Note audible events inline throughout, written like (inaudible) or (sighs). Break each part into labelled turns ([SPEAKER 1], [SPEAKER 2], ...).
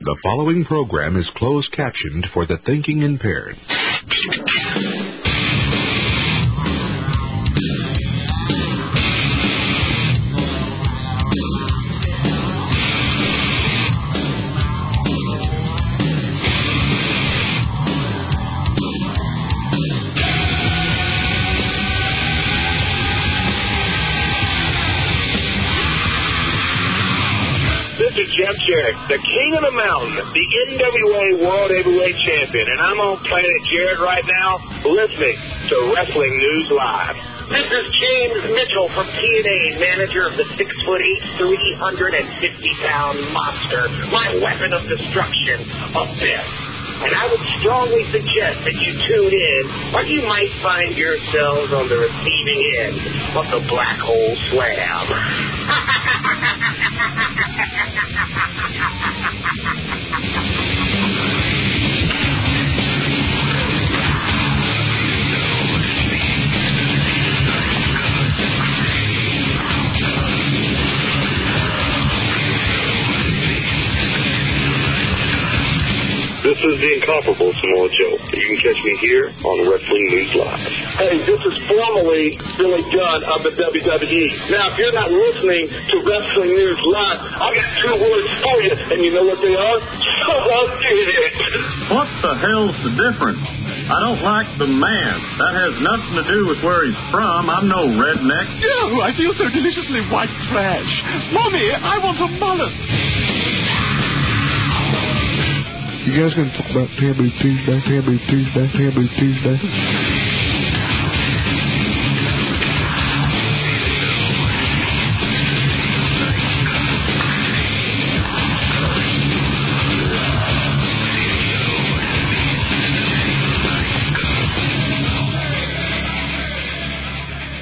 [SPEAKER 1] The following program is closed captioned for the thinking impaired.
[SPEAKER 2] This is Jeff Jarrett, the king of the mountain, the NWA World Heavyweight Champion, and I'm on Planet Jarrett right now listening to Wrestling News Live.
[SPEAKER 3] This is James Mitchell from TNA, manager of the 6 foot 8, 350 pound monster, my weapon of destruction, Abyss. And I would strongly suggest that you tune in, or you might find yourselves on the receiving end of the black hole slam.
[SPEAKER 2] This is the incomparable Samoa Joe. You can catch me here on Wrestling News Live. Hey, this is formerly Billy Gunn of the WWE. Now, if you're not listening to Wrestling News Live, I got two words for you, and you know what they are? Suck it!
[SPEAKER 4] What the hell's the difference? I don't like the man. That has nothing to do with where he's from. I'm no redneck.
[SPEAKER 5] Oh, I feel so deliciously white trash. Mommy, I want a mullet.
[SPEAKER 6] You guys gonna talk about Taboo Tuesday, Taboo Tuesday, Taboo Tuesday?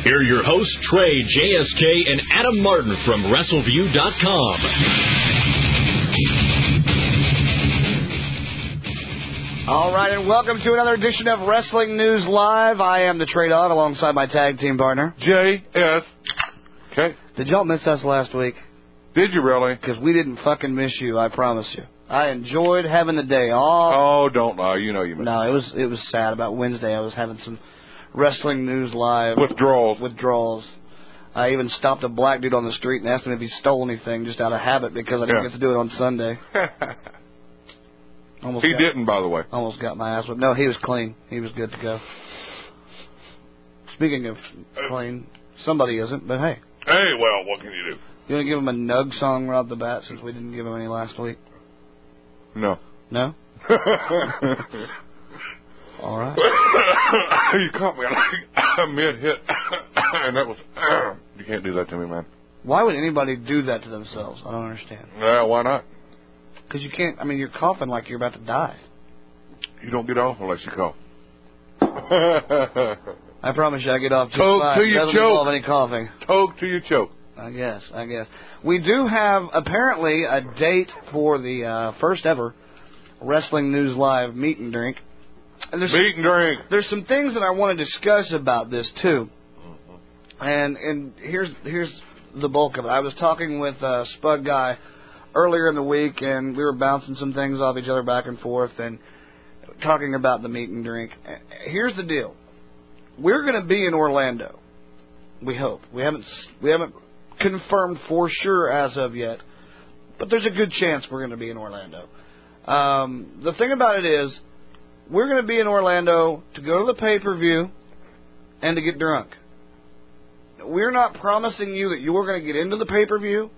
[SPEAKER 7] Here are your hosts, Trey, JSK, and Adam Martin from WrestleView.com.
[SPEAKER 8] All right, and welcome to another edition of Wrestling News Live. I am the Trey Dog alongside my tag team partner, JF.
[SPEAKER 9] Okay.
[SPEAKER 8] Did y'all miss us last week?
[SPEAKER 9] Did you really?
[SPEAKER 8] Because we didn't fucking miss you, I promise you. I enjoyed having the day off.
[SPEAKER 9] Oh, don't lie. You know you missed.
[SPEAKER 8] No, it was it was sad. About Wednesday, I was having some Wrestling News Live
[SPEAKER 9] Withdrawals. (laughs)
[SPEAKER 8] Withdrawals. I even stopped a black dude on the street and asked him if he stole anything just out of habit because I didn't
[SPEAKER 9] Yeah.
[SPEAKER 8] get to do it on Sunday. Almost
[SPEAKER 9] He
[SPEAKER 8] got-
[SPEAKER 9] didn't, by the way.
[SPEAKER 8] Almost got my ass whipped. No, he was clean. He was good to go. Speaking of clean, somebody isn't, but hey.
[SPEAKER 9] Hey, well, what can you
[SPEAKER 8] You want to give him a Nug song right off the bat since we didn't give him any last week?
[SPEAKER 9] do? No. (laughs)
[SPEAKER 8] No? All right.
[SPEAKER 9] you caught me (laughs) mid hit, (coughs) and that was. (coughs) you can't do that to me, man.
[SPEAKER 8] Why would anybody do that to themselves? I don't understand.
[SPEAKER 9] Yeah, why not?
[SPEAKER 8] Because you can't, I mean, you're coughing like you're about to die.
[SPEAKER 9] You don't get off unless you cough. (laughs)
[SPEAKER 8] I promise you, I get off just
[SPEAKER 9] Choke
[SPEAKER 8] fine.
[SPEAKER 9] till you
[SPEAKER 8] Doesn't
[SPEAKER 9] choke.
[SPEAKER 8] involve any coughing.
[SPEAKER 9] Toad to your choke.
[SPEAKER 8] I guess. I guess. We do have apparently a date for the uh, first ever Wrestling News Live meet and drink. And there's
[SPEAKER 9] Meet and drink.
[SPEAKER 8] There's some things that I want to discuss about this too. And and here's here's the bulk of it. I was talking with uh, Spud Guy earlier in the week, and we were bouncing some things off each other back and forth, and talking about the meet and drink. Uh, Here's the deal: we're going to be in Orlando. We hope we haven't s- we haven't confirmed for sure as of yet, but there's a good chance we're going to be in Orlando. Um, the thing about it is, we're going to be in Orlando to go to the pay per view and to get drunk. We're not promising you that you're going to get into the pay per view.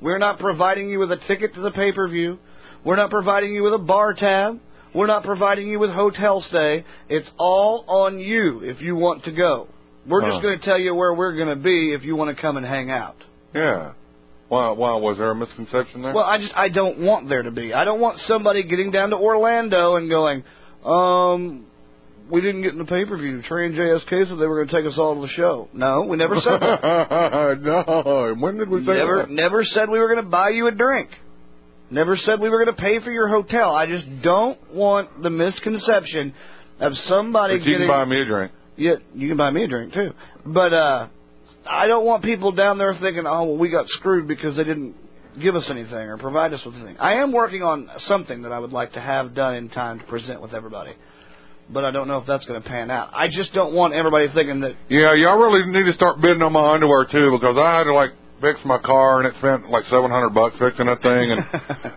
[SPEAKER 8] We're not providing you with a ticket to the pay per view. We're not providing you with a bar tab. We're not providing you with hotel stay. It's all on you if you want to go. We're
[SPEAKER 9] Huh.
[SPEAKER 8] just going to tell you where we're going to be if you want to come and hang out.
[SPEAKER 9] Yeah. Why? Why was there a misconception there?
[SPEAKER 8] Well, I just I don't want there to be. I don't want somebody getting down to Orlando and going, um, we didn't get in the pay per view. Trey and JSK said they were going to take us all to the show. No, we never
[SPEAKER 9] (laughs)
[SPEAKER 8] said that.
[SPEAKER 9] no. When did we say
[SPEAKER 8] never
[SPEAKER 9] that?
[SPEAKER 8] never said we were going to buy you a drink. Never said we were going to pay for your hotel. I just don't want the misconception of somebody
[SPEAKER 9] But you
[SPEAKER 8] getting
[SPEAKER 9] can buy me a drink.
[SPEAKER 8] yeah, you can buy me a drink too. But uh I don't want people down there thinking, "Oh, well, we got screwed because they didn't give us anything or provide us with anything. I am working on something that I would like to have done in time to present with everybody, but I don't know if that's going to pan out. I just don't want everybody thinking that
[SPEAKER 9] Yeah, y'all really need to start bidding on my underwear too, because I had to like fix my car and it spent like seven hundred bucks fixing that thing,
[SPEAKER 8] (laughs)
[SPEAKER 9] and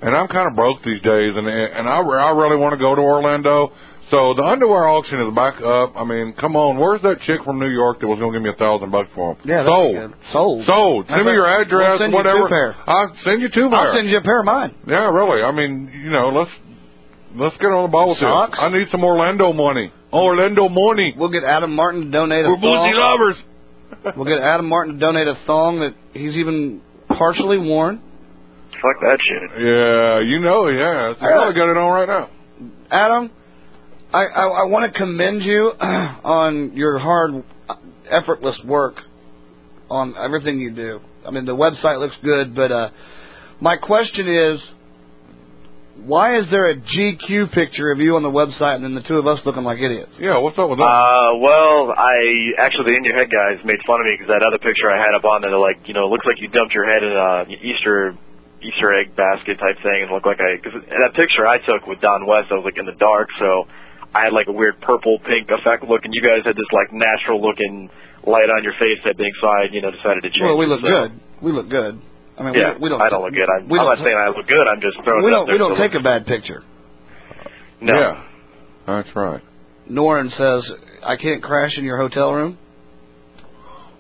[SPEAKER 9] and I'm kind of broke these days, and and I re- I really want to go to Orlando. So the underwear auction is back up. I mean, come on, where's that chick from New York that was gonna give me a thousand bucks for them?
[SPEAKER 8] yeah, that'd
[SPEAKER 9] sold,
[SPEAKER 8] be good. sold,
[SPEAKER 9] sold. Send me your
[SPEAKER 8] We'll
[SPEAKER 9] address,
[SPEAKER 8] send you
[SPEAKER 9] whatever.
[SPEAKER 8] two pair.
[SPEAKER 9] I'll send you two
[SPEAKER 8] I'll
[SPEAKER 9] pair.
[SPEAKER 8] send you a pair of mine.
[SPEAKER 9] yeah, really. I mean, you know, let's let's get on the ball with
[SPEAKER 8] Socks?
[SPEAKER 9] this. I need some Orlando money. Orlando money.
[SPEAKER 8] We'll get Adam Martin to donate a
[SPEAKER 9] We're
[SPEAKER 8] thong.
[SPEAKER 9] boozy lovers.
[SPEAKER 8] We'll get Adam Martin to donate a thong that he's even partially worn.
[SPEAKER 10] Fuck that shit.
[SPEAKER 9] Yeah, you know he has. I probably got it on right now.
[SPEAKER 8] Adam, I, I, I want to commend you (clears throat) on your hard, effortless work on everything you do. I mean, the website looks good, but uh, my question is why is there a GQ picture of you on the website and then the two of us looking like idiots?
[SPEAKER 9] Yeah, what's up with that?
[SPEAKER 10] Uh, well, I actually the In Your Head guys made fun of me because that other picture I had up on there, they're like, you know, it looks like you dumped your head in a Easter Easter egg basket type thing, and looked like I because that picture I took with Don West, I was like in the dark, so I had like a weird purple pink effect look, and you guys had this like natural looking light on your face type thing, so I you know decided to change.
[SPEAKER 8] Well, we
[SPEAKER 10] it,
[SPEAKER 8] look
[SPEAKER 10] so.
[SPEAKER 8] good. We look good. I mean,
[SPEAKER 10] uh, Yeah,
[SPEAKER 8] we, don't- we don't.
[SPEAKER 10] I don't look good. I'm,
[SPEAKER 8] we
[SPEAKER 10] I'm
[SPEAKER 8] don't
[SPEAKER 10] not saying I look good. I'm just throwing.
[SPEAKER 8] we
[SPEAKER 10] it
[SPEAKER 8] don't.
[SPEAKER 10] up there
[SPEAKER 8] We don't
[SPEAKER 10] so-
[SPEAKER 8] take a bad picture.
[SPEAKER 10] No.
[SPEAKER 9] Yeah. That's right.
[SPEAKER 8] Norin says, "I can't crash in your hotel room."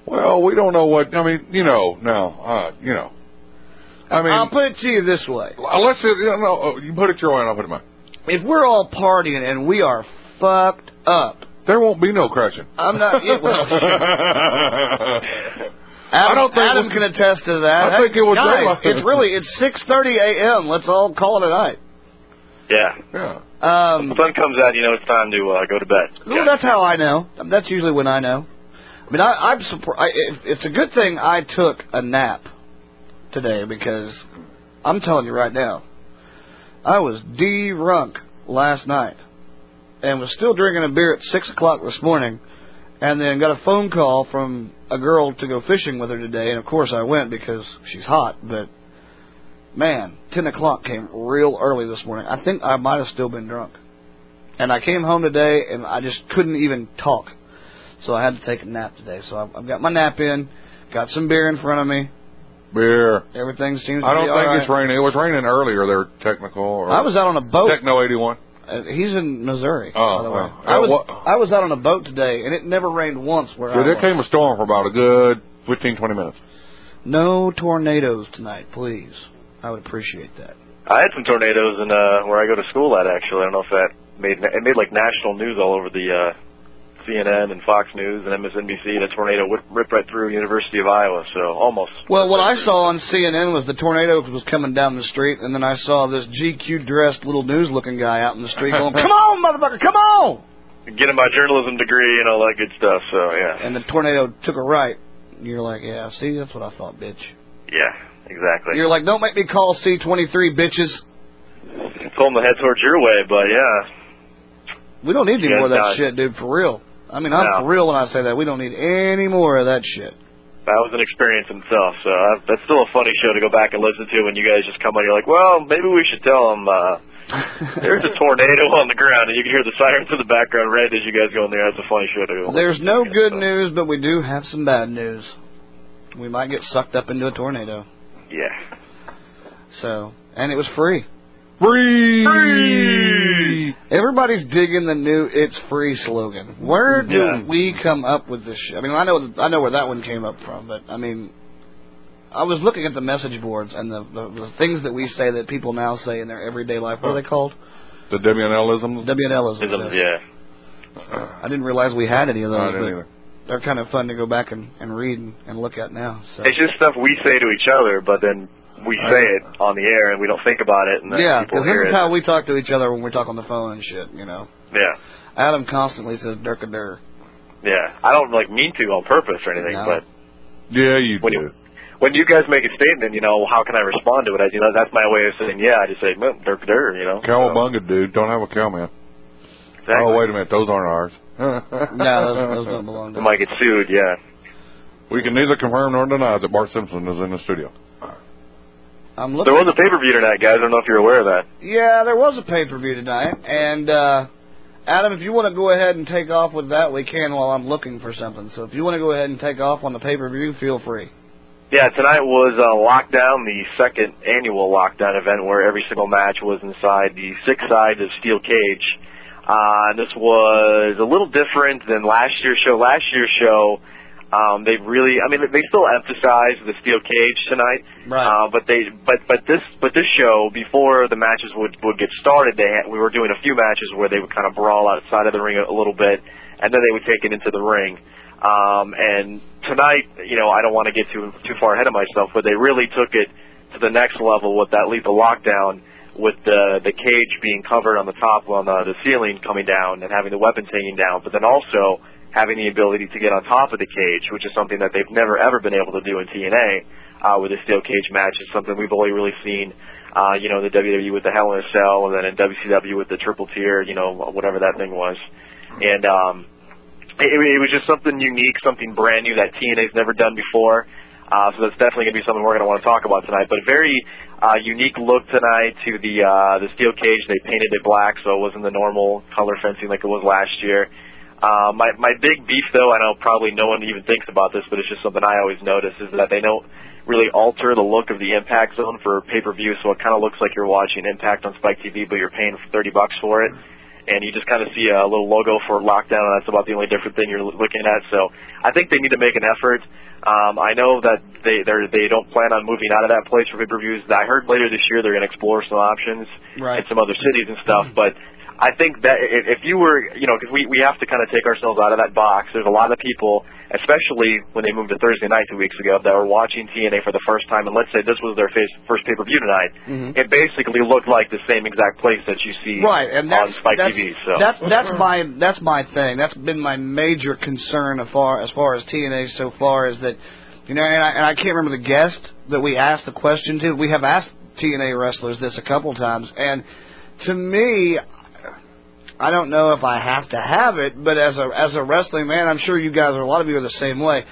[SPEAKER 9] Well, we don't know what I mean, you know, now, uh, you know. I mean
[SPEAKER 8] I'll put it to you this way:
[SPEAKER 9] unless it you know, oh, you put it your way and I'll put it mine.
[SPEAKER 8] if we're all partying and we are fucked up,
[SPEAKER 9] There won't be no crashing.
[SPEAKER 8] I'm not. Uh, Yeah,
[SPEAKER 9] (laughs)
[SPEAKER 8] well, shit. Adam,
[SPEAKER 9] I don't think
[SPEAKER 8] Adam
[SPEAKER 9] we-
[SPEAKER 8] can attest to that.
[SPEAKER 9] I think it was
[SPEAKER 8] guys,
[SPEAKER 9] their-
[SPEAKER 8] it's really it's 6:30 a.m. Let's all call it a night.
[SPEAKER 10] Yeah.
[SPEAKER 9] yeah.
[SPEAKER 8] Um,
[SPEAKER 10] Sun comes out, you know it's time to uh, go to bed.
[SPEAKER 8] well, that's how I know. That's usually when I know. I mean, I, I'm surprised. I, it, it's a good thing I took a nap today because I'm telling you right now, I was drunk last night and was still drinking a beer at six o'clock this morning, and then got a phone call from a girl to go fishing with her today, and of course I went because she's hot. But man, ten o'clock came real early this morning. I think I might have still been drunk, and I came home today and I just couldn't even talk, so I had to take a nap today. So I've, I've got my nap in, got some beer in front of me.
[SPEAKER 9] Beer.
[SPEAKER 8] Everything seems. To
[SPEAKER 9] I don't
[SPEAKER 8] be
[SPEAKER 9] think
[SPEAKER 8] all right.
[SPEAKER 9] it's raining. It was raining earlier there, technical or
[SPEAKER 8] I was out on a boat.
[SPEAKER 9] Techno eighty one.
[SPEAKER 8] Uh, He's in
[SPEAKER 9] Oh,
[SPEAKER 8] Missouri. by the way.
[SPEAKER 9] wow.
[SPEAKER 8] I
[SPEAKER 9] Uh,
[SPEAKER 8] was
[SPEAKER 9] what-
[SPEAKER 8] I was out on a boat today, and it never rained once where
[SPEAKER 9] Yeah,
[SPEAKER 8] I
[SPEAKER 9] there
[SPEAKER 8] was.
[SPEAKER 9] came a storm for about a good fifteen twenty minutes.
[SPEAKER 8] No tornadoes tonight, please. I would appreciate that.
[SPEAKER 10] I had some tornadoes in uh where I go to school at actually. I don't know if that made it made like national news all over the uh CNN and Fox News and MSNBC. The tornado whip, ripped right through University of Iowa, so almost.
[SPEAKER 8] Well, what I saw on CNN was the tornado was coming down the street, and then I saw this GQ dressed little news looking guy out in the street (laughs) going, "Come on, motherfucker, come on!"
[SPEAKER 10] Getting my journalism degree and all that good stuff. So yeah,
[SPEAKER 8] And the tornado took a right. And you're like, "Yeah, see, that's what I thought, bitch."
[SPEAKER 10] yeah, exactly.
[SPEAKER 8] You're like, "Don't make me call C23, bitches.
[SPEAKER 10] Told them to head towards your way, but yeah,
[SPEAKER 8] We don't need any
[SPEAKER 10] Yeah,
[SPEAKER 8] more of that
[SPEAKER 10] no.
[SPEAKER 8] shit, dude. For real. I mean, I'm
[SPEAKER 10] No.
[SPEAKER 8] for real when I say that. We don't need any more of that shit." (laughs)
[SPEAKER 10] that was an experience in itself. So I, that's still a funny show to go back and listen to when you guys just come on. You're like, well, maybe we should tell them. Uh, (laughs) There's a tornado (laughs) on the ground, and you can hear the sirens in the background right as you guys go in there. That's a funny show to go.
[SPEAKER 8] There's no
[SPEAKER 10] Yeah,
[SPEAKER 8] good
[SPEAKER 10] so,
[SPEAKER 8] news, but we do have some bad news. We might get sucked up into a tornado.
[SPEAKER 10] Yeah.
[SPEAKER 8] So, and it was free.
[SPEAKER 9] Free.
[SPEAKER 8] Everybody's digging the new "It's free" slogan. Where do
[SPEAKER 10] Yeah.
[SPEAKER 8] we come up with this? Shit? I mean, I know I know where that one came up from, but I mean, I was looking at the message boards and the the, the things that we say that people now say in their everyday life. What are they called?
[SPEAKER 9] The WNLism.
[SPEAKER 8] WNL is.
[SPEAKER 10] Isms, yeah.
[SPEAKER 8] I didn't realize we had any of those,
[SPEAKER 9] I didn't
[SPEAKER 8] but
[SPEAKER 9] either.
[SPEAKER 8] they're kind of fun to go back and, and read and, and look at now. So.
[SPEAKER 10] It's just stuff we say to each other, but then we say it on the air and we don't think about it, and then
[SPEAKER 8] Yeah,
[SPEAKER 10] people
[SPEAKER 8] because
[SPEAKER 10] hear
[SPEAKER 8] this is
[SPEAKER 10] it.
[SPEAKER 8] how we talk to each other when we talk on the phone and shit. You know,
[SPEAKER 10] yeah,
[SPEAKER 8] Adam constantly says "dirkadur."
[SPEAKER 10] yeah. I don't like mean to on purpose or anything,
[SPEAKER 8] No.
[SPEAKER 10] but
[SPEAKER 9] Yeah, you
[SPEAKER 10] When
[SPEAKER 9] do.
[SPEAKER 10] you- when you guys make a statement, you know, how can I respond to it? I, you know, that's my way of saying yeah. I just say "Mm, derp der, you know.
[SPEAKER 9] Cowabunga, dude. Don't have a cow, man.
[SPEAKER 10] So, exactly.
[SPEAKER 9] Oh, wait a minute. Those aren't ours. (laughs)
[SPEAKER 8] No, those, those don't belong
[SPEAKER 10] I (laughs)
[SPEAKER 8] to.
[SPEAKER 10] might get sued. Yeah.
[SPEAKER 9] We can neither confirm nor deny that Bart Simpson is in the studio.
[SPEAKER 8] I'm
[SPEAKER 10] There
[SPEAKER 8] looking.
[SPEAKER 10] was a pay per view tonight, guys. I don't know if you're aware of that.
[SPEAKER 8] Yeah, there was a pay per view tonight, and uh, Adam, if you want to go ahead and take off with that, we can while I'm looking for something. So if you want to go ahead and take off on the pay per view, feel free.
[SPEAKER 10] Yeah, tonight was uh, Lockdown, the second annual Lockdown event where every single match was inside the six sides of steel cage. Uh, and this was a little different than last year's show. Last year's show, um, they really, I mean, they still emphasized the steel cage tonight. Uh, but they, but but this, but this show before the matches would would get started, they had, we were doing a few matches where they would kind of brawl outside of the ring a, a little bit, and then they would take it into the ring. Um, and tonight, you know, I don't want to get too too far ahead of myself, but they really took it to the next level with that lethal lockdown, with the the cage being covered on the top on the, the ceiling coming down and having the weapons hanging down, but then also having the ability to get on top of the cage, which is something that they've never ever been able to do in TNA uh, with a steel cage match. It's something we've only really seen, uh, you know, in the WWE with the Hell in a Cell, and then in WCW with the Triple Tier, you know, whatever that thing was. And um, it, it was just something unique, something brand new that TNA's never done before. Uh, so that's definitely going to be something we're going to want to talk about tonight. But very uh, unique look tonight to the uh, the steel cage. They painted it black, so it wasn't the normal color fencing like it was last year. Uh, my my big beef, though, I know probably no one even thinks about this, but it's just something I always notice is that they don't really alter the look of the Impact Zone for pay per view, so it kind of looks like you're watching Impact on Spike TV, but you're paying thirty bucks for it and you just kind of see a little logo for lockdown, and that's about the only different thing you're l- looking at. So I think they need to make an effort. Um, I know that they they're, they don't plan on moving out of that place for pay-per-views. I heard later this year they're going to explore some options
[SPEAKER 8] Right.
[SPEAKER 10] in some other cities and stuff, but. I think that i- if you were, you know, because we we have to kind of take ourselves out of that box. There's a lot of people, especially when they moved to Thursday night two weeks ago, that were watching TNA for the first time, and let's say this was their face, first pay per view tonight. It basically looked like the same exact place that you see
[SPEAKER 8] Right, and that's
[SPEAKER 10] on Spike
[SPEAKER 8] that's,
[SPEAKER 10] TV. So
[SPEAKER 8] that's that's my that's my thing. That's been my major concern as far as far as TNA so far is that you know, and I, and I can't remember the guest that we asked the question to. We have asked TNA wrestlers this a couple times, and to me, I don't know if I have to have it, but as a as a wrestling man, I'm sure you guys or a lot of you are the same way.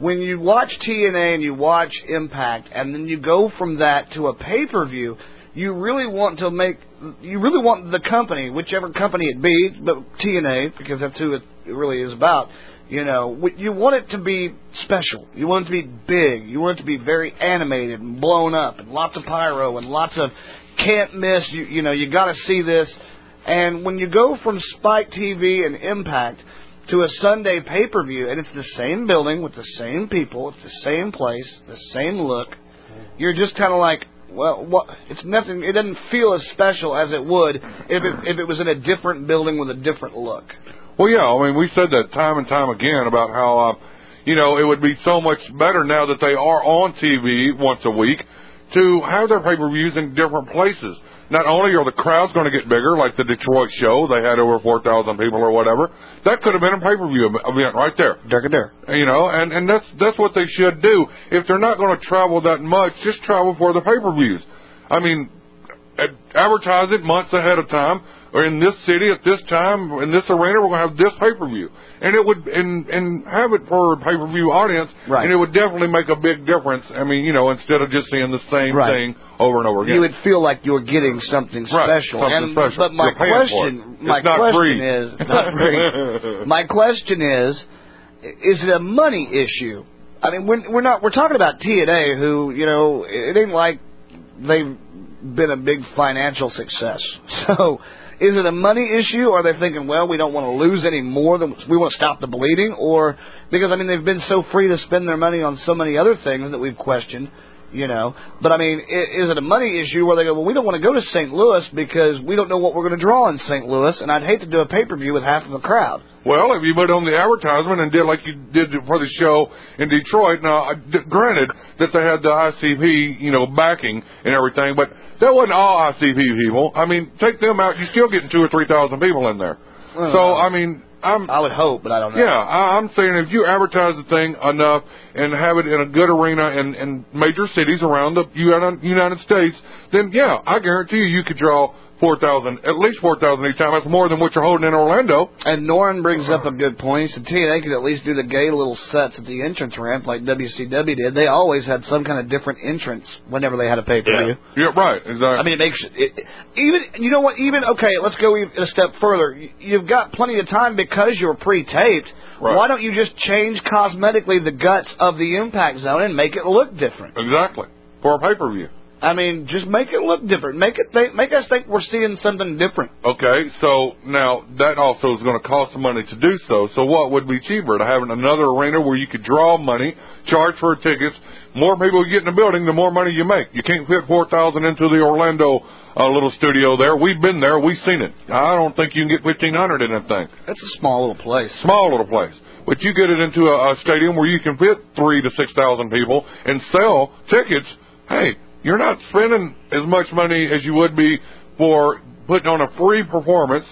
[SPEAKER 8] When you watch TNA and you watch Impact, and then you go from that to a pay per view, you really want to make you really want the company, whichever company it be, but TNA because that's who it really is about. You know, wh- you want it to be special. You want it to be big. You want it to be very animated and blown up, and lots of pyro and lots of can't miss. You you know you got to see this. And when you go from Spike TV and Impact to a Sunday pay per view, and it's the same building with the same people, it's the same place, the same look, you're just kind of like, well, what? It's nothing. It doesn't feel as special as it would if it, if it was in a different building with a different look.
[SPEAKER 9] Well, yeah, I mean, we said that time and time again about how, uh, you know, it would be so much better now that they are on TV once a week to have their pay per views in different places. Not only are the crowds going to get bigger, like the Detroit show, they had over 4,000 people or whatever. That could have been a pay per view event right there.
[SPEAKER 8] There, there.
[SPEAKER 9] You know, and and that's that's what they should do. If they're not going to travel that much, just travel for the pay per views. I mean, ad- advertise it months ahead of time, or in this city at this time, in this arena, we're going to have this pay per view, and it would and and have it for a pay per view audience,
[SPEAKER 8] Right.
[SPEAKER 9] and it would definitely make a big difference. I mean, you know, instead of just seeing the same thing
[SPEAKER 8] Right.
[SPEAKER 9] over and over again.
[SPEAKER 8] You would feel like you're getting something special.
[SPEAKER 9] Right, something
[SPEAKER 8] and,
[SPEAKER 9] special.
[SPEAKER 8] But my
[SPEAKER 9] You're paying for it.
[SPEAKER 8] question, my
[SPEAKER 9] It's not
[SPEAKER 8] question
[SPEAKER 9] free.
[SPEAKER 8] is, it's not
[SPEAKER 9] (laughs)
[SPEAKER 8] free. my question is, is it a money issue? I mean, we're, we're not. We're talking about TNA, who you know, it ain't like they've been a big financial success. (laughs) So, is it a money issue? Or are they thinking, well, we don't want to lose any more than we want to stop the bleeding? Or because I mean, they've been so free to spend their money on so many other things that we've questioned. You know, but I mean, i- is it a money issue where they go, well, we don't want to go to St. Louis because we don't know what we're going to draw in St. Louis, and I'd hate to do a pay per view with half of the crowd.
[SPEAKER 9] Well, if you put on the advertisement and did like you did for the show in Detroit, now I- d- granted that they had the ICP, you know, backing and everything, but that wasn't all ICP people. I mean, take them out, you're still getting two or three thousand people in there. So
[SPEAKER 8] uh,
[SPEAKER 9] I mean, I'm.
[SPEAKER 8] I would hope, but I don't know.
[SPEAKER 9] Yeah, I, I'm saying if you advertise the thing enough and have it in a good arena and in major cities around the Uni- United States, then yeah, I guarantee you, you could draw four thousand, at least four thousand each time. That's more than what you're holding in Orlando.
[SPEAKER 8] And Noren brings up a good point. He said, "Gee, they could at least do the gay little sets at the entrance ramp like WCW did. They always had some kind of different entrance whenever they had a pay per view.
[SPEAKER 9] Yeah, right. Exactly.
[SPEAKER 8] I mean, it makes it, even you know what? Even okay, let's go even a step further. You- You've got plenty of time because you're pre-taped.
[SPEAKER 9] Right.
[SPEAKER 8] Why don't you just change cosmetically the guts of the impact zone and make it look different?
[SPEAKER 9] Exactly. For a pay per view.
[SPEAKER 8] I mean, just make it look different. Make it think, make us think we're seeing something different.
[SPEAKER 9] Okay, so now that also is going to cost some money to do so. So what would be cheaper to have another arena where you could draw money, charge for tickets? More people you get in the building, the more money you make. You can't fit four thousand into the Orlando uh, little studio there. We've been there, we've seen it. I don't think you can get fifteen hundred in that thing.
[SPEAKER 8] That's a small little place.
[SPEAKER 9] Small little place, but you get it into a, a stadium where you can fit three to six thousand people and sell tickets. Hey, you're not spending as much money as you would be for putting on a free performance.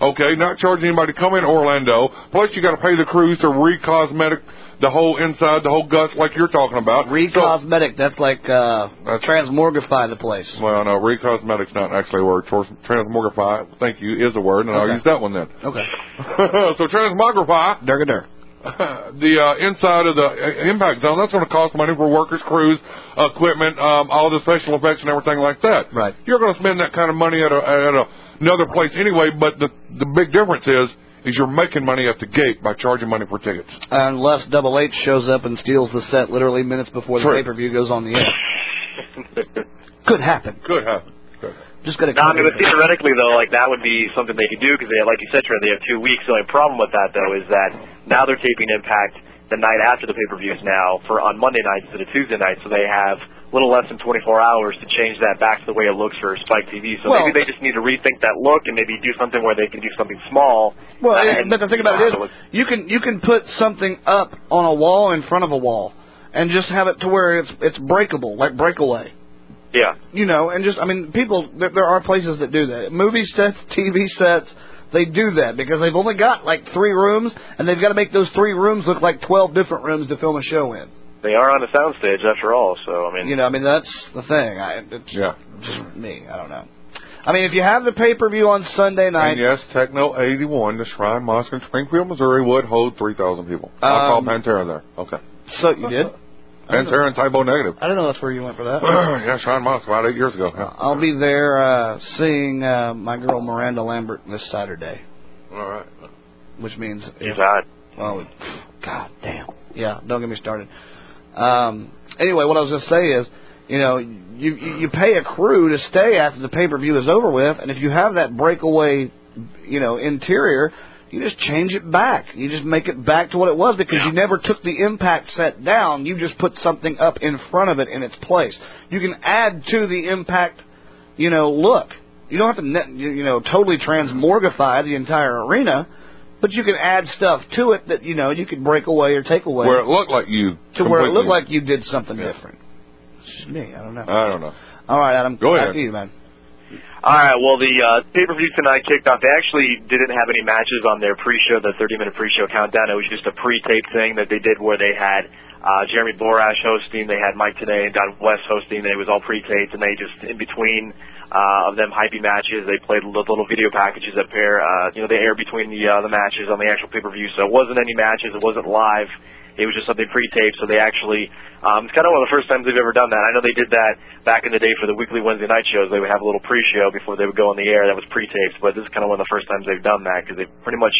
[SPEAKER 9] Okay, not charging anybody to come in Orlando. Plus, you got to pay the crews to re-cosmetic the whole inside, the whole guts, like you're talking about. So-
[SPEAKER 8] Re-cosmetic. that's like uh, transmorgify the place.
[SPEAKER 9] well, no, re-cosmetic's not actually a word. Trans- Transmogrify, thank you, is a word, and I'll
[SPEAKER 8] Okay.
[SPEAKER 9] use that one then. (laughs)
[SPEAKER 8] Okay.
[SPEAKER 9] so transmogrify
[SPEAKER 8] Durgadur.
[SPEAKER 9] the uh, inside of the uh, impact zone. That's going to cost money for workers, crews, equipment, um, all the special effects and everything like that.
[SPEAKER 8] Right.
[SPEAKER 9] You're going to spend that kind of money at, a, at a, another place anyway. But the the big difference is is you're making money at the gate by charging money for tickets.
[SPEAKER 8] Unless Double H shows up and steals the set literally minutes before the
[SPEAKER 9] True.
[SPEAKER 8] pay per view goes on the air. Could happen.
[SPEAKER 9] Could happen.
[SPEAKER 8] Just gotta.
[SPEAKER 10] No, I mean, but theoretically though, like that would be something they could do because they, like you said, Trent, they have two weeks. The only problem with that though is that now they're taping Impact the night after the pay-per-views now for on Monday nights instead of Tuesday nights, so they have a little less than 24 hours to change that back to the way it looks for Spike TV. So
[SPEAKER 8] Well-
[SPEAKER 10] maybe they just need to rethink that look and maybe do something where they can do something small.
[SPEAKER 8] (laughs) Well,
[SPEAKER 10] and,
[SPEAKER 8] but the thing about it is, you can you can put something up on a wall in front of a wall, and just have it to where it's it's breakable, like breakaway.
[SPEAKER 10] yeah,
[SPEAKER 8] You know, and just I mean, people there, there are places that do that. Movie sets, TV sets, they do that because they've only got like three rooms, and they've got to make those three rooms look like twelve different rooms to film a show in.
[SPEAKER 10] they are on a soundstage after all. So I mean,
[SPEAKER 8] You know, I mean that's the thing. I, it's
[SPEAKER 9] Yeah.
[SPEAKER 8] just me. I don't know. I mean, if you have the pay per view on Sunday night,
[SPEAKER 9] And yes, Techno 81, the Shrine Mosque in Springfield, Missouri, would hold 3,000 people. I called
[SPEAKER 8] Um,
[SPEAKER 9] Pantera there. Okay.
[SPEAKER 8] so you did.
[SPEAKER 9] Pantera and Typo Negative.
[SPEAKER 8] I don't know that's where you went for
[SPEAKER 9] (clears throat)
[SPEAKER 8] that.
[SPEAKER 9] yeah, Shrine Mosque about eight years ago. Yeah.
[SPEAKER 8] (laughs) I'll be there uh, seeing uh, my girl Miranda Lambert this Saturday,
[SPEAKER 9] All right.
[SPEAKER 8] which means
[SPEAKER 10] he's hot.
[SPEAKER 8] well, God damn, yeah. Don't get me started. Um, anyway, what I was going to say is, you know, you you you pay a crew to stay after the pay per view is over with, and if you have that breakaway, you know, interior. You just change it back. You just make it back to what it was because you never took the impact set down. You just put something up in front of it in its place. You can add to the impact you know, look, you don't have to, net, you you know, totally transmorgify the entire arena, but you can add stuff to it that, you know, you could break away or take away
[SPEAKER 9] Where it looked like you.
[SPEAKER 8] to where it
[SPEAKER 9] completely-
[SPEAKER 8] looked like you did something different. It's just me. I don't know.
[SPEAKER 9] I don't know.
[SPEAKER 8] All right, Adam.
[SPEAKER 9] Go
[SPEAKER 8] After
[SPEAKER 9] ahead.
[SPEAKER 8] you, man.
[SPEAKER 10] All right. Well, the uh, pay-per-view tonight kicked off. They actually didn't have any matches on their pre-show, the 30-minute pre-show countdown. It was just a pre-tape thing that they did where they had uh, Jeremy Borash hosting, they had Mike Today and Don West hosting. and It was all pre-taped, and they just in between uh, of them hyping matches, they played little, little video packages that pair. Uh, you know, they air between the uh, the matches on the actual pay-per-view. So it wasn't any matches. It wasn't live. It was just something pre-taped. So they actually um, it's kind of one of the first times they've ever done that. I know they did that back in the day for the weekly Wednesday night shows. They would have a little pre-show before they would go on the air. That was pre-taped, but this is kind of one of the first times they've done that because they've pretty much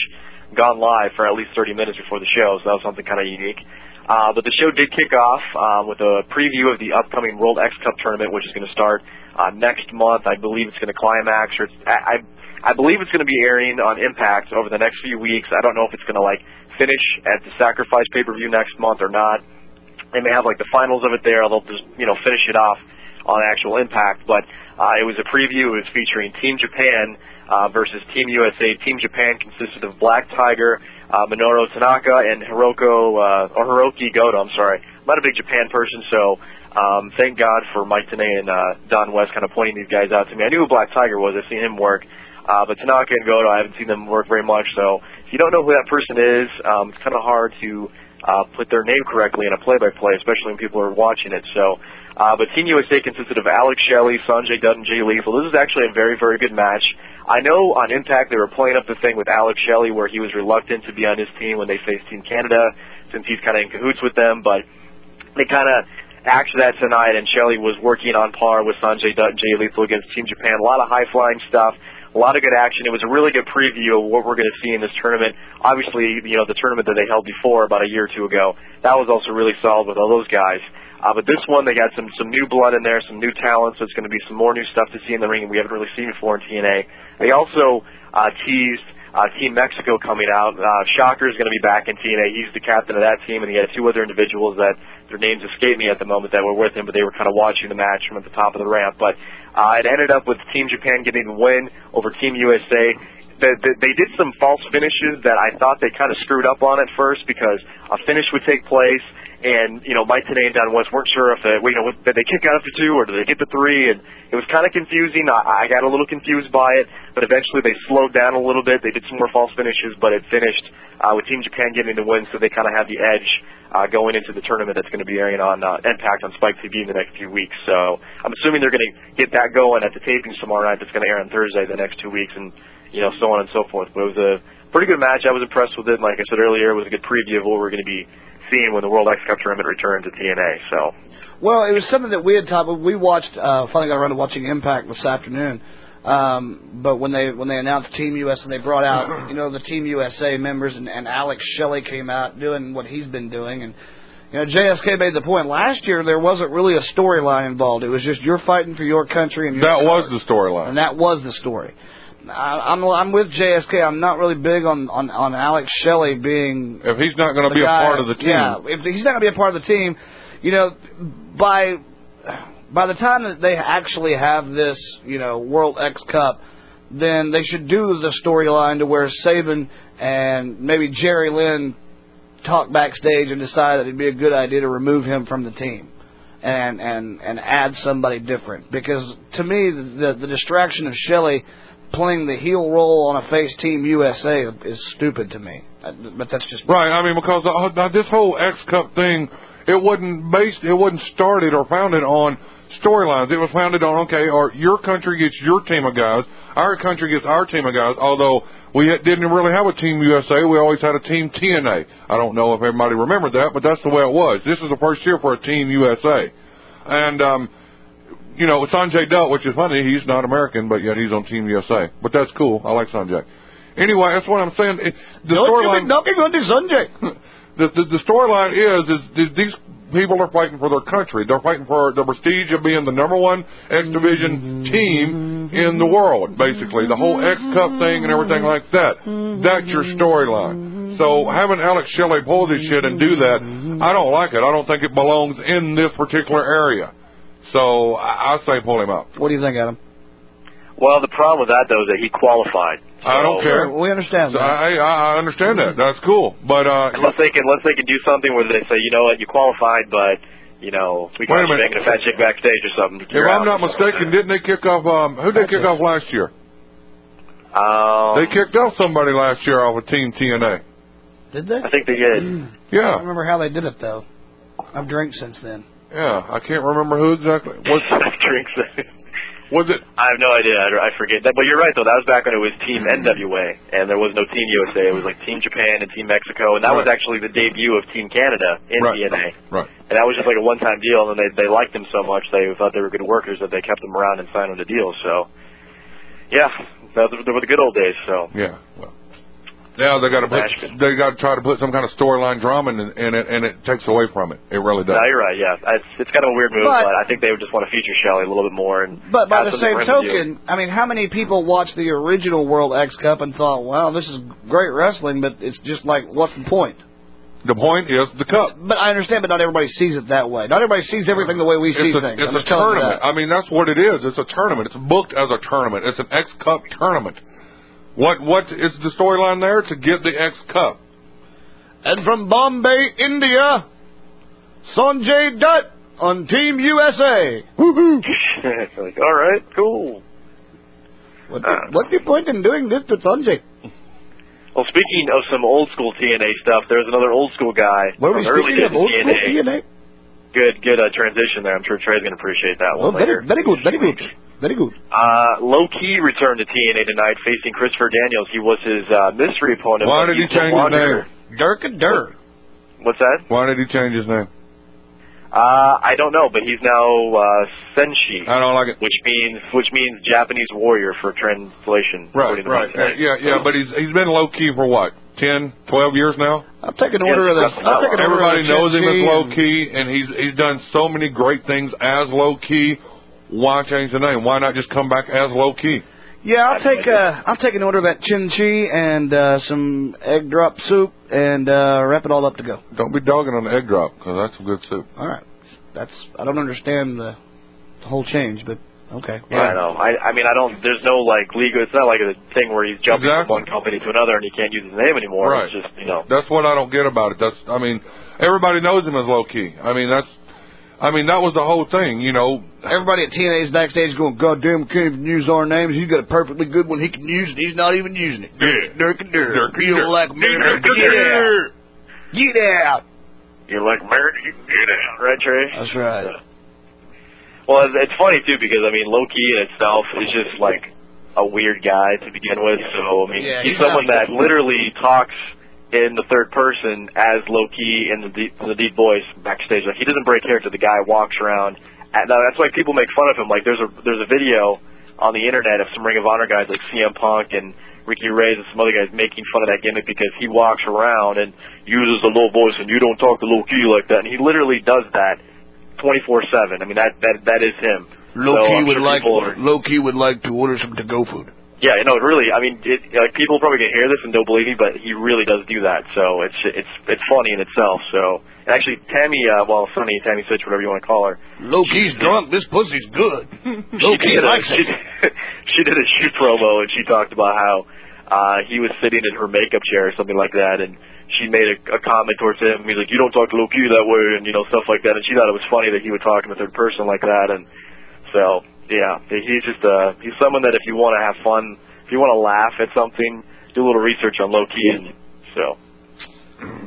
[SPEAKER 10] gone live for at least 30 minutes before the show. So that was something kind of unique. Uh, but the show did kick off um, with a preview of the upcoming World X Cup tournament, which is going to start uh, next month. I believe it's going to climax, or it's, I, I I believe it's going to be airing on Impact over the next few weeks. I don't know if it's going to like finish at the Sacrifice pay per view next month or not. They may have like the finals of it there. They'll just you know finish it off on actual Impact. But uh, it was a preview. It was featuring Team Japan uh, versus Team USA. Team Japan consisted of Black Tiger, uh, Minoru Tanaka, and Hiroko uh, or Hiroki Goto. I'm sorry, I'm not a big Japan person, so um, thank God for Mike Tanay and uh, Don West kind of pointing these guys out to me. I knew who Black Tiger was. I've seen him work. Uh, but Tanaka and Goto, I haven't seen them work very much. So if you don't know who that person is, um, it's kind of hard to uh, put their name correctly in a play-by-play, especially when people are watching it. So Uh, but Team USA consisted of Alex Shelley, Sanjay Dutt, and Jay Lethal. This is actually a very, very good match. I know on Impact they were playing up the thing with Alex Shelley where he was reluctant to be on his team when they faced Team Canada since he's kind of in cahoots with them, but they kind of axed that tonight, and Shelley was working on par with Sanjay Dutt and Jay Lethal against Team Japan. A lot of high-flying stuff a lot of good action. It was a really good preview of what we're going to see in this tournament. Obviously, you know, the tournament that they held before about a year or two ago, that was also really solid with all those guys. Uh, but this one, they got some, some new blood in there, some new talent, so it's going to be some more new stuff to see in the ring we haven't really seen before in TNA. They also uh, teased uh, Team Mexico coming out. Uh, Shocker is going to be back in TNA. He's the captain of that team, and he had two other individuals that their names escape me at the moment that were with him, but they were kind of watching the match from at the top of the ramp. But uh, it ended up with Team Japan getting the win over Team USA. They, they, they did some false finishes that I thought they kind of screwed up on at first because a finish would take place, and you know Mike Today and Don West weren't sure if they, you know did they kick out after two or did they get the three, and it was kind of confusing. I, I got a little confused by it, but eventually they slowed down a little bit. They did some more false finishes, but it finished uh, with Team Japan getting the win, so they kind of have the edge uh, going into the tournament that's going to be airing on uh, Impact on Spike TV in the next few weeks. So I'm assuming they're going to get that going at the tapings tomorrow night. That's going to air on Thursday the next two weeks, and you know so on and so forth. But it was a pretty good match. I was impressed with it. Like I said earlier, it was a good preview of what we're going to be seeing when the World X Cup tournament returned to TNA. So.
[SPEAKER 8] Well, it was something that we had talked. We watched. Uh, finally got around to watching Impact this afternoon. Um, but when they when they announced Team US and they brought
[SPEAKER 9] (clears throat)
[SPEAKER 8] out you know the Team USA members and, and Alex Shelley came out doing what he's been doing and you know JSK made the point last year there wasn't really a storyline involved it was just you're fighting for your country and your
[SPEAKER 9] That was
[SPEAKER 8] power.
[SPEAKER 9] the storyline.
[SPEAKER 8] and that was the story. I, I'm I'm with JSK. I'm not really big on on, on Alex Shelley being
[SPEAKER 9] If he's not going to
[SPEAKER 8] the
[SPEAKER 9] be
[SPEAKER 8] guy-
[SPEAKER 9] a part of the team,
[SPEAKER 8] Yeah, if he's not going to be a part of the team, you know, by by the time that they actually have this, you know, World X Cup, then they should do the storyline to where Saban and maybe Jerry Lynn talk backstage and decide that it'd be a good idea to remove him from the team. And, and and add somebody different because to me the the distraction of Shelley playing the heel role on a face team USA is stupid to me, Uh, but that's just
[SPEAKER 9] right? I mean, because uh, uh, this whole X Cup thing, it wasn't based, it wasn't started or founded on storylines. It was founded on okay, or your country gets your team of guys, our country gets our team of guys. Although we didn't really have a Team USA, we always had a Team TNA. I don't know if everybody remembered that, but that's the way it was. This is the first year for a Team USA, and um, you know, Sanjay Dutt, which is funny, he's not American, but yet he's on Team USA. But that's cool. I like Sanjay. Anyway, that's what I'm saying. It- The storyline,
[SPEAKER 8] knocking on the Sanjay.
[SPEAKER 9] the the, the storyline is, is is these people are fighting for their country. They're fighting for the prestige of being the number one X Division team in the world. Basically, the whole X Cup thing and everything like that. That's your storyline. So having Alex Shelley pull this shit and do that, I don't like it. I don't think it belongs in this particular area. So I, I say pull him out.
[SPEAKER 8] What do you think, Adam?
[SPEAKER 10] Well, the problem with that though is that he qualified.
[SPEAKER 9] I don't
[SPEAKER 10] So-
[SPEAKER 9] care.
[SPEAKER 8] We understand
[SPEAKER 9] So I, I I understand that. That's cool. But uh,
[SPEAKER 10] Unless they can, unless they can do something where they say, you know what, you qualified, but you know we
[SPEAKER 9] Wait a
[SPEAKER 10] got you
[SPEAKER 9] minute.
[SPEAKER 10] making a fat chick backstage or something.
[SPEAKER 9] if I'm not mistaken, didn't they kick off? Um, who did they kick off last year?
[SPEAKER 10] um,
[SPEAKER 9] They kicked off somebody last year off of Team TNA.
[SPEAKER 8] Did they?
[SPEAKER 10] I think they
[SPEAKER 8] I
[SPEAKER 10] did.
[SPEAKER 8] don't
[SPEAKER 9] Yeah,
[SPEAKER 8] remember how they did it though. I've drank since then.
[SPEAKER 9] yeah. I can't remember who exactly. Was
[SPEAKER 10] (laughs) drinks. (laughs)
[SPEAKER 9] was it?
[SPEAKER 10] I have no idea. I, I forget that. But you're right though. That was back when it was Team
[SPEAKER 8] Mm-hmm.
[SPEAKER 10] NWA, and there was no Team USA. It was like Team Japan and Team Mexico, and that was
[SPEAKER 9] Right.
[SPEAKER 10] actually the debut of Team Canada in
[SPEAKER 9] Right.
[SPEAKER 10] TNA.
[SPEAKER 9] Right.
[SPEAKER 10] And that was just like a one-time deal, and they they liked them so much they thought they were good workers that they kept them around and signed them to deals. So, yeah, those were- they were the good old days. So,
[SPEAKER 9] Yeah. Well, now they got to
[SPEAKER 10] Ashman.
[SPEAKER 9] put they got to try to put some kind of storyline drama in, in it, and it takes away from it. It really does.
[SPEAKER 10] no, you're right. Yeah, it's, it's kind of a weird move,
[SPEAKER 8] But-
[SPEAKER 10] but, I think they would just want to feature Shelley a little bit more. And
[SPEAKER 8] But by the
[SPEAKER 10] have something
[SPEAKER 8] same
[SPEAKER 10] for him to do.
[SPEAKER 8] token, I mean, how many people watched the original World X Cup and thought, "Wow, this is great wrestling," but it's just like, what's the point?
[SPEAKER 9] The point is the cup.
[SPEAKER 8] But I understand, but not everybody sees it that way. Not everybody sees everything the way we see
[SPEAKER 9] It's a,
[SPEAKER 8] things.
[SPEAKER 9] it's
[SPEAKER 8] I'm
[SPEAKER 9] a
[SPEAKER 8] just telling you
[SPEAKER 9] tournament. I mean, that's what it is. It's a tournament. It's booked as a tournament. It's an X Cup tournament. What what is the storyline there to get the X Cup?
[SPEAKER 8] that. And from Bombay, India, Sanjay Dutt on Team USA. Woohoo!
[SPEAKER 10] (laughs) like, all right, cool. Uh,
[SPEAKER 8] What the, what's the point in doing this to Sanjay?
[SPEAKER 10] Well, speaking of some old school TNA stuff, there's another old school guy
[SPEAKER 8] What are
[SPEAKER 10] from
[SPEAKER 8] we
[SPEAKER 10] the early
[SPEAKER 8] speaking
[SPEAKER 10] days
[SPEAKER 8] of old
[SPEAKER 10] TNA.
[SPEAKER 8] TNA?
[SPEAKER 10] Good, good uh, transition there. I'm sure Trey's going to appreciate that
[SPEAKER 11] Oh,
[SPEAKER 10] one
[SPEAKER 11] very,
[SPEAKER 10] later.
[SPEAKER 11] very good, very good, very good.
[SPEAKER 10] Uh, low key returned to TNA tonight, facing Christopher Daniels. He was his uh, mystery opponent.
[SPEAKER 9] Why
[SPEAKER 10] but
[SPEAKER 9] did he
[SPEAKER 10] he's no
[SPEAKER 9] change his
[SPEAKER 10] longer-
[SPEAKER 9] name?
[SPEAKER 11] Dirk and Dirk.
[SPEAKER 10] What's that?
[SPEAKER 9] Why did he change his name?
[SPEAKER 10] Uh, I don't know, but he's now uh, Senshi.
[SPEAKER 9] I don't like it.
[SPEAKER 10] Which means which means Japanese warrior for translation.
[SPEAKER 9] Right, right. Uh, yeah, yeah, but he's he's been low key for what? ten, twelve years now?
[SPEAKER 8] I'll take an
[SPEAKER 9] Yeah,
[SPEAKER 8] order of
[SPEAKER 9] it's
[SPEAKER 8] the.
[SPEAKER 9] rough.
[SPEAKER 8] I'll take an
[SPEAKER 9] Everybody
[SPEAKER 8] order of
[SPEAKER 9] knows
[SPEAKER 8] the
[SPEAKER 9] him
[SPEAKER 8] Chin
[SPEAKER 9] as
[SPEAKER 8] Chin.
[SPEAKER 9] low key, and he's he's done so many great things as low key. Why change the name? Why not just come back as low key?
[SPEAKER 8] Yeah, I'll take uh, I'll take an order of that chin chi and uh, some egg drop soup and uh, wrap it all up to go.
[SPEAKER 9] Don't be dogging on the egg drop because that's a good soup.
[SPEAKER 8] All right, that's I don't understand the, the whole change, but okay.
[SPEAKER 10] I don't know. um, I, I mean, I don't. There's no like legal. It's not like a thing where he's jumping
[SPEAKER 9] Exactly.
[SPEAKER 10] from one company to another and he can't use his name anymore.
[SPEAKER 9] Right.
[SPEAKER 10] It's just you know.
[SPEAKER 9] That's what I don't get about it. That's I mean, everybody knows him as low key. I mean, that's I mean that was the whole thing. You know,
[SPEAKER 8] Everybody at TNA's backstage going, God damn, can't even use our names. He's got a perfectly good one. He can use it. He's not even using it.
[SPEAKER 9] Yeah.
[SPEAKER 8] Dirk and Dirk.
[SPEAKER 9] Dirk and
[SPEAKER 8] you
[SPEAKER 9] Dirk.
[SPEAKER 8] like me.
[SPEAKER 9] Dirk and
[SPEAKER 8] Get out.
[SPEAKER 9] Dirk.
[SPEAKER 8] Get out.
[SPEAKER 10] You're like, Mary, you can get out, right, Trey?
[SPEAKER 8] That's right.
[SPEAKER 10] Well, it's, it's funny too because I mean, Loki in itself is just like a weird guy to begin with. So I mean,
[SPEAKER 11] Yeah, he's
[SPEAKER 10] he's
[SPEAKER 11] not
[SPEAKER 10] someone
[SPEAKER 11] like
[SPEAKER 10] that literally talks in the third person as Loki in the deep, the deep voice backstage. Like he doesn't break character. The guy walks around. At, now that's why people make fun of him. Like there's a there's a video on the internet of some Ring of Honor guys like CM Punk and Ricky Reyes and some other guys making fun of that gimmick because he walks around and uses a low voice and you don't talk to low key like that. And he literally does that 24/7. I mean that that that is him. so
[SPEAKER 11] Loki
[SPEAKER 10] I'm
[SPEAKER 11] would
[SPEAKER 10] sure
[SPEAKER 11] like
[SPEAKER 10] people are-
[SPEAKER 11] Loki would like to order some to go food.
[SPEAKER 10] yeah, no, really. I mean, it, like people probably can hear this and don't believe me, but he really does do that. So it's it's it's funny in itself. So and actually, Tammy, uh, well, Sunny, Tammy Sitch, whatever you want to call her,
[SPEAKER 11] Loki's drunk. This pussy's good.
[SPEAKER 10] she
[SPEAKER 11] Loki
[SPEAKER 10] did a-
[SPEAKER 11] likes
[SPEAKER 10] she,
[SPEAKER 11] it.
[SPEAKER 10] she did (laughs) a shoot promo and she talked about how uh, he was sitting in her makeup chair or something like that, and she made a, a comment towards him. He's like, "You don't talk to Loki that way," and you know stuff like that. And she thought it was funny that he would talk in the third person like that. And so, yeah, he's just uh, he's someone that if you want to have fun, if you want to laugh at something, do a little research on Loki. And so,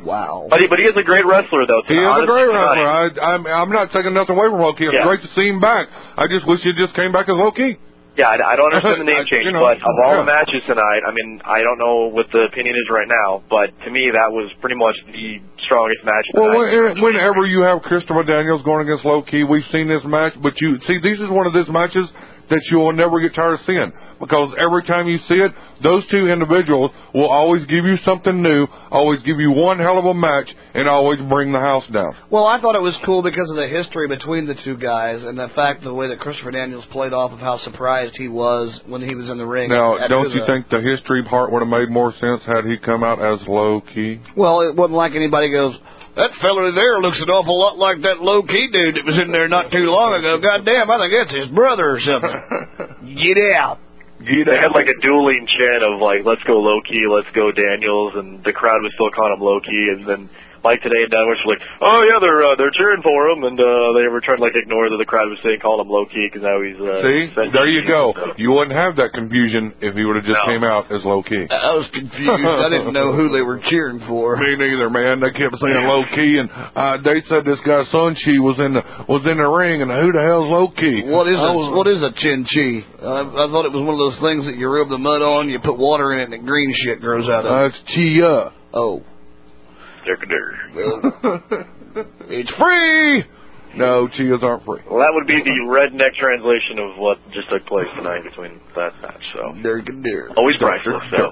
[SPEAKER 8] Wow.
[SPEAKER 10] but he but he is a great wrestler though.
[SPEAKER 9] He is a great wrestler. I, I'm I'm not taking nothing away from Loki. It's
[SPEAKER 10] Yeah.
[SPEAKER 9] great to see him back. I just wish he just came back as Loki.
[SPEAKER 10] Yeah, I, I don't understand the
[SPEAKER 9] I-
[SPEAKER 10] name
[SPEAKER 9] uh,
[SPEAKER 10] change,
[SPEAKER 9] you know,
[SPEAKER 10] but of all the
[SPEAKER 9] yeah.
[SPEAKER 10] matches tonight, I mean, I don't know what the opinion is right now, but to me, that was pretty much the strongest match
[SPEAKER 9] Well,
[SPEAKER 10] tonight.
[SPEAKER 9] when, eh, whenever you have Christopher Daniels going against low key, we've seen this match, but you see, this is one of those matches that you will never get tired of seeing because every time you see it, those two individuals will always give you something new, always give you one hell of a match, and always bring the house down.
[SPEAKER 8] Well, I thought it was cool because of the history between the two guys and the fact the way that Christopher Daniels played off of how surprised he was when he was in the ring.
[SPEAKER 9] Now,
[SPEAKER 8] After
[SPEAKER 9] don't you
[SPEAKER 8] the-
[SPEAKER 9] think the history part would have made more sense had he come out as low key?
[SPEAKER 8] Well, it wasn't like anybody goes, that fella there looks an awful lot like that low key dude that was in there not too long ago. God damn, I think that's his brother
[SPEAKER 9] (laughs)
[SPEAKER 8] or something. Get out.
[SPEAKER 10] they had like a dueling chant of like, "Let's go Loki, let's go Daniels," and the crowd was still calling him Loki, and then. Like today and downwards were like, oh yeah, they're uh, they're cheering for him, and uh, they were trying to like ignore that the crowd was saying calling him Loki because now he's uh,
[SPEAKER 9] See,
[SPEAKER 10] Senshi.
[SPEAKER 9] there you go. You wouldn't have that confusion if he would have just came out as low key.
[SPEAKER 8] I was confused. I didn't know who they were cheering for.
[SPEAKER 9] Me neither, man. They kept saying low key, and uh, they said this guy Sun Chi was in the was in the ring, and who the hell's low key?
[SPEAKER 8] What is
[SPEAKER 9] I
[SPEAKER 8] a,
[SPEAKER 9] was-
[SPEAKER 8] what is a chin chi? I, I thought it was one of those things that you rub the mud on, you put water in it, and the green shit grows out of
[SPEAKER 9] Uh,
[SPEAKER 8] it.
[SPEAKER 9] it's Chia.
[SPEAKER 8] Oh.
[SPEAKER 9] it's free. No, Chias aren't free.
[SPEAKER 10] Well, that would be the redneck translation of what just took place tonight between that match. So
[SPEAKER 8] Dirk and Dirk.
[SPEAKER 10] always priceless. So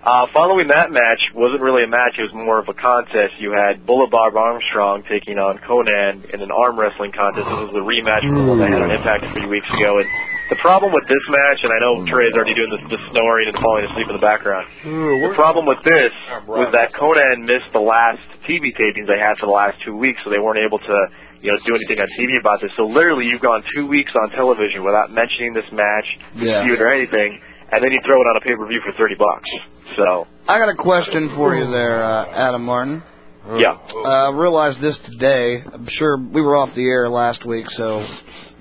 [SPEAKER 10] uh, following that match wasn't really a match; it was more of a contest. You had Bullet Bob Armstrong taking on Conan in an arm wrestling contest. This was the rematch from the one they had on Impact three weeks ago. And the problem with this match, and I know Trey's already doing the, the snoring and falling asleep in the background. The problem with this was that Conan missed the last TV tapings they had for the last two weeks, so they weren't able to, you know, do anything on TV about this. So literally, you've gone two weeks on television without mentioning this match,
[SPEAKER 8] Yeah.
[SPEAKER 10] feud, or anything, and then you throw it on a pay per view for thirty bucks. So
[SPEAKER 8] I got a question for you there, uh, Adam Martin.
[SPEAKER 10] yeah,
[SPEAKER 8] Uh, I realized this today. I'm sure we were off the air last week, so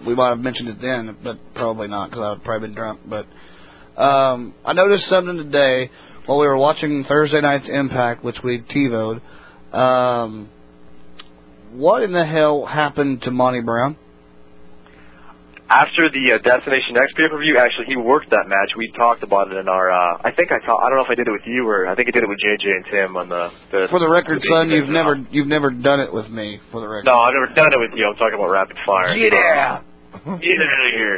[SPEAKER 8] we might have mentioned it then, but probably not because I've probably been drunk. But um, I noticed something today while we were watching Thursday night's Impact, which we TiVoed. Um, what in the hell happened to Monty Brown?
[SPEAKER 10] After the uh, Destination X pay per view, actually, he worked that match. We talked about it in our. Uh, I think I talked. I don't know if I did it with you or I think I did it with JJ and Tim on the. the
[SPEAKER 8] For the record,
[SPEAKER 10] the-
[SPEAKER 8] son, you've never you've never done it with me. For the record,
[SPEAKER 10] No, I've never done it with you. I'm talking about rapid fire.
[SPEAKER 8] Get out.
[SPEAKER 10] Get out of here.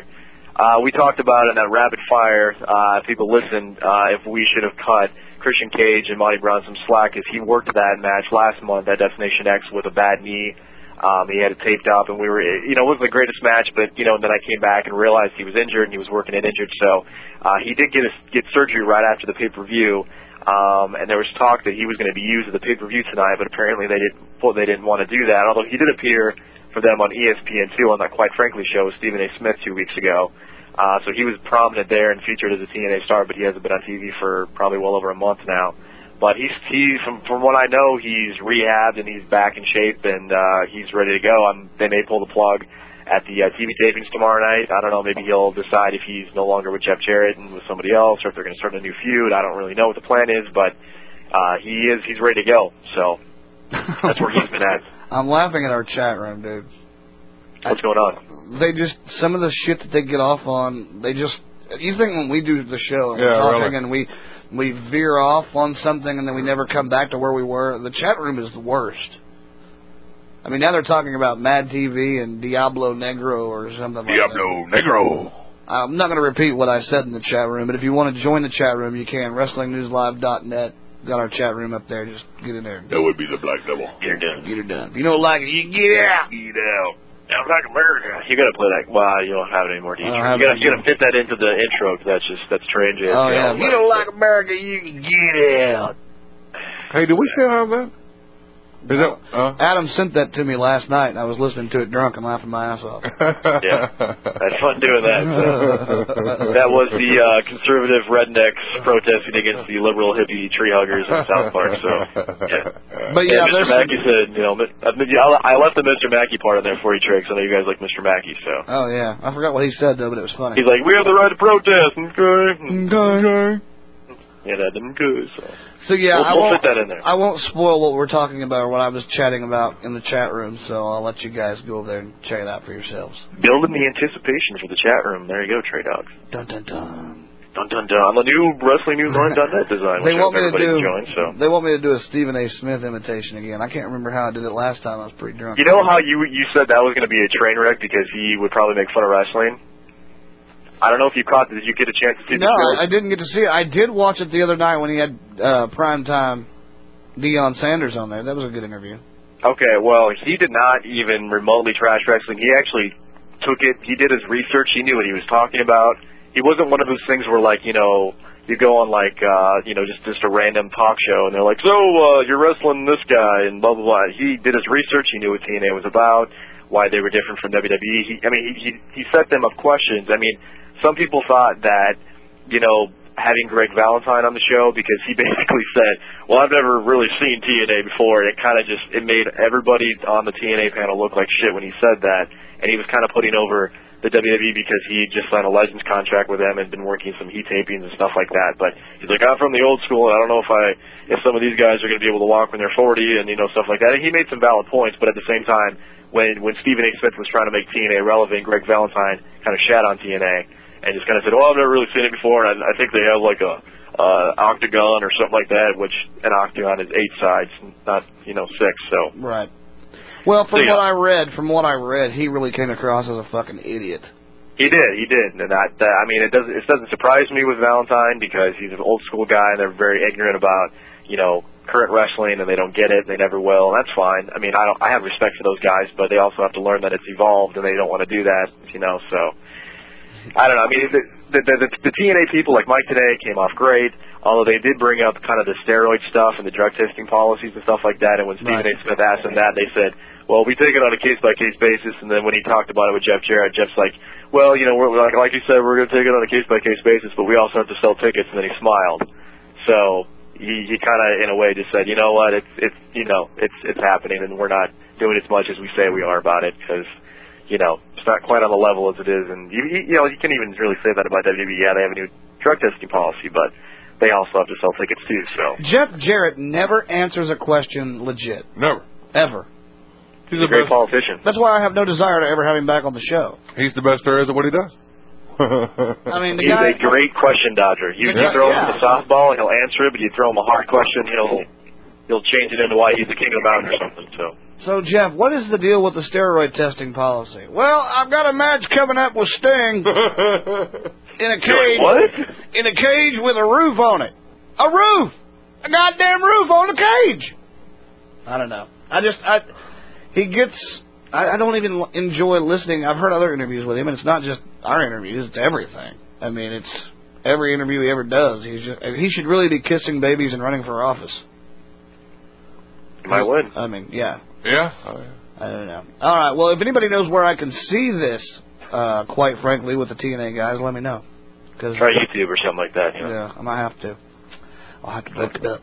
[SPEAKER 10] Uh, we talked about in that rapid fire, uh, if people listened, uh, if we should have cut Christian Cage and Monty Brown some slack, as he worked that match last month at Destination X with a bad knee. Um, he had it taped up, and we were, you know, it wasn't the greatest match, but you know, then I came back and realized he was injured and he was working it injured. So uh, he did get a, get surgery right after the pay per view, um, and there was talk that he was going to be used at the pay per view tonight, but apparently they didn't well, they didn't want to do that. Although he did appear for them on E ESPN two on that quite frankly show with Stephen A. Smith two weeks ago. Uh, so he was prominent there and featured as a TNA star, but he hasn't been on TV for probably well over a month now. But he's he from from what I know, he's rehabbed and he's back in shape and uh, he's ready to go. Um they may pull the plug at the uh, TV tapings tomorrow night. I don't know. Maybe he'll decide if he's no longer with Jeff Jarrett and with somebody else, or if they're going to start a new feud. I don't really know what the plan is, but uh, he is he's ready to go. So that's where he's been at.
[SPEAKER 8] (laughs) I'm laughing at our chat room, dude.
[SPEAKER 10] What's going on?
[SPEAKER 8] They just some of the shit that they get off on. They just you think when we do the show and
[SPEAKER 10] Yeah,
[SPEAKER 8] we're talking
[SPEAKER 10] really.
[SPEAKER 8] and we we veer off on something and then we never come back to where we were. The chat room is the worst. I mean, now they're talking about Mad TV and Diablo Negro or something
[SPEAKER 9] Diablo
[SPEAKER 8] like that.
[SPEAKER 9] Negro.
[SPEAKER 8] I'm not going to repeat what I said in the chat room, but if you want to join the chat room, you can. WrestlingNewsLive.net. Got our chat room up there. Just get in there.
[SPEAKER 9] That would be the black devil.
[SPEAKER 10] Get her done.
[SPEAKER 8] Get her done. If you don't like it, you get out.
[SPEAKER 9] Get out.
[SPEAKER 10] I'm like America. You gotta play that. Wow, you don't have any more
[SPEAKER 8] don't
[SPEAKER 10] details.
[SPEAKER 8] have
[SPEAKER 10] You gotta,
[SPEAKER 8] any
[SPEAKER 10] you gotta fit that into the intro. 'cause That's just that's strange.
[SPEAKER 8] Oh, yeah. You
[SPEAKER 10] You know,
[SPEAKER 8] don't like America, you can get out.
[SPEAKER 9] Hey, do we still have that? Is that
[SPEAKER 8] Adam sent that to me last night, and I was listening to it drunk and laughing my ass off.
[SPEAKER 10] (laughs) yeah. I had fun doing
[SPEAKER 8] (laughs)
[SPEAKER 10] that.
[SPEAKER 9] (laughs)
[SPEAKER 10] that was the uh, conservative rednecks protesting against the liberal hippie tree huggers in South Park. So,
[SPEAKER 8] (laughs)
[SPEAKER 10] yeah.
[SPEAKER 8] But yeah,
[SPEAKER 10] and Mr.
[SPEAKER 8] there's-
[SPEAKER 10] Mackey said, you know, mi- I mean, yeah, I I left the Mr. Mackey part in there for you, Tricks. I know you guys like Mr. Mackey, so
[SPEAKER 8] Oh yeah, I forgot what he said though, but it was funny.
[SPEAKER 10] he's like, we have the right to protest. Okay.
[SPEAKER 8] Okay.
[SPEAKER 10] Yeah, that didn't go. So,
[SPEAKER 8] So yeah,
[SPEAKER 10] we'll,
[SPEAKER 8] I
[SPEAKER 10] we'll
[SPEAKER 8] won't.
[SPEAKER 10] fit that in there.
[SPEAKER 8] I won't spoil what we're talking about or what I was chatting about in the chat room, so I'll let you guys go over there and check it out for yourselves.
[SPEAKER 10] Building the anticipation for the chat room. There you go, Trey Dogs.
[SPEAKER 8] Dun dun dun.
[SPEAKER 10] Dun dun dun. The new wrestling news on .net design,
[SPEAKER 8] They want
[SPEAKER 10] which I hope
[SPEAKER 8] me to
[SPEAKER 10] everybody's
[SPEAKER 8] do.
[SPEAKER 10] enjoying. So.
[SPEAKER 8] They want me to do a Stephen A. Smith imitation again. I can't remember how I did it last time. I was pretty drunk.
[SPEAKER 10] You know how you you said that was going to be a train wreck because he would probably make fun of wrestling. I don't know if you caught. Did you get a chance to see
[SPEAKER 8] No,
[SPEAKER 10] the show?
[SPEAKER 8] I, I didn't get to see it. I did watch it the other night when he had uh, prime time Deion Sanders on there. That was a good interview.
[SPEAKER 10] Okay, well, he did not even remotely trash wrestling. He actually took it. He did his research. He knew what he was talking about. He wasn't one of those things where, like, you know, you go on like, uh, you know, just just a random talk show, and they're like, so uh, you're wrestling this guy, and blah blah blah. He did his research. He knew what TNA was about, why they were different from WWE. He, I mean, he, he he set them up questions. I mean, some people thought that, you know. Having Greg Valentine on the show because he (laughs) basically said, well, I've never really seen TNA before, and it kind of just it made everybody on the TNA panel look like shit when he said that, and he was kind of putting over the WWE because he had just signed a license contract with them and been working some heat tapings and stuff like that. But he's like, I'm from the old school, and I don't know if I if some of these guys are going to be able to walk when they're 40, and you know stuff like that. And he made some valid points, but at the same time, when when Stephen A. Smith was trying to make TNA relevant, Greg Valentine kind of shat on TNA and just kind of said, "Well, I've never really seen it before, and I, I think they have like a uh, octagon or something like that, which an octagon is eight sides, not you know six. So
[SPEAKER 8] Right. Well, from
[SPEAKER 10] So, yeah.
[SPEAKER 8] what I read, from what I read, he really came across as a fucking idiot.
[SPEAKER 10] he did, he did, and that, that I mean, it doesn't it doesn't surprise me with Valentine because he's an old school guy, and they're very ignorant about you know current wrestling, and they don't get it, and they never will, and that's fine. I mean, I don't I have respect for those guys, but they also have to learn that it's evolved, and they don't want to do that, you know. So I don't know. I mean, the, the, the, the TNA people like Mike today came off great, although they did bring up kind of the steroid stuff and the drug testing policies and stuff like that. And when Stephen A. Smith asked them that, they said, well, we take it on a case by case basis. And then when he talked about it with Jeff Jarrett, Jeff's like, well, you know, we're, like, like you said, we're going to take it on a case by case basis, but we also have to sell tickets. And then he smiled. So he, he kind of, in a way, just said, you know what, it's, it's, you know, it's, it's happening and we're not doing as much as we say we are about it because you know, it's not quite on the level as it is. And you, you, you know, you can even really say that about WWE. Yeah, they have a new drug testing policy, but they also have to sell tickets too. So
[SPEAKER 8] Jeff Jarrett never answers a question legit.
[SPEAKER 9] Never.
[SPEAKER 8] Ever.
[SPEAKER 9] He's
[SPEAKER 10] He's a
[SPEAKER 9] the
[SPEAKER 10] great
[SPEAKER 9] best.
[SPEAKER 10] politician.
[SPEAKER 8] That's why I have no desire to ever have him back on the show.
[SPEAKER 9] He's the best there is at what he does. (laughs)
[SPEAKER 8] I mean, the
[SPEAKER 10] He's
[SPEAKER 8] guy.
[SPEAKER 10] a great question dodger. You,
[SPEAKER 8] Yeah.
[SPEAKER 10] you throw
[SPEAKER 8] Yeah.
[SPEAKER 10] him a softball, he'll answer it. But you throw him a hard question, he'll he'll change it into why he's the king of the mountain or something. So
[SPEAKER 8] So Jeff, what is the deal with the steroid testing policy? Well, I've got a match coming up with Sting in a cage.
[SPEAKER 10] (laughs) What?
[SPEAKER 8] In a cage with a roof on it. A roof. A goddamn roof on the cage. I don't know. I just I he gets. I, I don't even l- enjoy listening. I've heard other interviews with him, and it's not just our interviews. It's everything. I mean, it's every interview he ever does. He's just he should really be kissing babies and running for office.
[SPEAKER 10] you might win.
[SPEAKER 8] I mean, yeah.
[SPEAKER 9] (laughs) Yeah.
[SPEAKER 8] I don't know. All right. Well, if anybody knows where I can see this, uh, quite frankly, with the TNA guys, let me know. Cause,
[SPEAKER 10] Try YouTube or something like that. You know?
[SPEAKER 8] yeah, I might have to. I'll have to look it up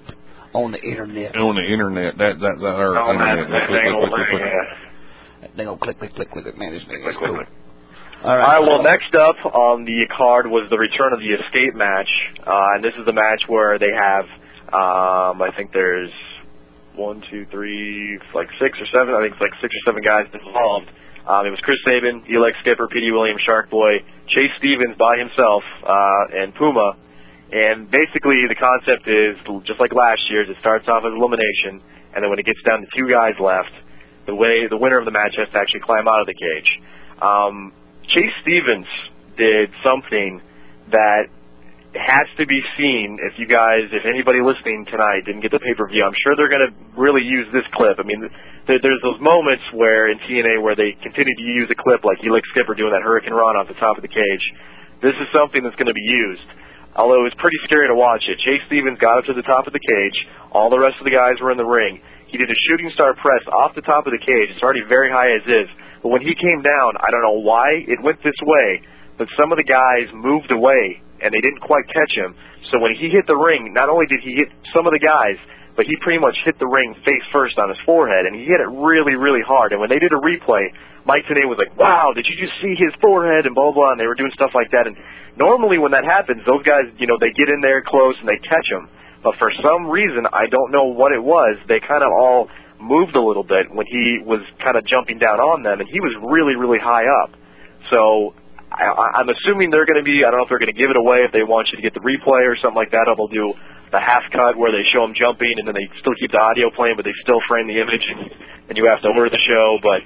[SPEAKER 8] on the internet.
[SPEAKER 9] On the internet, that that that or
[SPEAKER 10] Oh, man,
[SPEAKER 9] internet.
[SPEAKER 10] that thing will-
[SPEAKER 8] They gonna click, click, click, click, click, man. This thing is
[SPEAKER 10] Click,
[SPEAKER 8] cool.
[SPEAKER 10] click, click.
[SPEAKER 8] All
[SPEAKER 10] All
[SPEAKER 8] right.
[SPEAKER 10] right. Well, next up on the card was the return of the escape match, uh, and this is the match where they have, um, I think there's one, two, three, like six or seven. I think it's like six or seven guys involved. Um, it was Chris Sabin, Elix Skipper, Petey Williams, Sharkboy, Chase Stevens by himself, uh, and Puma. And basically, the concept is just like last year's. It starts off as elimination, and then when it gets down to two guys left, the way the winner of the match has to actually climb out of the cage. Um, Chase Stevens did something that has to be seen. If you guys, if anybody listening tonight didn't get the pay per view, I'm sure they're going to really use this clip. I mean, there, there's those moments where in TNA where they continue to use a clip like Elix Skipper doing that Hurricane Run off the top of the cage. This is something that's going to be used. Although it was pretty scary to watch it. Chase Stevens got up to the top of the cage. All the rest of the guys were in the ring. He did a shooting star press off the top of the cage. It's already very high as is. But when he came down, I don't know why it went this way, but some of the guys moved away and they didn't quite catch him. So when he hit the ring, not only did he hit some of the guys, but he pretty much hit the ring face first on his forehead and he hit it really, really hard. And when they did a replay, Mike today was like, "Wow, did you just see his forehead?" and blah blah. And they were doing stuff like that. And normally when that happens, those guys, you know, they get in there close and they catch him. But for some reason, I don't know what it was. They kind of all moved a little bit when he was kind of jumping down on them, and he was really, really high up. So I, I- I'm assuming they're going to be. I don't know if they're going to give it away if they want you to get the replay or something like that. Or they'll do the half cut where they show him jumping, and then they still keep the audio playing, but they still frame the image, and, and you have to order the show. But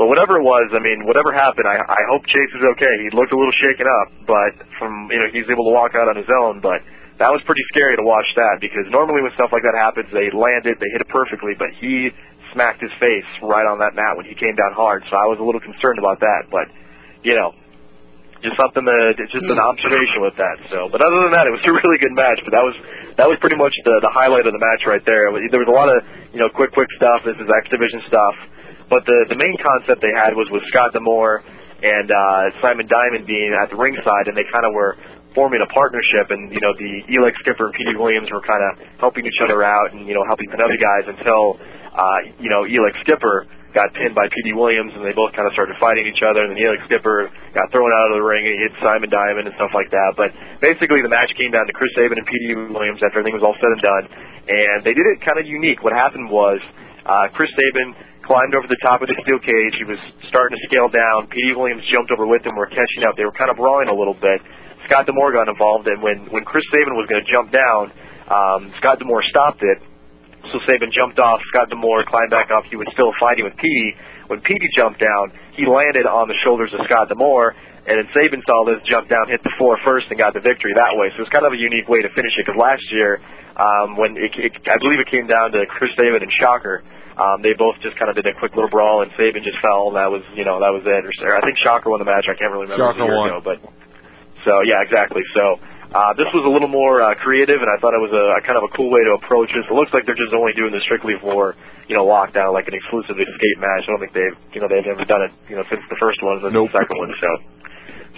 [SPEAKER 10] but whatever it was, I mean, whatever happened, I, I hope Chase is okay. He looked a little shaken up, but from you know he's able to walk out on his own. But that was pretty scary to watch that because normally when stuff like that happens, they land it, they hit it perfectly, but he smacked his face right on that mat when he came down hard. So I was a little concerned about that, but you know, just something that it's just an observation with that. So, but other than that, it was a (laughs) really good match. But that was that was pretty much the the highlight of the match right there. It was- There was a lot of you know quick quick stuff. This is X Division stuff. But the the main concept they had was with Scott Demore and uh, Simon Diamond being at the ringside, and they kind of were forming a partnership. And you know the Elix Skipper and Petey Williams were kind of helping each other out, and you know helping the other guys until uh, you know Elix Skipper got pinned by P.D. Williams, and they both kind of started fighting each other. And then Helix Skipper got thrown out of the ring, and he hit Simon Diamond and stuff like that. But basically, the match came down to Chris Sabin and P.D. Williams after everything was all said and done. And they did it kind of unique. What happened was uh, Chris Sabin climbed over the top of the steel cage. He was starting to scale down. P.D. Williams jumped over with him. We're catching up. They were kind of brawling a little bit. Scott Demore got involved, and when when Chris Sabin was going to jump down, um, Scott Demore stopped it. So Saban jumped off, Scott Demore climbed back up. He was still fighting with Petey. When Petey jumped down, he landed on the shoulders of Scott Demore, and then Saban saw this, jumped down, hit the floor first, and got the victory that way. So it's kind of a unique way to finish it. Because last year, um, when it, it, I believe it came down to Chris Saban and Shocker, um, they both just kind of did a quick little brawl, and Saban just fell, and that was you know that was it. Or, or I think Shocker won the match. I can't really remember. It was a
[SPEAKER 9] Shocker won.
[SPEAKER 10] year ago, but so yeah, exactly. So uh, this was a little more uh, creative, and I thought it was a, a kind of a cool way to approach this. It looks like they're just only doing this strictly for you know lockdown, like an exclusive escape match. I don't think they've you know they've ever done it you know since the first one, since the second one. So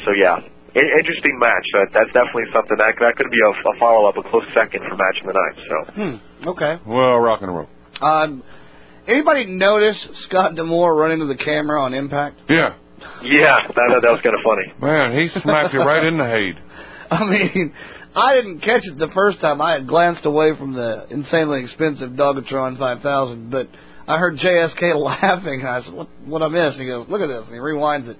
[SPEAKER 10] so yeah, I- interesting match. That, that's definitely something that that could be a, a follow up, a close second for match of the night. So
[SPEAKER 8] Hmm. Okay.
[SPEAKER 9] Well, rock and roll.
[SPEAKER 8] Um. Anybody notice Scott Demore running to the camera on Impact? (laughs)
[SPEAKER 9] Yeah,
[SPEAKER 10] yeah, I thought that was kind of funny.
[SPEAKER 9] man, he smacked you right in the head.
[SPEAKER 8] I mean, I didn't catch it the first time. I had glanced away from the insanely expensive Dogatron 5000, but I heard JSK (laughs) laughing. And I said, "What? What I missed?" He goes, "Look at this." And he rewinds it,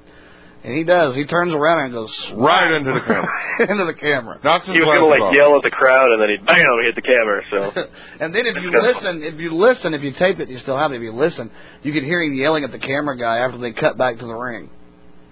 [SPEAKER 8] and he does. He turns around and goes (laughs)
[SPEAKER 9] Right into the camera.
[SPEAKER 8] into the camera.
[SPEAKER 9] Knocks his
[SPEAKER 10] He was gonna
[SPEAKER 9] glasses
[SPEAKER 10] like
[SPEAKER 9] off.
[SPEAKER 10] yell at the crowd, and then he bam hit the camera. (laughs) So
[SPEAKER 8] (laughs) And then if you
[SPEAKER 10] That's
[SPEAKER 8] listen, if you listen, if you tape it, you still have it. If you listen, you could hear him yelling at the camera guy after they cut back to the
[SPEAKER 10] (laughs)
[SPEAKER 8] ring.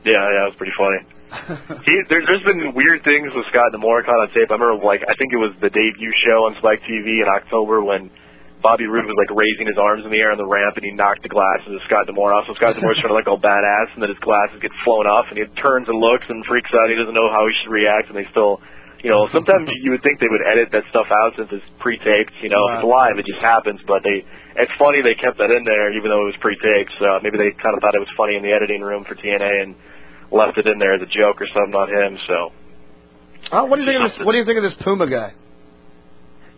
[SPEAKER 10] yeah, yeah, it was pretty funny. He, there, there's been weird things with Scott Demoricon on tape. I remember, like, I think it was the debut show on Spike TV in October when Bobby Roode was like raising his arms in the air on the ramp, and he knocked the glasses of Scott Demore off. So Scott Demore's trying to like all badass, and then his glasses get flown off, and he turns and looks and freaks out. He doesn't know how he should react, and they still, you know, sometimes you would think they would edit that stuff out since it's pre-taped. You know, if it's live, it just happens. But they, it's funny they kept that in there even though it was pre-taped. So maybe they kind of thought it was funny in the editing room for TNA and left it in there as a joke or something on him. So
[SPEAKER 8] Oh, what do you think of this? What do you think of this Puma guy?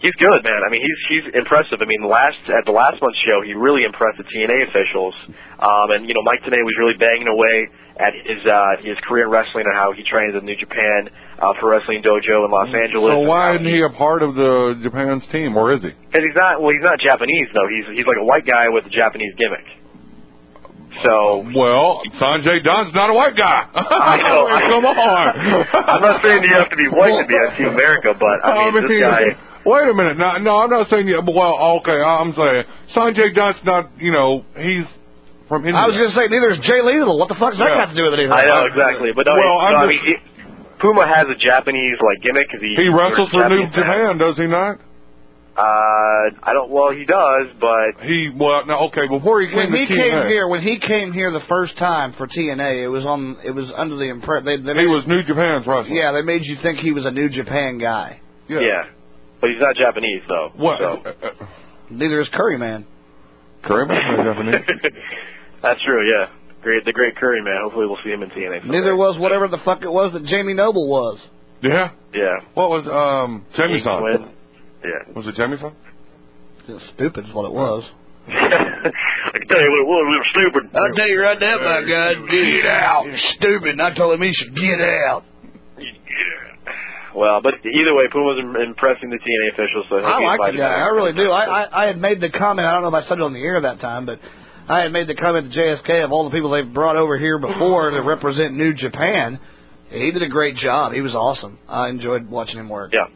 [SPEAKER 10] He's good, man. I mean, he's he's impressive. I mean, last at the last month's show, he really impressed the TNA officials. Um, and you know, Mike Tenay was really banging away at his uh, his career in wrestling and how he trained at the New Japan uh, Pro Wrestling Dojo in Los Angeles.
[SPEAKER 9] So why isn't he a part of the Japan's team, or is he?
[SPEAKER 10] Because he's not well, he's not Japanese though. He's he's like a white guy with a Japanese gimmick.
[SPEAKER 9] (laughs)
[SPEAKER 10] So
[SPEAKER 9] well, Sanjay Dunn's not a white guy.
[SPEAKER 10] I know.
[SPEAKER 9] (laughs) Come on.
[SPEAKER 10] (laughs) I'm not saying you have to be white to be on Team America, but I mean, this guy.
[SPEAKER 9] Wait a minute. No, no, I'm not saying. you- Well, okay, I'm saying Sanjay Dunn's not. You know, he's from India.
[SPEAKER 8] I was going to say neither is Jay Lethal. What the fuck's that
[SPEAKER 9] Yeah.
[SPEAKER 8] got to do with anything?
[SPEAKER 10] I know exactly, but no,
[SPEAKER 9] Well,
[SPEAKER 10] it-
[SPEAKER 9] I'm
[SPEAKER 10] no, I
[SPEAKER 9] just-
[SPEAKER 10] mean, it, Puma has a Japanese like gimmick. 'cause He,
[SPEAKER 9] he wrestles for New
[SPEAKER 10] Japanese man.
[SPEAKER 9] Japan, does he not?
[SPEAKER 10] Uh, I don't. Well, he does, but
[SPEAKER 9] He well, no, okay. Before he came
[SPEAKER 8] When
[SPEAKER 9] to
[SPEAKER 8] he
[SPEAKER 9] TNA,
[SPEAKER 8] came here, when he came here the first time for TNA, it was on. It was under the impression they, they
[SPEAKER 9] he
[SPEAKER 8] made-
[SPEAKER 9] was New Japan's wrestler.
[SPEAKER 8] Yeah, they made you think he was a New Japan guy.
[SPEAKER 10] yeah. But he's not Japanese though.
[SPEAKER 9] What? Uh,
[SPEAKER 10] so.
[SPEAKER 8] Neither is Curry Man.
[SPEAKER 9] Curry Man's not Japanese.
[SPEAKER 10] (laughs) That's true. Yeah. Great. The great Curry man. Hopefully, we'll see him in TNA. someday.
[SPEAKER 8] Neither was whatever the fuck it was that Jamie Noble was.
[SPEAKER 9] Yeah.
[SPEAKER 10] Yeah.
[SPEAKER 9] What was um Jamie's
[SPEAKER 10] King Quinn.
[SPEAKER 9] son?
[SPEAKER 10] Yeah. (laughs)
[SPEAKER 9] Was it Jamie's son?
[SPEAKER 8] Just stupid is what it was.
[SPEAKER 10] I can tell you what it was. We were
[SPEAKER 8] (laughs)
[SPEAKER 10] stupid.
[SPEAKER 8] I'll tell you right now, my God, get out. You're stupid. And I told him he should get out.
[SPEAKER 10] Well, but either way, Puma's im- impressing the TNA officials. So he'll
[SPEAKER 8] I
[SPEAKER 10] be
[SPEAKER 8] like the
[SPEAKER 10] invited
[SPEAKER 8] guy.
[SPEAKER 10] back.
[SPEAKER 8] I really do. I, I I had made the comment. I don't know if I said it on the air that time, but I had made the comment to JSK of all the people they've brought over here before to represent New Japan. He did a great job. He was awesome. I enjoyed watching him work.
[SPEAKER 10] Yeah.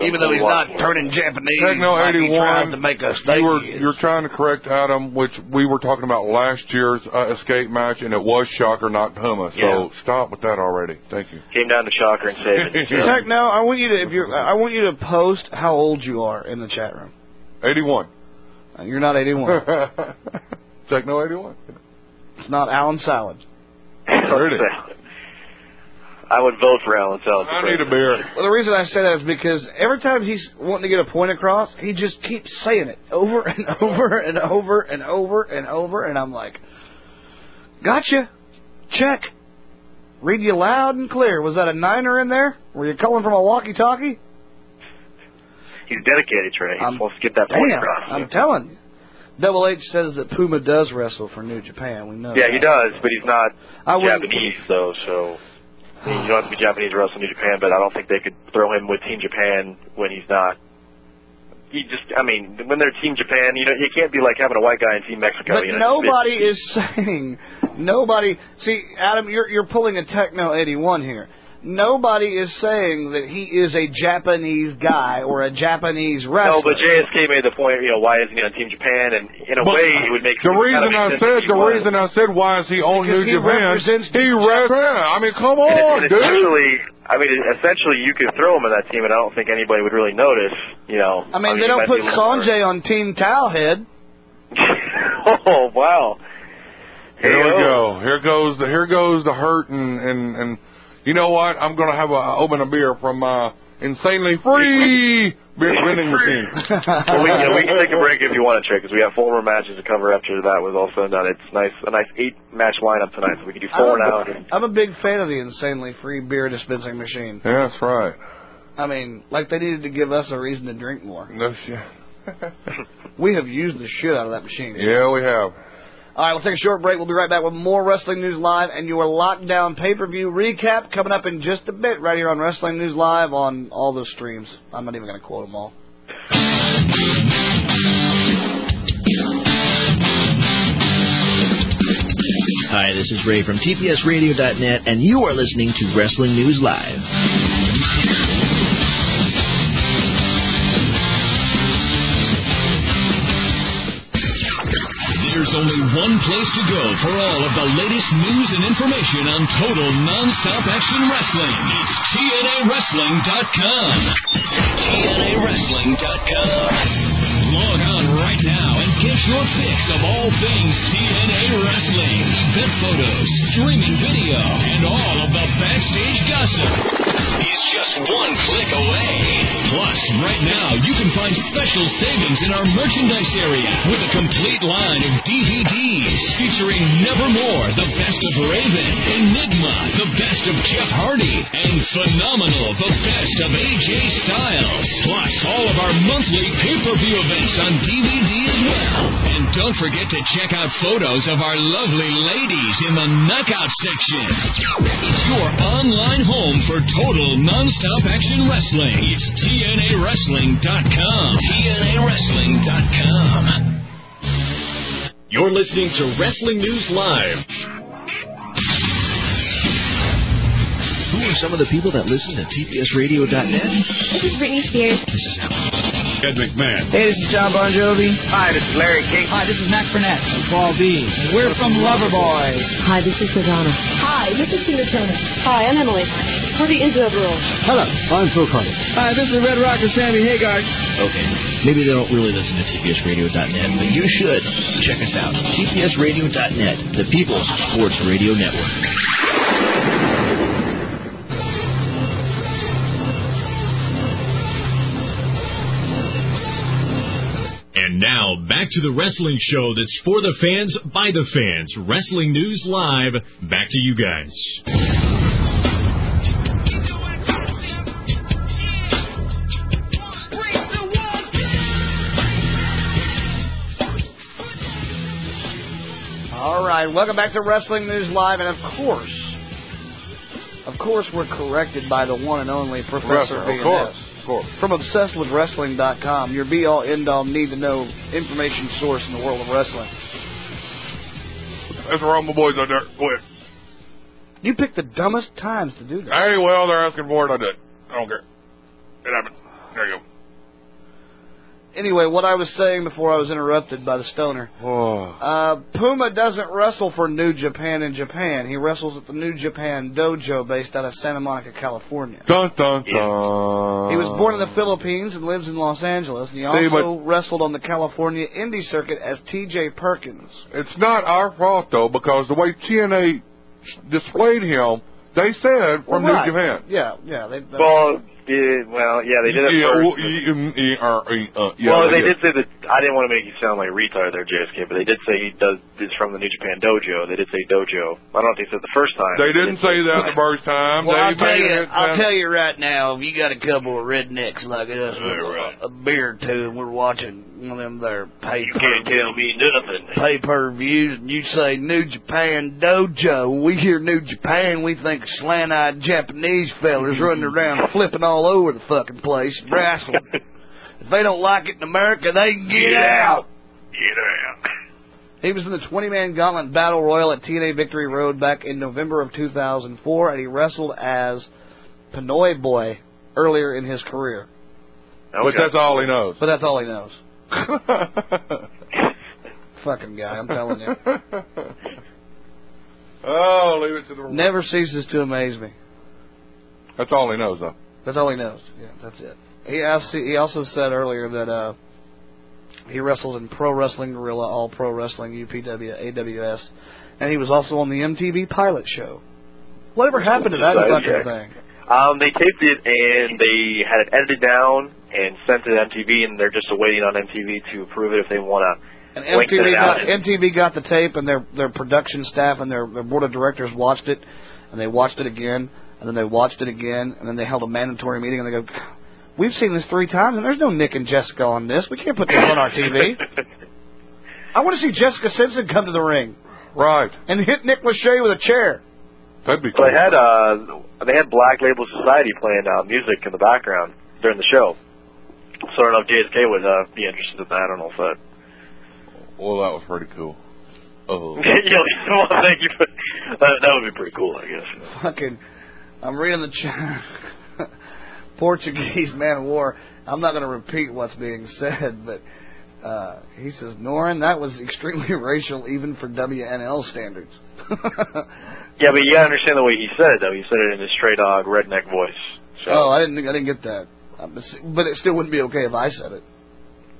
[SPEAKER 8] Even though he's not turning Japanese,
[SPEAKER 9] Techno
[SPEAKER 8] like he
[SPEAKER 9] eighty
[SPEAKER 8] tries
[SPEAKER 9] one.
[SPEAKER 8] to make us think
[SPEAKER 9] You were
[SPEAKER 8] he is.
[SPEAKER 9] you're trying to correct Adam, which we were talking about last year's uh, escape match, and it was Shocker, not Puma. So
[SPEAKER 10] Yeah.
[SPEAKER 9] stop with that already. Thank you.
[SPEAKER 10] Came down to Shocker and
[SPEAKER 9] (laughs)
[SPEAKER 10] saved it. so.
[SPEAKER 8] Techno, I want you to if you're I want you to post how old you are in the chat room.
[SPEAKER 9] Eighty one.
[SPEAKER 8] You're not 81.
[SPEAKER 9] (laughs) Techno eighty one.
[SPEAKER 8] it's not Alan Salad.
[SPEAKER 9] Heard
[SPEAKER 10] (laughs)
[SPEAKER 9] it.
[SPEAKER 10] I would vote for Alan Sell.
[SPEAKER 9] I need a beer.
[SPEAKER 8] Well, the reason I say that is because every time he's wanting to get a point across, he just keeps saying it over (laughs) and over and over and over and over, and I'm like, gotcha, check, read you loud and clear. Was that a niner in there? Were you calling from a walkie-talkie?
[SPEAKER 10] He's dedicated, Trey. He's
[SPEAKER 8] I'm-
[SPEAKER 10] supposed to get that point
[SPEAKER 8] Damn,
[SPEAKER 10] across.
[SPEAKER 8] I'm telling you. Double H says that Puma does wrestle for New Japan. We know.
[SPEAKER 10] Yeah,
[SPEAKER 8] that.
[SPEAKER 10] he does, but he's not
[SPEAKER 8] I wouldn't-
[SPEAKER 10] Japanese though, so
[SPEAKER 8] (sighs)
[SPEAKER 10] I mean, you don't have to be Japanese or else in New Japan, but I don't think they could throw him with Team Japan when he's not. He just, I mean, when they're Team Japan, you know, you can't be like having a white guy in Team Mexico.
[SPEAKER 8] But
[SPEAKER 10] you know,
[SPEAKER 8] nobody is saying nobody. See, Adam, you're you're pulling a techno eighty one here. Nobody is saying that he is a Japanese guy or a Japanese wrestler.
[SPEAKER 10] No, but JSK made the point. You know, why isn't he on Team Japan? And in a
[SPEAKER 9] But
[SPEAKER 10] way, it would make
[SPEAKER 9] The
[SPEAKER 10] it
[SPEAKER 9] reason I
[SPEAKER 10] kind of makes sense
[SPEAKER 9] said
[SPEAKER 10] if he
[SPEAKER 9] the
[SPEAKER 10] was.
[SPEAKER 9] reason I said why is he on New
[SPEAKER 8] Because he
[SPEAKER 9] Japan?
[SPEAKER 8] represents
[SPEAKER 9] he represents. I mean,
[SPEAKER 10] (laughs)
[SPEAKER 9] come
[SPEAKER 10] And,
[SPEAKER 9] on,
[SPEAKER 8] Oh,
[SPEAKER 10] and
[SPEAKER 9] dude.
[SPEAKER 10] essentially, I mean, essentially, you could throw him in that team, and I don't think anybody would really notice. You know,
[SPEAKER 8] I mean, they
[SPEAKER 10] he
[SPEAKER 8] don't
[SPEAKER 10] might
[SPEAKER 8] put
[SPEAKER 10] be a little
[SPEAKER 8] Sanjay on Team Towhead.
[SPEAKER 10] more- (laughs) oh wow!
[SPEAKER 9] Here we
[SPEAKER 10] Hey-o.
[SPEAKER 9] go. Here goes the here goes the hurt and and and you know what? I'm gonna have a open a beer from my insanely
[SPEAKER 10] (laughs)
[SPEAKER 9] free beer vending machine.
[SPEAKER 10] Well, we, you know, we can take a break if you want to, Trey, because we have four more matches to cover after that was all said and done. It's nice, a nice eight-match lineup tonight, so we can do four
[SPEAKER 8] (laughs)
[SPEAKER 10] now.
[SPEAKER 8] I'm, I'm a big fan of the insanely free beer dispensing machine.
[SPEAKER 9] Yeah, that's right.
[SPEAKER 8] I mean, like they needed to give us a reason to drink more.
[SPEAKER 9] No
[SPEAKER 10] (laughs)
[SPEAKER 9] shit.
[SPEAKER 8] We have used the shit out of that machine.
[SPEAKER 9] Yeah, we have.
[SPEAKER 8] All right, we'll take a short break. We'll be right back with more Wrestling News Live and your lockdown pay-per-view recap coming up in just a bit right here on Wrestling News Live on all those streams. I'm not even going to quote them all.
[SPEAKER 2] Hi, this is Ray from TPSRadio.net, and you are listening to Wrestling News Live.
[SPEAKER 12] There's only one place to go for all of the latest news and information on total nonstop action wrestling. It's TNAWrestling.com. TNAWrestling.com. Log on right now and get your fix of all things TNA Wrestling. Event photos, streaming video, and all of the backstage gossip. It's just one click away. Plus, right now, you can find special savings in our merchandise area with a complete line of DVDs featuring Nevermore, The Best of Raven, Enigma, The Best of Jeff Hardy, and Phenomenal, The Best of AJ Styles. Plus, all of our monthly pay-per-view events on DVD as well. And don't forget to check out photos of our lovely ladies in the knockout section. It's your online home for total nonstop action wrestling. It's TNAWrestling.com. TNAWrestling.com.
[SPEAKER 7] You're listening to Wrestling News Live.
[SPEAKER 2] Who are some of the people that listen to TPSRadio.net?
[SPEAKER 13] This is Britney Spears.
[SPEAKER 2] This is
[SPEAKER 7] Ed McMahon.
[SPEAKER 14] Hey, this is John Bon Jovi. Hi, this is Larry King. Hi, this is Matt Burnett. I'm Paul B. We're from Loverboy.
[SPEAKER 15] Hi, this is Savannah.
[SPEAKER 16] Hi, this is Tina Turner. Hi, I'm Emily. Pretty into the rules.
[SPEAKER 15] Hello, I'm Phil Carter.
[SPEAKER 14] Hi, this is Red Rocker Sammy Hagar.
[SPEAKER 2] Okay. Maybe they don't really listen to TPSRadio.net, but you should. Check us out. TPSRadio.net, the People's Sports Radio Network.
[SPEAKER 12] And now, back to the wrestling show that's for the fans, by the fans. Wrestling News Live. Back to you guys.
[SPEAKER 8] All right, welcome back to Wrestling News Live, and of course, of course, we're corrected by the one and only Professor
[SPEAKER 9] Wrestler,
[SPEAKER 8] B.
[SPEAKER 9] of course, of course.
[SPEAKER 8] From ObsessedWithWrestling.com, your be-all, end-all, need-to-know information source in the world of wrestling.
[SPEAKER 9] That's where all my boys are there. Quick.
[SPEAKER 8] You picked the dumbest times to do that.
[SPEAKER 9] Hey, well, they're asking for it. I did. I don't care. It happened. There you
[SPEAKER 8] Anyway, what I was saying before I was interrupted by the stoner.
[SPEAKER 9] (sighs) Oh.
[SPEAKER 8] Uh, Puma doesn't wrestle for New Japan in Japan. He wrestles at the New Japan Dojo based out of Santa Monica, California.
[SPEAKER 9] go. Dun dun dun.
[SPEAKER 8] He was born in the Philippines and lives in Los Angeles. And he also
[SPEAKER 9] See, but-
[SPEAKER 8] wrestled on the California indie circuit as T.J. Perkins.
[SPEAKER 9] It's not our fault though, because the way TNA displayed him, they said from
[SPEAKER 8] Well, right.
[SPEAKER 9] New Japan.
[SPEAKER 8] Yeah, yeah. They,
[SPEAKER 10] Well, yeah, well, yeah, they did it
[SPEAKER 9] Yeah,
[SPEAKER 10] first.
[SPEAKER 9] well, you- you- you- uh, uh, yeah,
[SPEAKER 10] well,
[SPEAKER 9] they
[SPEAKER 10] they
[SPEAKER 9] did.
[SPEAKER 10] did say that. I didn't want to make you sound like a retard there, JSK, but they did say he does is from the New Japan Dojo. They did say dojo. I don't know if they said the first time.
[SPEAKER 9] They didn't say that
[SPEAKER 10] (laughs)
[SPEAKER 9] the first time.
[SPEAKER 10] Well,
[SPEAKER 9] they
[SPEAKER 10] I'll tell
[SPEAKER 9] made
[SPEAKER 10] you-
[SPEAKER 9] it
[SPEAKER 10] I'll
[SPEAKER 9] sound-
[SPEAKER 14] Tell you right now, if you got a couple of rednecks like us with a, a beer or two, and we're watching one of them there pay
[SPEAKER 10] You can't tell me nothing.
[SPEAKER 8] (laughs)
[SPEAKER 14] pay per views, and you say New Japan Dojo. When We hear New Japan, we think slant eyed Japanese fellas running around flipping all over the fucking place and wrestling. if they don't like it in America, they can get out.
[SPEAKER 10] Get
[SPEAKER 8] He was in the 20 man gauntlet battle royal at TNA Victory Road back in November of 2004, and he wrestled as Pinoy Boy earlier in his career.
[SPEAKER 9] But that's all he knows.
[SPEAKER 8] But that's all he knows. Fucking guy, (laughs) I'm
[SPEAKER 14] (laughs)
[SPEAKER 8] telling
[SPEAKER 9] (laughs)
[SPEAKER 8] you.
[SPEAKER 9] oh, leave it to the.
[SPEAKER 8] Never ceases to amaze me.
[SPEAKER 9] That's all he knows, though.
[SPEAKER 8] That's all he knows. Yeah, that's it. He also, he also said earlier that uh, he wrestled in Pro Wrestling Guerrilla, All Pro Wrestling, UPW, AWS, and he was also on the MTV pilot show. Whatever happened to that fucking
[SPEAKER 10] Sidetrack.
[SPEAKER 8] thing?
[SPEAKER 10] Um, they taped it and they had it edited down and sent it to MTV, and they're just waiting on MTV to approve it if they want to
[SPEAKER 8] And
[SPEAKER 10] lengthen
[SPEAKER 8] MTV
[SPEAKER 10] it out.
[SPEAKER 8] got, MTV got the tape, and their their production staff and their, their board of directors watched it, and they watched it again, and then they watched it again, and then they held a mandatory meeting, and they go, "We've seen this three times, and there's no Nick and Jessica on this. We can't put this on our TV. I want to see Jessica Simpson come to the ring,
[SPEAKER 9] right,
[SPEAKER 8] and hit Nick Lachey with a chair.
[SPEAKER 9] That'd be
[SPEAKER 10] (laughs) So they had uh, they had Black Label Society playing uh, music in the background during the show. So (laughs) I don't know if JSK would uh, be interested in that. I don't know if that.
[SPEAKER 9] Well, that was pretty cool.
[SPEAKER 17] oh.
[SPEAKER 10] yeah, (laughs) well, thank you. For, uh, that would be pretty cool, I guess.
[SPEAKER 8] Fucking, I'm reading the ch- (laughs) Portuguese man of war. I'm not going to repeat what's being said, but uh, he says, Norin, that was extremely (laughs) racial even for WNL standards. (laughs)
[SPEAKER 10] Yeah, but you gotta understand the way he said it, though. He said it in his straight dog redneck voice. So,
[SPEAKER 8] Oh, I didn't, think- I didn't get that. Um, But s- but it still wouldn't be okay if I said it.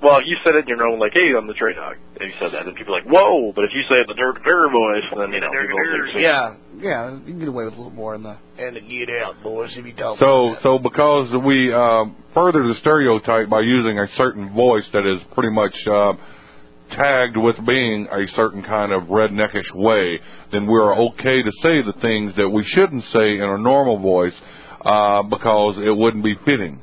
[SPEAKER 10] well, if you said it in your own like, hey, I'm the straight dog, and you said that, then people are like, whoa. But if you say it in the dirk dirk voice, then you know people think. so.
[SPEAKER 18] Yeah.
[SPEAKER 8] Yeah, you can get away with a little more in the. And to get out, boys, if you don't.
[SPEAKER 9] So, so because we um, further the stereotype by using a certain voice that is pretty much uh, tagged with being a certain kind of redneckish way, then we are okay to say the things that we shouldn't say in a normal voice uh, because it wouldn't be fitting.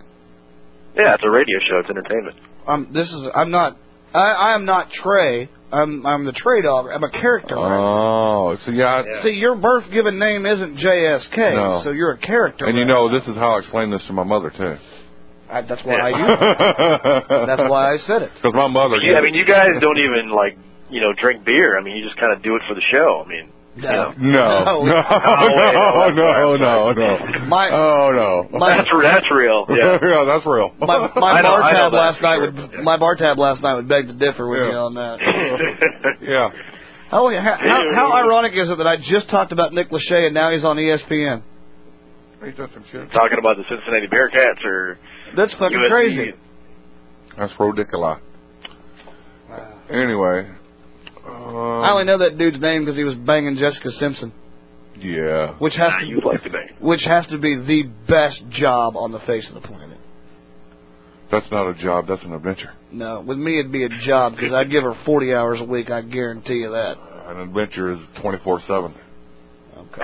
[SPEAKER 10] Yeah, it's a radio show. It's entertainment.
[SPEAKER 8] Um, this is I'm not. I, I am not Trey. I'm I'm the Trey dog. I'm a character.
[SPEAKER 9] Oh, so yeah, I-
[SPEAKER 8] See, your birth given name isn't JSK,
[SPEAKER 9] No.
[SPEAKER 8] so you're a character.
[SPEAKER 9] and you know this is how I explained this to my mother too.
[SPEAKER 8] I, that's why I
[SPEAKER 9] (laughs)
[SPEAKER 8] use it. That's why I said it.
[SPEAKER 9] Because my mother.
[SPEAKER 10] You, I mean, you guys don't even like, you know, drink beer. I mean, you just kind of do it for the show. I mean, you know.
[SPEAKER 9] (laughs) (laughs) No, no,
[SPEAKER 10] No,
[SPEAKER 9] no,
[SPEAKER 10] wait,
[SPEAKER 9] no, no, no.
[SPEAKER 8] My,
[SPEAKER 9] oh no,
[SPEAKER 8] my- (laughs)
[SPEAKER 10] that's that's
[SPEAKER 9] (laughs)
[SPEAKER 10] real. Yeah.
[SPEAKER 9] that's real. (laughs)
[SPEAKER 8] My, my bar tab last night would my bar tab last night would beg to differ with
[SPEAKER 9] Yeah.
[SPEAKER 8] you on that. Oh,
[SPEAKER 9] yeah.
[SPEAKER 8] How, how how ironic is it that I just talked about Nick Lachey and now he's on E ESPN?
[SPEAKER 10] (laughs) Talking about the Cincinnati Bearcats or
[SPEAKER 8] That's fucking
[SPEAKER 10] USC.
[SPEAKER 8] crazy.
[SPEAKER 9] That's ridiculous. Anyway, um,
[SPEAKER 8] I only know that dude's name because he was banging Jessica Simpson,
[SPEAKER 9] yeah.
[SPEAKER 8] which has to
[SPEAKER 10] you like to bang.
[SPEAKER 8] which has to be the best job on the face of the planet.
[SPEAKER 9] That's not a job. That's an adventure.
[SPEAKER 8] No, with me it'd be a job because I'd give her 40 hours a week. I guarantee you that.
[SPEAKER 9] An adventure is twenty four
[SPEAKER 8] (laughs)
[SPEAKER 9] seven. Okay.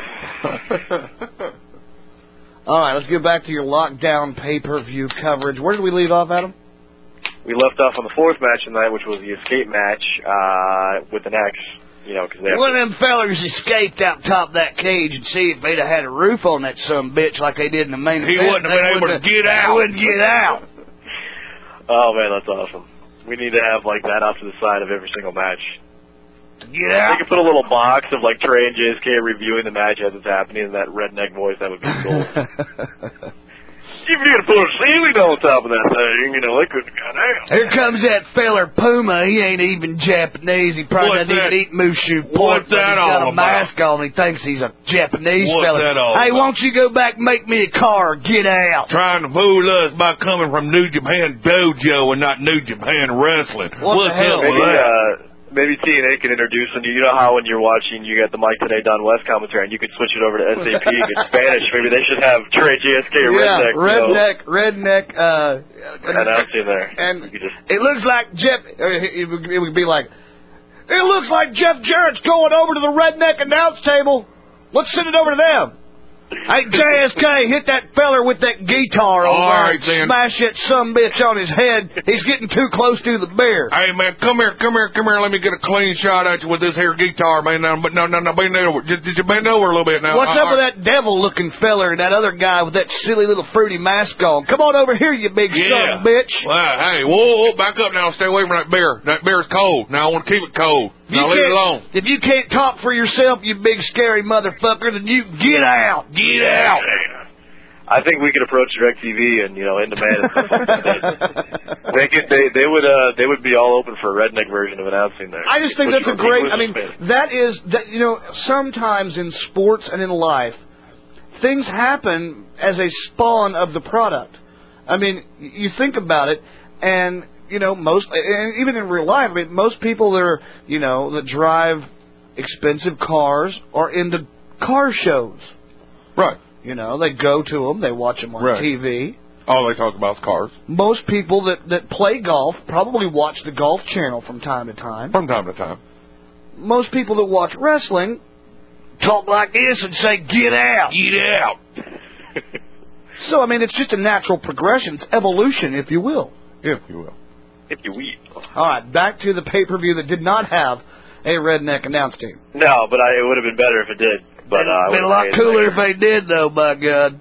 [SPEAKER 8] All right, let's get back to your lockdown pay-per-view coverage. Where did we leave off, Adam?
[SPEAKER 10] We left off on the fourth match tonight, which was the escape match uh, with an X. You know, because they have
[SPEAKER 18] One of them fellers escaped out top of that cage and see if they'd have had a roof on that some bitch like they did in the main
[SPEAKER 11] He
[SPEAKER 18] event.
[SPEAKER 11] wouldn't have
[SPEAKER 18] they
[SPEAKER 11] been able to
[SPEAKER 18] wouldn't
[SPEAKER 11] get
[SPEAKER 18] have-
[SPEAKER 11] out.
[SPEAKER 18] Wouldn't get out.
[SPEAKER 10] Oh man, that's awesome. We need to have like that off to the side of every single match.
[SPEAKER 18] Get out.
[SPEAKER 10] They could put a little box of like Trey and JSK reviewing the match as it's happening in that redneck voice. That would be (laughs) cool. if you had put a ceiling on top of that thing, you know, they could have got out.
[SPEAKER 18] Here comes that feller Puma. He ain't even Japanese. He probably
[SPEAKER 11] What's that-
[SPEAKER 18] doesn't even eat mushu
[SPEAKER 11] what's
[SPEAKER 18] pork.
[SPEAKER 11] that
[SPEAKER 18] but he's got
[SPEAKER 11] all about?
[SPEAKER 18] a mask on. He thinks he's a Japanese
[SPEAKER 11] What's
[SPEAKER 18] fella.
[SPEAKER 11] that all
[SPEAKER 18] hey,
[SPEAKER 11] about?
[SPEAKER 18] won't you go back and make me a car? Get out.
[SPEAKER 11] Trying to fool us by coming from New Japan Dojo and not New Japan Wrestling. What's up with
[SPEAKER 8] oh,
[SPEAKER 10] Maybe,
[SPEAKER 11] that?
[SPEAKER 10] uh, maybe TNA can introduce them. to- You know how when you're watching, you got the Mike Today Don West commentary, and you could switch it over to SAP and
[SPEAKER 8] (laughs)
[SPEAKER 10] get Spanish. Maybe they should have Trey JSK redneck.
[SPEAKER 8] yeah, redneck, redneck. Uh,
[SPEAKER 10] You know, announcing there.
[SPEAKER 8] and
[SPEAKER 10] You could just
[SPEAKER 8] it looks like Jeff. uh, It would it would be like, it looks like Jeff Jarrett's going over to the redneck announce table. Let's send it over to them.
[SPEAKER 18] Hey, JSK, hit that feller with that guitar
[SPEAKER 11] All
[SPEAKER 18] over there
[SPEAKER 11] right,
[SPEAKER 18] and
[SPEAKER 11] then.
[SPEAKER 18] smash that some bitch on his head. He's getting too close to the bear.
[SPEAKER 11] Hey man, come here, come here, come here. Let me get a clean shot at you with this here guitar, man. Now, but no, no, no, bend over. Just, just bend over a little bit now.
[SPEAKER 18] What's
[SPEAKER 11] Uh,
[SPEAKER 18] up with
[SPEAKER 11] uh,
[SPEAKER 18] that devil looking feller and that other guy with that silly little fruity mask on? Come on over here, you big son
[SPEAKER 11] Yeah.
[SPEAKER 18] of a bitch.
[SPEAKER 11] Well, hey, whoa, whoa, back up now. Stay away from that beer. That beer's cold. Now I want to keep it cold.
[SPEAKER 18] You
[SPEAKER 11] Now leave it
[SPEAKER 18] can't-
[SPEAKER 11] alone.
[SPEAKER 18] If you can't talk for yourself, you big scary motherfucker, then you get out.
[SPEAKER 11] Get out.
[SPEAKER 10] I think we could approach DirecTV and you know in demand. and stuff
[SPEAKER 8] (laughs)
[SPEAKER 10] like that. they could they they would uh they would be all open for a redneck version of announcing there.
[SPEAKER 8] I just think
[SPEAKER 10] Which
[SPEAKER 8] that's a
[SPEAKER 10] would be
[SPEAKER 8] great. I mean,
[SPEAKER 10] Elizabeth.
[SPEAKER 8] that is that you know sometimes in sports and in life, things happen as a spawn of the product. I mean, y- you think about it, and you know most, and even in real life, I mean, most people that are you know that drive expensive cars are into car shows.
[SPEAKER 9] Right.
[SPEAKER 8] You know, they go to them, they watch them on
[SPEAKER 9] Right.
[SPEAKER 8] TV.
[SPEAKER 9] All they talk about is cars
[SPEAKER 8] Most people that that play golf probably watch the Golf Channel from time to time.
[SPEAKER 9] from time to time.
[SPEAKER 8] most people that watch wrestling talk like this and say, get out.
[SPEAKER 11] Get out.
[SPEAKER 8] So, I mean, it's just a natural progression. It's evolution, if you will.
[SPEAKER 9] If you will.
[SPEAKER 10] If you eat.
[SPEAKER 8] All right, back to the pay per view that did not have a redneck announce team.
[SPEAKER 10] No, but I, it would have been better if it did. But uh, I
[SPEAKER 18] Been a
[SPEAKER 10] would've
[SPEAKER 18] lot
[SPEAKER 10] hated it.
[SPEAKER 18] cooler if they did, though. By God,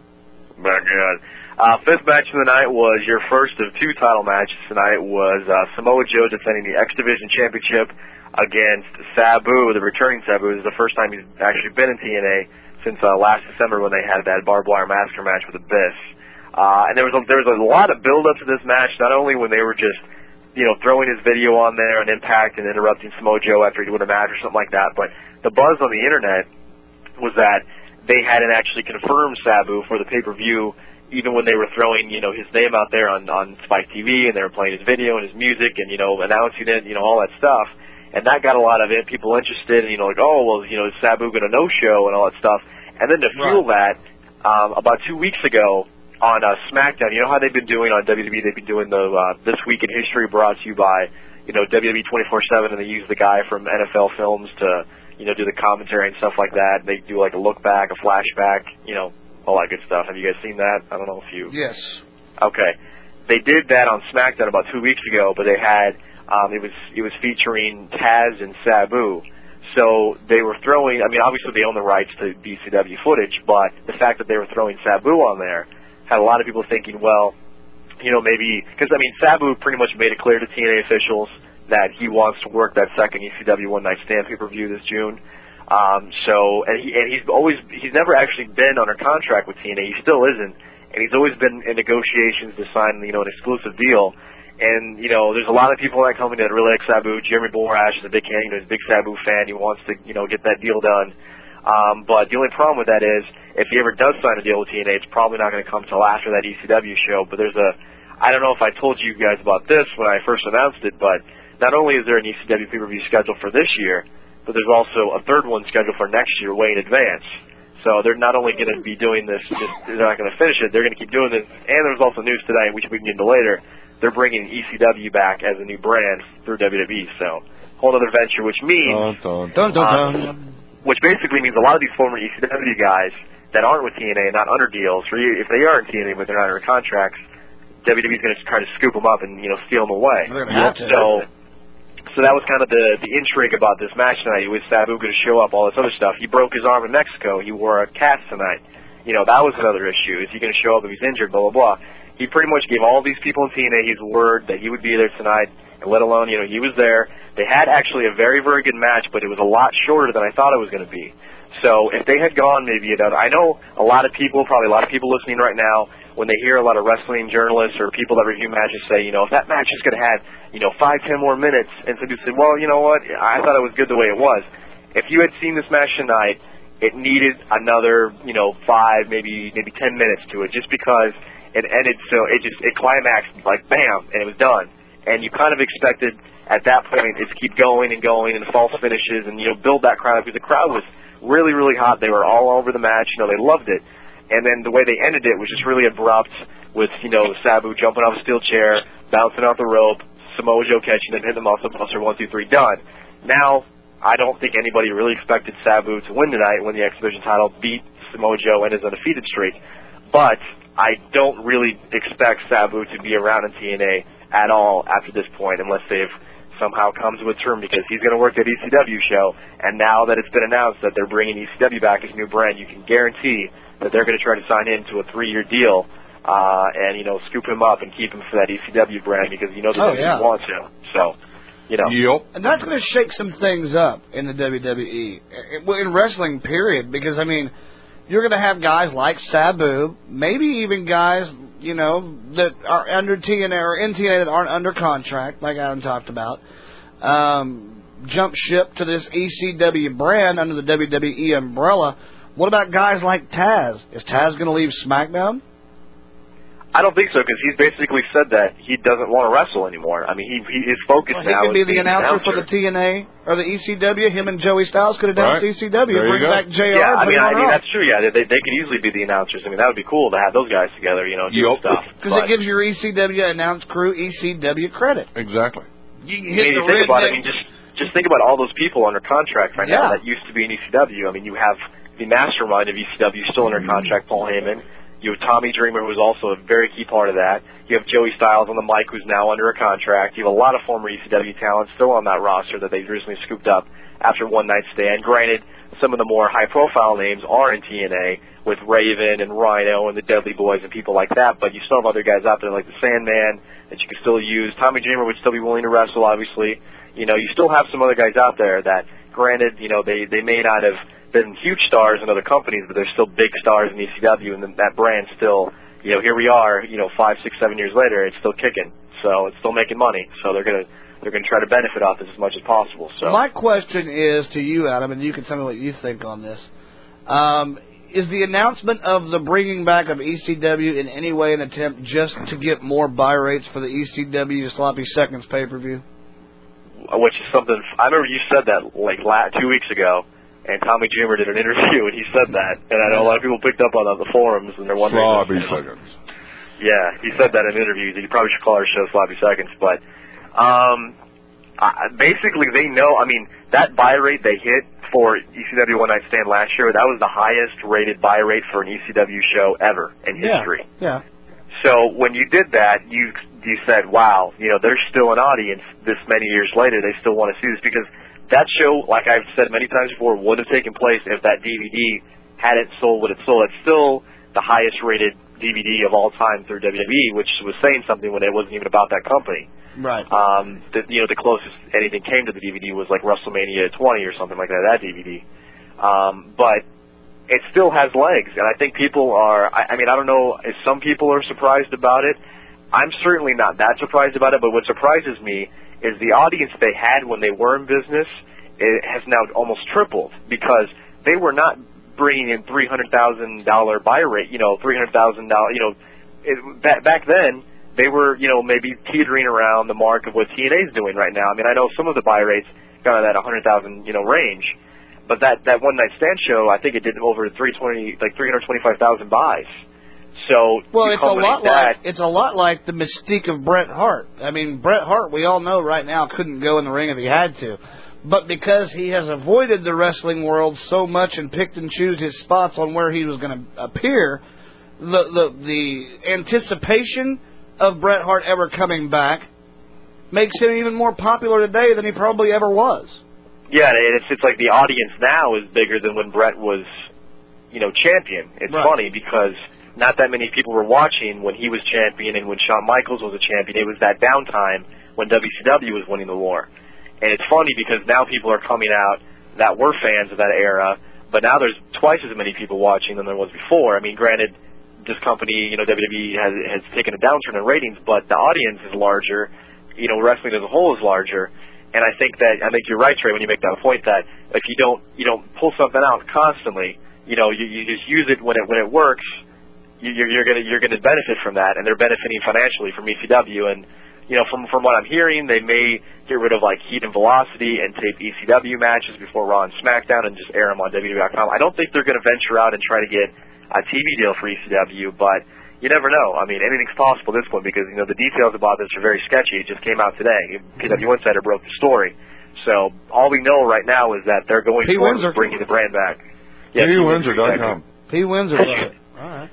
[SPEAKER 10] My God. Uh, fifth match of the night was your first of two title matches tonight was uh, Samoa Joe defending the X Division Championship against Sabu, the returning Sabu. This is the first time he's actually been in TNA since uh, last December when they had that barbed wire master match with Abyss. Uh, and there was a, there was a lot of build up to this match, not only when they were just you know throwing his video on there on Impact and interrupting Samoa Joe after he'd win a match or something like that, but the buzz on the internet was that they hadn't actually confirmed Sabu for the pay per view, even when they were throwing you know his name out there on on Spike TV and they were playing his video and his music and you know announcing it, you know all that stuff. And that got a lot of it, people interested, and you know like oh well you know is Sabu going to no show and all that stuff. And then to fuel that, um, about two weeks ago on uh, SmackDown, you know how they've been doing on WWE, they've been doing the uh, This Week in History brought to you by you know WWE 24/7, and they use the guy from NFL Films to you know, do the commentary and stuff like that. They do like a look back, a flashback, you know, all that good stuff. Have you guys seen that? I don't know if you.
[SPEAKER 8] Yes.
[SPEAKER 10] Okay. They did that on SmackDown about two weeks ago, but they had um, it was it was featuring Taz and Sabu. So they were throwing. I mean, obviously they own the rights to BCW footage, but the fact that they were throwing Sabu on there had a lot of people thinking, well, you know, maybe because I mean Sabu pretty much made it clear to TNA officials that he wants to work that second ECW One Night Stand pay per view this June. Um, so and he and he's always he's never actually been under contract with TNA. He still isn't, and he's always been in negotiations to sign you know an exclusive deal. And you know, there's a lot of people in that company that really like Sabu. Jeremy Borash is a big you know, he's a big Sabu fan. He wants to you know get that deal done. Um, but the only problem with that is if he ever does sign a deal with TNA, it's probably not going to come till after that ECW show. But there's a I don't know if I told you guys about this when I first announced it, but not only is there an ECW pay-per-view scheduled for this year, but there's also a third one scheduled for next year, way in advance. So they're not only going to be doing this, this they're not going to finish it. They're going to keep doing this. And there's also news today, which we can get into later. They're bringing ECW back as a new brand through WWE. So whole other venture, which means
[SPEAKER 9] Dun,
[SPEAKER 10] dun, um, which basically means a lot of these former ECW guys that aren't with TNA, not under deals, or if they are in TNA but they're not under contracts, WWE's going to try to scoop them up and you know steal them away.
[SPEAKER 8] They're gonna have to.
[SPEAKER 10] So. So that was kind of the the intrigue about this match tonight. Was Sabu going to show up? All this other stuff. He broke his arm in Mexico. He wore a cast tonight. You know that was another issue. Is he going to show up if he's injured? Blah blah blah. He pretty much gave all these people in TNA his word that he would be there tonight. And let alone you know he was there. They had actually a very very good match, but it was a lot shorter than I thought it was going to be. So if they had gone maybe another, I know a lot of people, probably a lot of people listening right now, when they hear a lot of wrestling journalists or people that review matches say, you know, if that match is going to have, you know, five, ten more minutes, and so you say, well, you know what, I thought it was good the way it was. If you had seen this match tonight, it needed another, you know, five, maybe maybe ten minutes to it, just because it ended so it just it climaxed like bam, and it was done. And you kind of expected at that point it to keep going and going and false finishes and you know build that crowd because the crowd was really, really hot. They were all over the match. You know, they loved it. And then the way they ended it was just really abrupt with, you know, Sabu jumping off a steel chair, bouncing off the rope, Samoa Joe catching him, hitting the muscle buster, one, two, three, done. Now, I don't think anybody really expected Sabu to win tonight when the exhibition title beat Samoa Joe and his undefeated streak. But I don't really expect Sabu to be around in TNA at all after this point unless they've somehow comes to a term because he's going to work at ECW show. And now that it's been announced that they're bringing ECW back as a new brand, you can guarantee that they're going to try to sign him to a three-year deal uh, and you know scoop him up and keep him for that ECW brand because you know that
[SPEAKER 8] Oh,
[SPEAKER 10] he
[SPEAKER 8] yeah.
[SPEAKER 10] wants him. So, you know,
[SPEAKER 8] And that's going to shake some things up in the WWE, I- I- well, in wrestling, period. Because I mean, you're going to have guys like Sabu, maybe even guys you know that are under TNA or in TNA that aren't under contract, like Adam talked about, um, jump ship to this ECW brand under the WWE umbrella. What about guys like Taz? Is Taz going to leave SmackDown?
[SPEAKER 10] I don't think so because he's basically said that he doesn't want to wrestle anymore. I mean, he, he his focus
[SPEAKER 8] Well, he
[SPEAKER 10] now
[SPEAKER 8] could be
[SPEAKER 10] is
[SPEAKER 8] the
[SPEAKER 10] being
[SPEAKER 8] announcer, for the TNA or the ECW. Him and Joey Styles could announce ECW, bring back JR.
[SPEAKER 10] Yeah, I
[SPEAKER 8] put
[SPEAKER 10] mean,
[SPEAKER 8] him on
[SPEAKER 10] I
[SPEAKER 8] Raw.
[SPEAKER 10] mean that's true. Yeah, they, they could easily be the announcers. I mean, that would be cool to have those guys together. You know, do stuff.
[SPEAKER 8] Because it gives your ECW announce crew ECW credit.
[SPEAKER 9] Exactly.
[SPEAKER 8] You
[SPEAKER 10] I
[SPEAKER 8] can
[SPEAKER 10] mean,
[SPEAKER 8] hit
[SPEAKER 10] you
[SPEAKER 8] the
[SPEAKER 10] think about it. I
[SPEAKER 8] redneck-
[SPEAKER 10] mean, just just think about all those people under contract right now
[SPEAKER 8] Yeah.
[SPEAKER 10] E that used to be in ECW. I mean, you have the mastermind of ECW still under contract, Paul Heyman. You have Tommy Dreamer, who's also a very key part of that. You have Joey Styles on the mic, who's now under a contract. You have a lot of former E ECW talent still on that roster that they've recently scooped up after one night stand. Granted, some of the more high profile names are in TNA with Raven and Rhino and the Deadly Boys and people like that, but you still have other guys out there like the Sandman that you can still use. Tommy Dreamer would still be willing to wrestle, obviously. You know, you still have some other guys out there that, granted, you know, they, they may not have been huge stars in other companies, but they're still big stars in ECW, and that brand still, you know, here we are, you know, five, six, seven years later, it's still kicking, so it's still making money. So they're gonna they're gonna try to benefit off this as much as possible. So
[SPEAKER 8] My question is to you, Adam, and you can tell me what you think on this. Um, is the announcement of the bringing back of ECW in any way an attempt just to get more buy rates for the ECW Sloppy Seconds pay per view?
[SPEAKER 10] which is something I remember you said that like la two weeks ago. And Tommy Dreamer did an (laughs) interview, and he said that. And I know a lot of people picked up on that on the forums, and they're wondering.
[SPEAKER 9] Sloppy seconds.
[SPEAKER 10] Yeah, he said that in interviews. He probably should call our show Sloppy Seconds, but um, I, basically they know. I mean, that buy rate they hit for ECW One Night Stand last year, that was the highest rated buy rate for an ECW show ever in history.
[SPEAKER 8] Yeah.
[SPEAKER 10] So when you did that, you you said, "Wow, you know, there's still an audience this many years later. They still want to see this because that show, like I've said many times before, would have taken place if that DVD hadn't sold what it sold. It's still the highest rated DVD of all time through WWE, which was saying something when it wasn't even about that company.
[SPEAKER 8] Right.
[SPEAKER 10] Um, the, you know, the closest anything came to the DVD was like WrestleMania 20 or something like that. That DVD, um, but it still has legs, and I think people are. I, I mean, I don't know if some people are surprised about it. I'm certainly not that surprised about it, but what surprises me is the audience they had when they were in business it has now almost tripled because they were not bringing in three hundred thousand dollar buy rate. You know, three hundred thousand dollar. You know, it, back back then they were you know maybe teetering around the mark of what TNA's doing right now. I mean, I know some of the buy rates got in that hundred thousand you know range, but that that one night stand show I think it did over three twenty like three hundred twenty five thousand buys. So
[SPEAKER 8] Well,
[SPEAKER 10] you
[SPEAKER 8] it's a lot
[SPEAKER 10] culminate that,
[SPEAKER 8] like it's a lot like the mystique of Bret Hart. I mean, Bret Hart, we all know right now couldn't go in the ring if he had to, but because he has avoided the wrestling world so much and picked and chose his spots on where he was going to appear, the the the anticipation of Bret Hart ever coming back makes him even more popular today than he probably ever was.
[SPEAKER 10] Yeah, and it's it's like the audience now is bigger than when Brett was, you know, champion. It's
[SPEAKER 8] Right.
[SPEAKER 10] funny because not that many people were watching when he was champion and when Shawn Michaels was a champion. It was that downtime when WCW was winning the war. And it's funny because now people are coming out that were fans of that era, but now there's twice as many people watching than there was before. I mean, granted, this company, you know, WWE has has taken a downturn in ratings, but the audience is larger. You know, wrestling as a whole is larger. And I think that I think you're right, Trey, when you make that point that if you don't you don't pull something out constantly, you know, you, you just use it when it when it works, you, you're, you're gonna you're gonna benefit from that, and they're benefiting financially from ECW. And you know, from from what I'm hearing, they may get rid of like heat and velocity and tape ECW matches before Raw and SmackDown and just air them on WWE.com. I don't think they're gonna venture out and try to get a TV deal for ECW, but you never know. I mean, anything's possible this one because you know the details about this are very sketchy. It just came out today. PW Insider broke the story. So all we know right now is that they're going
[SPEAKER 8] P.
[SPEAKER 10] forward
[SPEAKER 8] Windsor.
[SPEAKER 10] with bringing the brand back.
[SPEAKER 9] Yeah,
[SPEAKER 10] P.
[SPEAKER 9] Windsor dot
[SPEAKER 10] exactly.
[SPEAKER 9] com.
[SPEAKER 8] P. Windsor. wrote it.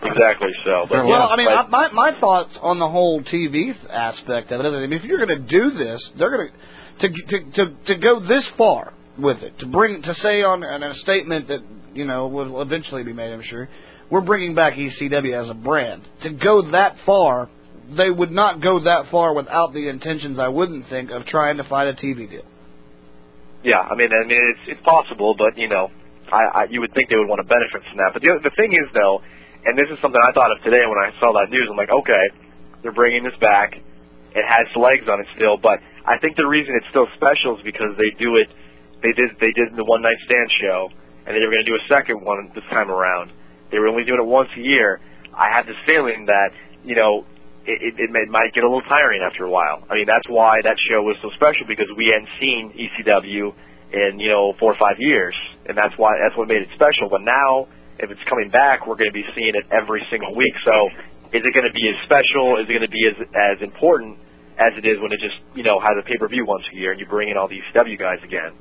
[SPEAKER 10] Exactly. So, but yeah,
[SPEAKER 8] well, I mean,
[SPEAKER 10] but-
[SPEAKER 8] I, my my thoughts on the whole TV aspect of it. I mean, if you're going to do this, they're going to to to to go this far with it to bring to say on in a statement that you know will eventually be made. I'm sure we're bringing back ECW as a brand. To go that far, they would not go that far without the intentions. I wouldn't think of trying to find a TV deal.
[SPEAKER 10] Yeah, I mean, I mean, it's it's possible, but you know, I, I you would think they would want to benefit from that. But the the thing is though, and this is something I thought of today when I saw that news. I'm like, okay, they're bringing this back. It has legs on it still, but I think the reason it's still special is because they do it. They did they did the one night stand show, and they were going to do a second one this time around. They were only doing it once a year. I had this feeling that you know it, it, it, may, it might get a little tiring after a while. I mean, that's why that show was so special because we hadn't seen ECW in you know four or five years, and that's why that's what made it special. But now, if it's coming back, we're going to be seeing it every single week. So, is it going to be as special? Is it going to be as as important as it is when it just you know has a pay per view once a year and you bring in all the ECW guys again?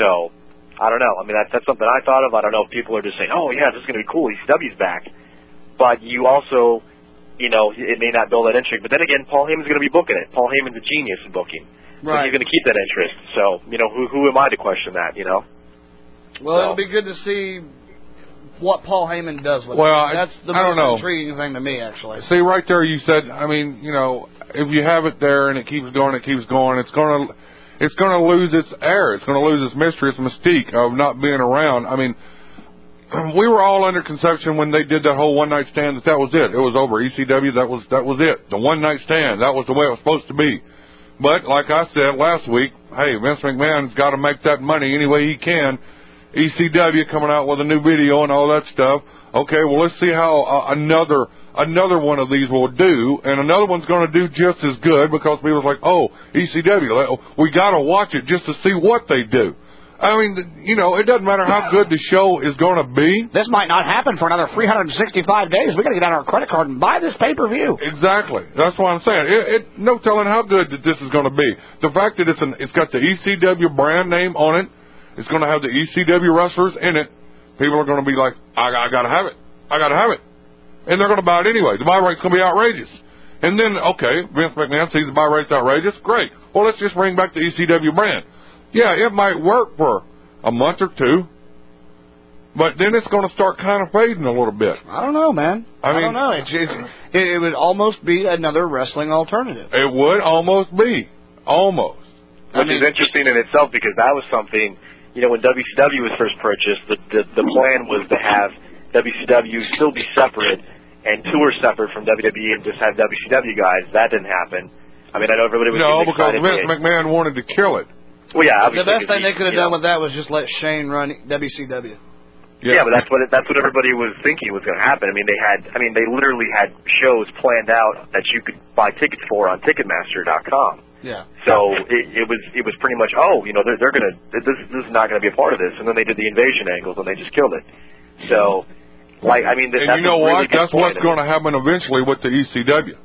[SPEAKER 10] So, I don't know. I mean, that's that's something I thought of. I don't know if people are just saying, "Oh yeah, this is going to be cool. ECW's E back." but you also, you know, it may not build that intrigue. But then again, Paul Heyman's going to be booking it. Paul Heyman's a genius in booking. So
[SPEAKER 8] Right.
[SPEAKER 10] he's going to keep that interest. So, you know, who who am I to question that, you know?
[SPEAKER 8] Well, it'll be good to see what Paul Heyman does with
[SPEAKER 9] Well, I-
[SPEAKER 8] it. That's the
[SPEAKER 9] I don't
[SPEAKER 8] most
[SPEAKER 9] know.
[SPEAKER 8] intriguing thing to me, actually.
[SPEAKER 9] See, right there, you said. I mean, you know, if you have it there and it keeps going, it keeps going. It's gonna, it's gonna lose its air. It's gonna lose its mystery, its mystique of not being around. I mean, (clears throat) we were all under conception when they did that whole one night stand that that was it. It was over. ECW. That was that was it. The one night stand. That was the way it was supposed to be. But like I said last week, hey, Vince McMahon's got to make that money any way he can. ECW coming out with a new video and all that stuff. Okay, well let's see how uh, another another one of these will do, and another one's going to do just as good because people's like, oh, ECW, le- we got to watch it just to see what they do. I mean, th- you know, it doesn't matter how good the show is going to be.
[SPEAKER 17] This might not happen for another 365 days. We got to get out our credit card and buy this pay per view.
[SPEAKER 9] Exactly. That's what I'm saying. It, it no telling how good that this is going to be. The fact that it's an it's got the ECW brand name on it, it's going to have the ECW wrestlers in it. People are going to be like, I, I got to have it. I got to have it, and they're going to buy it anyway. The buy rate's going to be outrageous. And then okay, Vince McMahon sees the buy rate's outrageous. Great. Well, let's just bring back the ECW brand. Yeah, it might work for a month or two, but then it's going to start kind of fading a little bit.
[SPEAKER 8] I don't know, man.
[SPEAKER 9] I mean-
[SPEAKER 8] don't know. It's, it's, it, it would almost be another wrestling alternative.
[SPEAKER 9] It would almost be. Almost.
[SPEAKER 10] Which is interesting in itself because that was something, you know, when WCW was first purchased, the, the, the plan was to have WCW still be separate and tour separate from WWE and just have WCW guys. That didn't happen. I mean, I know everybody was
[SPEAKER 9] No,
[SPEAKER 10] getting
[SPEAKER 9] because
[SPEAKER 10] excited.
[SPEAKER 9] Vince McMahon wanted to kill it.
[SPEAKER 10] well, yeah,
[SPEAKER 8] the
[SPEAKER 10] obviously,
[SPEAKER 8] best thing
[SPEAKER 10] because
[SPEAKER 8] they could have
[SPEAKER 10] you know,
[SPEAKER 8] done with that was just let Shane run E WCW.
[SPEAKER 10] Yeah. but that's what it, that's what everybody was thinking was going to happen. I mean, they had, I mean, they literally had shows planned out that you could buy tickets for on Ticketmaster.com.
[SPEAKER 8] Yeah.
[SPEAKER 10] So it, it was it was pretty much oh you know they're they're gonna this this is not gonna be a part of this and then they did the invasion angles and they just killed it. So like I mean th-
[SPEAKER 9] and
[SPEAKER 10] that's
[SPEAKER 9] you know
[SPEAKER 10] a
[SPEAKER 9] what?
[SPEAKER 10] really good
[SPEAKER 9] That's
[SPEAKER 10] point.
[SPEAKER 9] what's going to happen eventually with the ECW.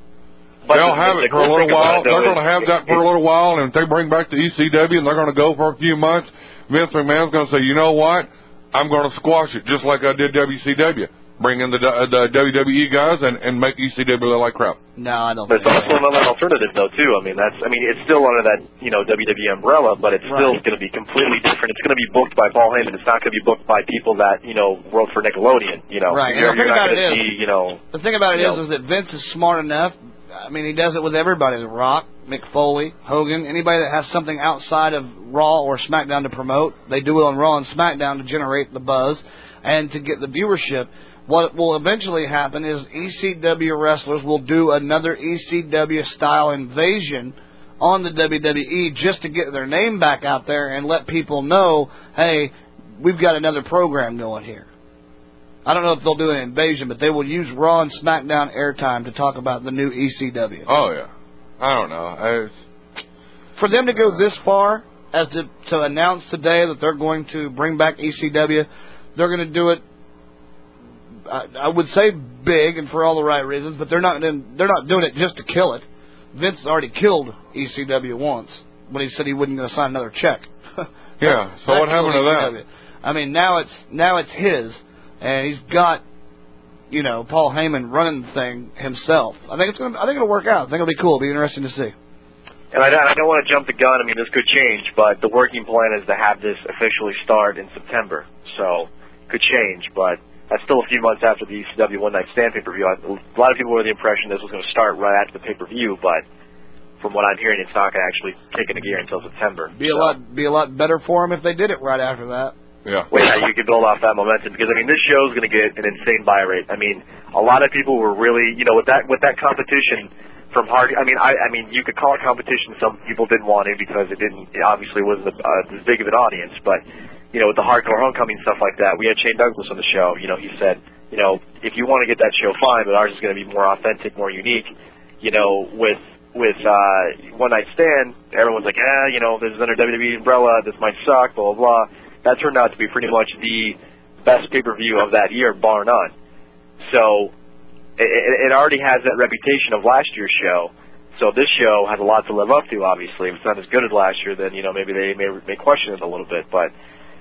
[SPEAKER 10] But
[SPEAKER 9] They'll
[SPEAKER 10] the-
[SPEAKER 9] have it
[SPEAKER 10] the
[SPEAKER 9] for a
[SPEAKER 10] cool
[SPEAKER 9] little
[SPEAKER 10] thing about
[SPEAKER 9] while.
[SPEAKER 10] it, though,
[SPEAKER 9] They're going to
[SPEAKER 10] is
[SPEAKER 9] have that
[SPEAKER 10] it-
[SPEAKER 9] for a little while, and if they bring back the ECW and they're going to go for a few months, Vince McMahon's going to say, you know what? I'm going to squash it just like I did WCW. Bring in the, uh, the WWE guys and, and make ECW look like crap.
[SPEAKER 8] No, I don't.
[SPEAKER 10] But it's also another alternative though too. I mean that's I mean it's still under that you know WWE umbrella, but it's still
[SPEAKER 8] Right.
[SPEAKER 10] going to be completely different. It's going to be booked by Paul Heyman. It's not going to be booked by people that you know wrote for Nickelodeon. You know,
[SPEAKER 8] Right.
[SPEAKER 10] You're,
[SPEAKER 8] And the thing
[SPEAKER 10] you're not
[SPEAKER 8] about
[SPEAKER 10] going to
[SPEAKER 8] it is-
[SPEAKER 10] see you know.
[SPEAKER 8] The thing about it is,
[SPEAKER 10] Yeah.
[SPEAKER 8] is that Vince is smart enough. I mean, he does it with everybody: The Rock, Mick Foley, Hogan, anybody that has something outside of Raw or SmackDown to promote. They do it on Raw and SmackDown to generate the buzz and to get the viewership. What will eventually happen is ECW wrestlers will do another ECW style invasion on the WWE just to get their name back out there and let people know, hey, we've got another program going here. I don't know if they'll do an invasion, but they will use Raw and SmackDown airtime to talk about the new E ECW.
[SPEAKER 9] Oh, yeah. I don't know. I,
[SPEAKER 8] For them to go this far as to, to announce today that they're going to bring back ECW, they're going to do it. I, I would say big and for all the right reasons, but they're not. gonna- They're not doing it just to kill it. Vince already killed ECW once when he said he wasn't going to sign another check.
[SPEAKER 9] (laughs) yeah. So
[SPEAKER 8] That
[SPEAKER 9] what happened to
[SPEAKER 8] killed
[SPEAKER 9] that?
[SPEAKER 8] ECW. I mean, now it's now it's his, and he's got, you know, Paul Heyman running the thing himself. I think it's gonna. I think it'll work out. I think it'll be cool. It'll be interesting to see.
[SPEAKER 10] And I don't, I don't want to jump the gun. I mean, this could change, but the working plan is to have this officially start in September. So, could change, but that's still a few months after the ECW One Night Stand pay per view. A lot of people were the impression this was going to start right after the pay per view, but from what I'm hearing, it's not going to actually kick into gear until September.
[SPEAKER 8] Be a lot be a lot better for him if they did it right after that.
[SPEAKER 9] Yeah.
[SPEAKER 10] Well, yeah, you can build off that momentum because I mean, this show's going to get an insane buy rate. I mean, a lot of people were really, you know, with that with that competition from Hardy. I mean, I, I mean, you could call it competition. Some people didn't want to because it didn't. It obviously wasn't uh, as big of an audience, but you know, with the hardcore homecoming stuff like that, we had Shane Douglas on the show. You know, he said, you know, if you want to get that show, fine, but ours is going to be more authentic, more unique. You know, with with uh, One Night Stand, everyone's like, ah, you know, this is under WWE umbrella. This might suck, blah blah blah. That turned out to be pretty much the best pay per view of that year, bar none. So it, it it already has that reputation of last year's show. So this show has a lot to live up to. Obviously, if it's not as good as last year, then you know maybe they may may question it a little bit, but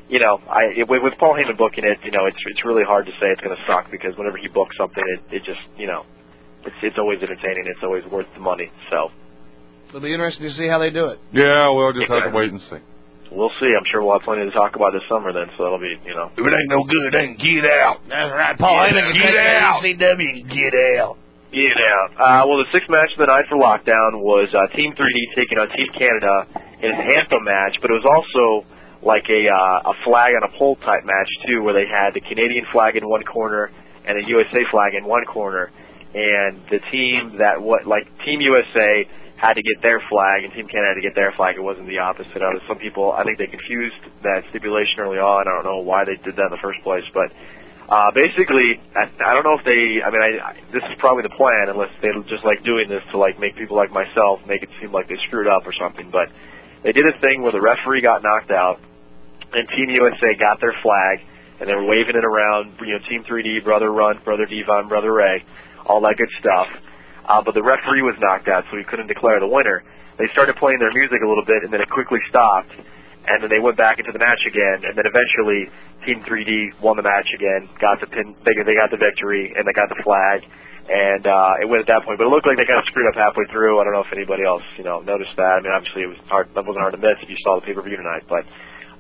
[SPEAKER 10] you know, I with, with Paul Heyman booking it, you know, it's it's really hard to say it's going to suck because whenever he books something, it it just you know, it's it's always entertaining. It's always worth the money. So
[SPEAKER 8] It'll be interesting to see how they do it.
[SPEAKER 9] Yeah, we'll just have to wait and see.
[SPEAKER 10] we'll see. I'm sure we'll have plenty to talk about this summer then. So that'll be you know.
[SPEAKER 11] If it ain't no good, then get out.
[SPEAKER 18] That's right, Paul
[SPEAKER 10] Get
[SPEAKER 18] Heyman can
[SPEAKER 10] out.
[SPEAKER 18] take
[SPEAKER 10] Get out.
[SPEAKER 18] the ECW and get out.
[SPEAKER 10] You know. Uh, well, the sixth match of the night for Lockdown was uh, Team 3D taking on Team Canada in an anthem match, but it was also like a uh, a flag on a pole type match too, where they had the Canadian flag in one corner and a USA flag in one corner, and the team that what like Team USA had to get their flag and Team Canada had to get their flag. It wasn't the opposite. I was some people I think they confused that stipulation early on. I don't know why they did that in the first place, but uh, basically, I, I don't know if they. I mean, I, I, this is probably the plan, unless they just like doing this to like make people like myself make it seem like they screwed up or something. But they did a thing where the referee got knocked out, and Team USA got their flag, and they were waving it around. You know, Team 3D, Brother Run, Brother Devon, Brother Ray, all that good stuff. Uh, but the referee was knocked out, so he couldn't declare the winner. They started playing their music a little bit, and then it quickly stopped. And then they went back into the match again, and then eventually Team 3D won the match again, got the pin, they, they got the victory, and they got the flag, and uh, it went at that point. But it looked like they kind of screwed up halfway through. I don't know if anybody else, you know, noticed that. I mean, obviously it was hard. That wasn't hard to miss if you saw the pay per view tonight, but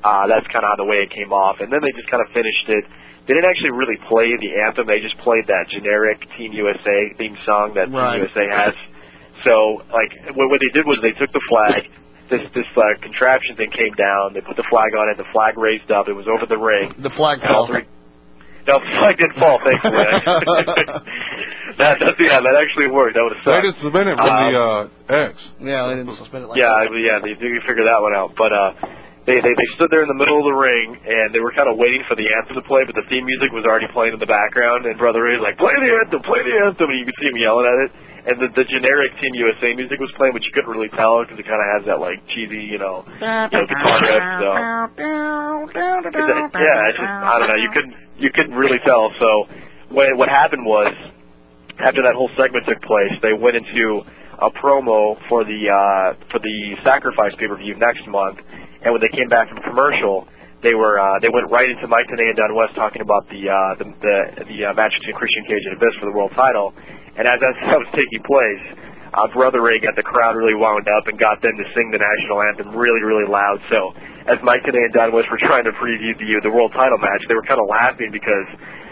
[SPEAKER 10] uh, that's kind of how the way it came off. And then they just kind of finished it. They didn't actually really play the anthem. They just played that generic Team USA theme song that
[SPEAKER 11] Right.
[SPEAKER 10] Team USA has. So, like, what, what they did was they took the flag. This this uh, contraption thing came down. They put the flag on it. The flag raised up. It was over the ring.
[SPEAKER 8] The flag
[SPEAKER 10] And all
[SPEAKER 8] fell.
[SPEAKER 10] three- No, the flag didn't fall. Thankfully,
[SPEAKER 9] (laughs)
[SPEAKER 10] (laughs) that, that yeah, that actually worked. That would have
[SPEAKER 9] They
[SPEAKER 10] sucked.
[SPEAKER 9] just submitted from
[SPEAKER 10] Um,
[SPEAKER 9] the uh, X.
[SPEAKER 8] Yeah, they didn't suspend it like
[SPEAKER 10] yeah,
[SPEAKER 8] that.
[SPEAKER 10] I- yeah, they do figure that one out. But uh, they, they they stood there in the middle of the ring and they were kind of waiting for the anthem to play, but the theme music was already playing in the background. And Brother Ray's like, "Play the anthem, play the anthem," and you could see him yelling at it. And the, the generic Team USA music was playing, but you couldn't really tell because it kind of has that like cheesy, you know, you know guitar
[SPEAKER 17] uh,
[SPEAKER 10] riff. So yeah, it's just I don't know. You couldn't you couldn't really tell. So when, what happened was after that whole segment took place, they went into a promo for the uh, for the sacrifice pay per view next month, and when they came back from commercial, they were uh, they went right into Mike Tenay and Don West talking about the uh, the the, the uh, match between Christian Cage and Abyss for the world title, and as that, (laughs) that was taking place. Uh, Brother Ray got the crowd really wound up and got them to sing the national anthem really, really loud. So, as Mike Tenay and Don West were trying to preview the the world title match, they were kind of laughing because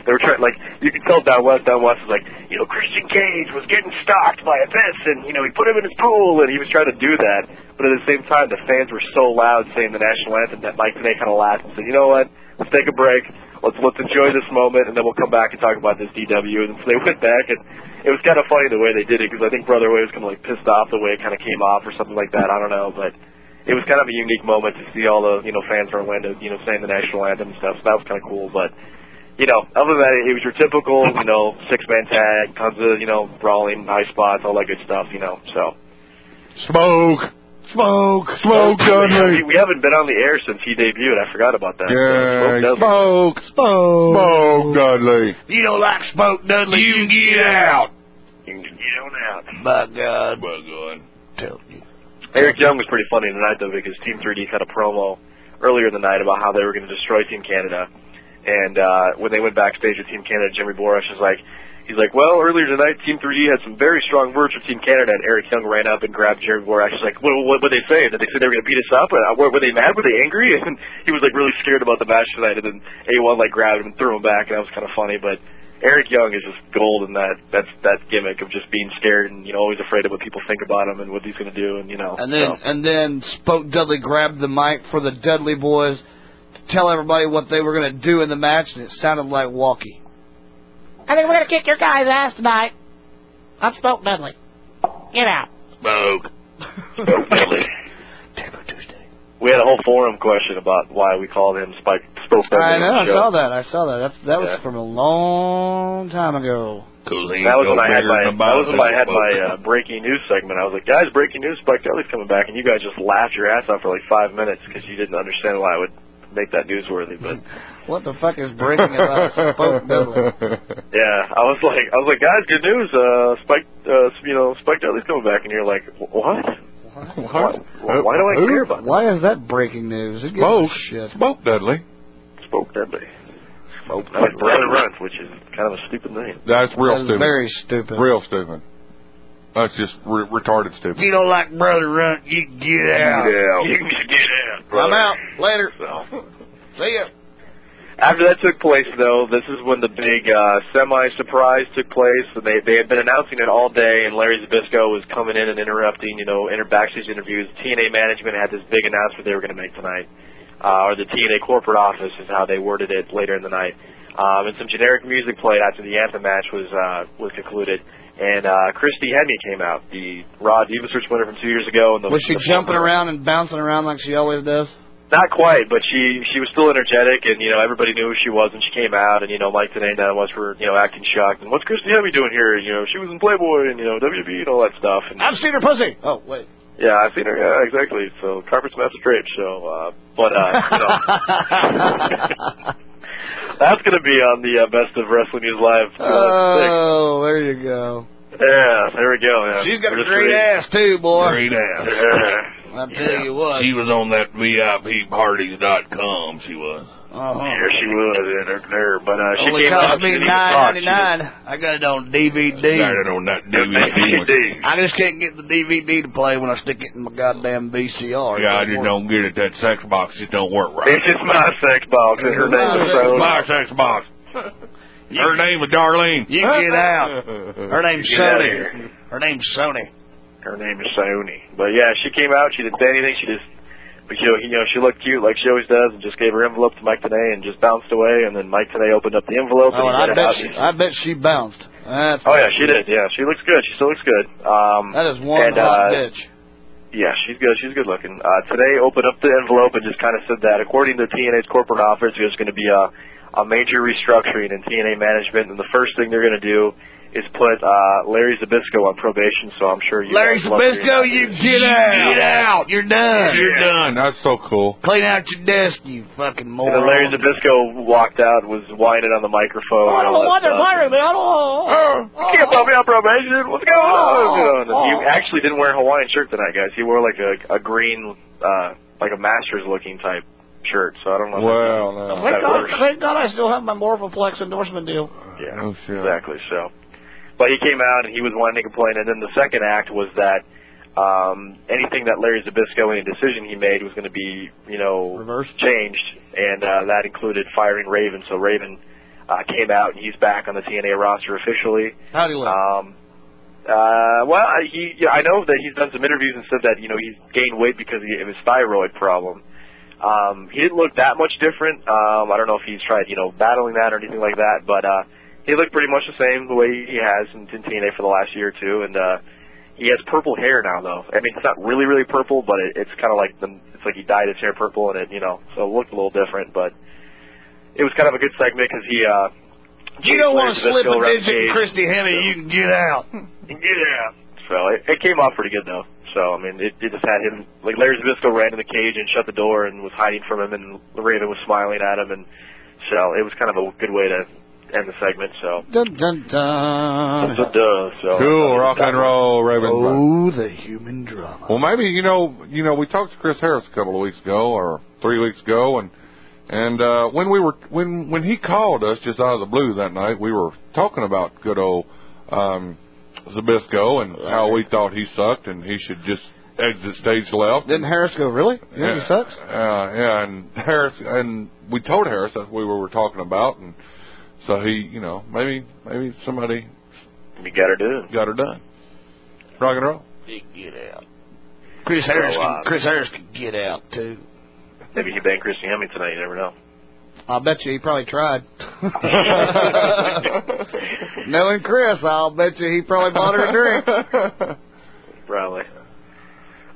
[SPEAKER 10] they were trying, like, you could tell Don West, Don West was like, you know, Christian Cage was getting stalked by Abyss, and, you know, he put him in his pool, and he was trying to do that. But at the same time, the fans were so loud saying the national anthem that Mike today kind of laughed and said, you know what, let's take a break, let's let's enjoy this moment, and then we'll come back and talk about this DW. And so they went back, and it was kind of funny the way they did it, because I think Brother Way was kind of, like, pissed off the way it kind of came off or something like that. I don't know, but it was kind of a unique moment to see all the, you know, fans from Orlando, you know, saying the national anthem and stuff, so that was kind of cool, but you know, other than that, it was your typical, you know, six man tag, tons of, you know, brawling, high spots, all that good stuff, you know. So
[SPEAKER 9] Smoke, smoke, smoke,
[SPEAKER 10] we,
[SPEAKER 9] Dudley.
[SPEAKER 10] we haven't been on the air since he debuted. I forgot about that.
[SPEAKER 9] Yeah,
[SPEAKER 10] Smoke Dudley.
[SPEAKER 9] smoke, smoke, smoke, Dudley.
[SPEAKER 18] You don't like smoke, Dudley? You, can get, out.
[SPEAKER 10] Get on out.
[SPEAKER 18] By God.
[SPEAKER 11] By God.
[SPEAKER 18] Tell you.
[SPEAKER 10] Eric Young was pretty funny tonight though because Team 3D had a promo earlier in the night about how they were going to destroy Team Canada, and uh, when they went backstage with Team Canada, Jimmy Borash is like, he's like, well, earlier tonight Team 3D had some very strong words for Team Canada, and Eric Young ran up and grabbed Jimmy Borash. He's like, what, what would they say? Did they say they were going to beat us up? Uh, Were, were they mad? Were they angry? (laughs) And he was like really scared about the match tonight, and then A1 like grabbed him and threw him back, and that was kind of funny, but. Eric Young is just gold in that that's that gimmick of just being scared and you know always afraid of what people think about him and what he's going to do and you know
[SPEAKER 8] And then
[SPEAKER 10] so.
[SPEAKER 8] and then Spoke Dudley grabbed the mic for the Dudley boys to tell everybody what they were going to do in the match, and it sounded like (laughs) walkie.
[SPEAKER 17] I think we're gonna kick your guys' ass tonight. I'm Spoke Dudley. Get out.
[SPEAKER 11] Smoke.
[SPEAKER 10] we had a whole forum question about why we called him Spike Spoke
[SPEAKER 8] I
[SPEAKER 10] Dudley on
[SPEAKER 8] know,
[SPEAKER 10] the
[SPEAKER 8] I
[SPEAKER 10] show.
[SPEAKER 8] saw that. I saw that. That's that was
[SPEAKER 10] Yeah.
[SPEAKER 8] from a long time ago.
[SPEAKER 10] That was when I had my that was when I had my uh, breaking news segment. I was like, guys, breaking news, Spike Dudley's coming back, and you guys just laughed your ass off for like five minutes because you didn't understand why I would make that newsworthy. But
[SPEAKER 8] What the fuck is
[SPEAKER 9] uh,
[SPEAKER 8] breaking
[SPEAKER 10] (laughs)
[SPEAKER 8] about Spoke Dudley?
[SPEAKER 10] yeah, I was like, I was like, guys, good news, uh, Spike, uh, you know, Spike Dudley's coming back, and you're like, what? Why, why do I care about?
[SPEAKER 8] Why is that breaking news? It gives a
[SPEAKER 9] Smoke.
[SPEAKER 8] shit.
[SPEAKER 9] Smoke, Dudley.
[SPEAKER 10] Smoke Deadly. Smoke Deadly. Like Brother Runt, which is kind of a stupid name.
[SPEAKER 9] That's real
[SPEAKER 10] That is
[SPEAKER 9] stupid.
[SPEAKER 10] very
[SPEAKER 8] stupid.
[SPEAKER 9] Real stupid. That's just re- retarded stupid.
[SPEAKER 18] If you don't like Brother Runt, you can get out.
[SPEAKER 9] Get
[SPEAKER 10] out. Get
[SPEAKER 18] I'm out.
[SPEAKER 8] Later. See ya.
[SPEAKER 10] After that took place, though, this is when the big uh, semi-surprise took place. And they they had been announcing it all day, and Larry Zabisco was coming in and interrupting, you know, inter- backstage interviews. TNA management had this big announcement they were going to make tonight, uh, or the TNA corporate office is how they worded it later in the night. Um, and some generic music played after the anthem match was uh, was concluded. And uh, Christy Hemme came out, the Raw Diva Search winner from two years ago. And the,
[SPEAKER 8] Was she
[SPEAKER 10] the
[SPEAKER 8] jumping around and bouncing around like she always does?
[SPEAKER 10] Not quite, but she she was still energetic, and you know everybody knew who she was, and she came out, and you know Mike Tanana was for you know acting shocked, and what's Christy Hemme doing here? You know she was in Playboy, and you know WB and all that stuff. And
[SPEAKER 8] I've seen her pussy. Oh wait.
[SPEAKER 10] yeah, I've seen her. Yeah, exactly. So carpet's a mess of drapes. So, uh, but uh, you
[SPEAKER 18] (laughs)
[SPEAKER 10] know,
[SPEAKER 8] (laughs)
[SPEAKER 11] (laughs)
[SPEAKER 10] that's gonna be on the uh, best of wrestling news live. Uh,
[SPEAKER 8] Oh, there you go.
[SPEAKER 10] thing. yeah, there we go. Yeah.
[SPEAKER 18] Uh. She's got a
[SPEAKER 10] We're just
[SPEAKER 18] great
[SPEAKER 10] ready.
[SPEAKER 18] ass too, boy.
[SPEAKER 11] Great ass.
[SPEAKER 10] Yeah.
[SPEAKER 18] I tell you what.
[SPEAKER 11] She was on that VIP com. She was.
[SPEAKER 18] Uh-huh.
[SPEAKER 10] Yeah, she was in her there, but uh, she
[SPEAKER 18] Only
[SPEAKER 10] came
[SPEAKER 18] cost
[SPEAKER 10] out.
[SPEAKER 18] me
[SPEAKER 10] she didn't even
[SPEAKER 18] nine
[SPEAKER 10] talk.
[SPEAKER 18] ninety
[SPEAKER 10] She
[SPEAKER 18] nine. I got it on DVD.
[SPEAKER 11] Got it on that DVD.
[SPEAKER 18] I just can't get the DVD to play when I stick it in my goddamn VCR.
[SPEAKER 11] Yeah, I just don't get it. That sex box just don't work right.
[SPEAKER 10] It's just my sex box. And her name is Rose.
[SPEAKER 11] My sex
[SPEAKER 18] (laughs)
[SPEAKER 11] box. Her name is Darlene.
[SPEAKER 18] You get out.
[SPEAKER 11] (laughs)
[SPEAKER 18] Her name's
[SPEAKER 10] Get out of
[SPEAKER 18] Sony. Her name's Sony.
[SPEAKER 10] Her name is Sione. But yeah, she came out. She didn't say anything. She just, but you know, you know, she looked cute like she always does, and just gave her envelope to Mike Tanay and just bounced away. And then Mike Tanay opened up the envelope
[SPEAKER 8] Oh, and
[SPEAKER 10] and he
[SPEAKER 8] I
[SPEAKER 10] read it
[SPEAKER 8] bet
[SPEAKER 10] out.
[SPEAKER 8] she, I bet she bounced. That's
[SPEAKER 10] oh yeah, she did. Yeah, she looks good. She still looks good. Um,
[SPEAKER 8] That is one
[SPEAKER 10] and,
[SPEAKER 8] hot
[SPEAKER 10] uh,
[SPEAKER 8] bitch.
[SPEAKER 10] Yeah, she's good. She's good looking. Uh, today, opened up the envelope and just kind of said that according to TNA's corporate office, there's going to be a, a major restructuring in TNA management, and the first thing they're going to do is put uh, Larry Zabisco on probation. So I'm sure you.
[SPEAKER 18] Larry
[SPEAKER 10] guys love hearing
[SPEAKER 18] Zabisco,
[SPEAKER 10] that
[SPEAKER 18] you
[SPEAKER 10] news.
[SPEAKER 18] get out. Get out. You're done.
[SPEAKER 10] You're
[SPEAKER 9] done. That's so cool.
[SPEAKER 18] Clean out your desk, you fucking
[SPEAKER 10] And then
[SPEAKER 18] moron.
[SPEAKER 10] Larry Zabisco walked out, was whining on the microphone. and all that stuff. Oh, You can't put me on probation. What's going on? You know, and He actually didn't wear a Hawaiian shirt tonight, guys. He wore like a, a green, uh, like a master's looking type shirt. So I don't know.
[SPEAKER 9] Well, no.
[SPEAKER 10] if
[SPEAKER 17] Thank
[SPEAKER 10] that
[SPEAKER 17] God,
[SPEAKER 10] works.
[SPEAKER 17] thank God I still have my Morphoplex endorsement deal.
[SPEAKER 10] Yeah, exactly. So, but he came out and he was wanting to complain, and then the second act was that um, anything that Larry Zabisco, any decision he made, was going to be, you know, changed, and uh, that included firing Raven. So Raven uh, came out and he's back on the TNA roster officially.
[SPEAKER 8] How do you look?
[SPEAKER 10] Um, uh, well, I- he, yeah, I know that he's done some interviews and said that you know he's gained weight because of his thyroid problem. Um, he didn't look that much different. Um, I don't know if he's tried you know battling that or anything like that, but uh, he looked pretty much the same the way he has in in TNA for the last year or two, and uh, he has purple hair now though. I mean, it's not really really purple, but it, it's kind of like the, it's like he dyed his hair purple and it you know so it looked a little different, but it was kind of a good segment because he. Uh,
[SPEAKER 18] you don't want to
[SPEAKER 10] Larry
[SPEAKER 18] slip a
[SPEAKER 10] Zabisco around the
[SPEAKER 18] digit in
[SPEAKER 10] cage.
[SPEAKER 18] Christy Hemme, you can get out.
[SPEAKER 10] Yeah. So it, it came off pretty good though. So I mean, it, it just had him like Larry Zabisco ran in the cage and shut the door and was hiding from him, and Raven was smiling at him, and so it was kind of a good way to end the segment. So
[SPEAKER 8] Dun dun dun.
[SPEAKER 10] Duh, duh, so
[SPEAKER 9] Cool, rock and roll, Raven.
[SPEAKER 8] Oh, the human drama.
[SPEAKER 9] Well, maybe you know, you know, we talked to Chris Harris a couple of weeks ago or three weeks ago, and and uh, when we were when when he called us just out of the blue that night, we were talking about good old um, Zabisco and how we thought he sucked and he should just exit stage left.
[SPEAKER 8] Didn't Harris go really? You think he sucks?
[SPEAKER 9] Uh, yeah, and Harris and we told Harris that's what we were talking about, and so he, you know, maybe maybe somebody
[SPEAKER 10] we got her done.
[SPEAKER 9] Got her done. Rock and roll.
[SPEAKER 18] Get out. Chris Harris,
[SPEAKER 10] So, uh,
[SPEAKER 18] can, Chris Harris can get out too.
[SPEAKER 10] Maybe he banged Christy Hemme tonight.
[SPEAKER 9] (laughs)
[SPEAKER 10] You never know.
[SPEAKER 8] I'll bet you he probably tried. (laughs) Knowing Chris, I'll bet you he probably bought her a
[SPEAKER 9] (laughs)
[SPEAKER 8] drink.
[SPEAKER 10] Probably.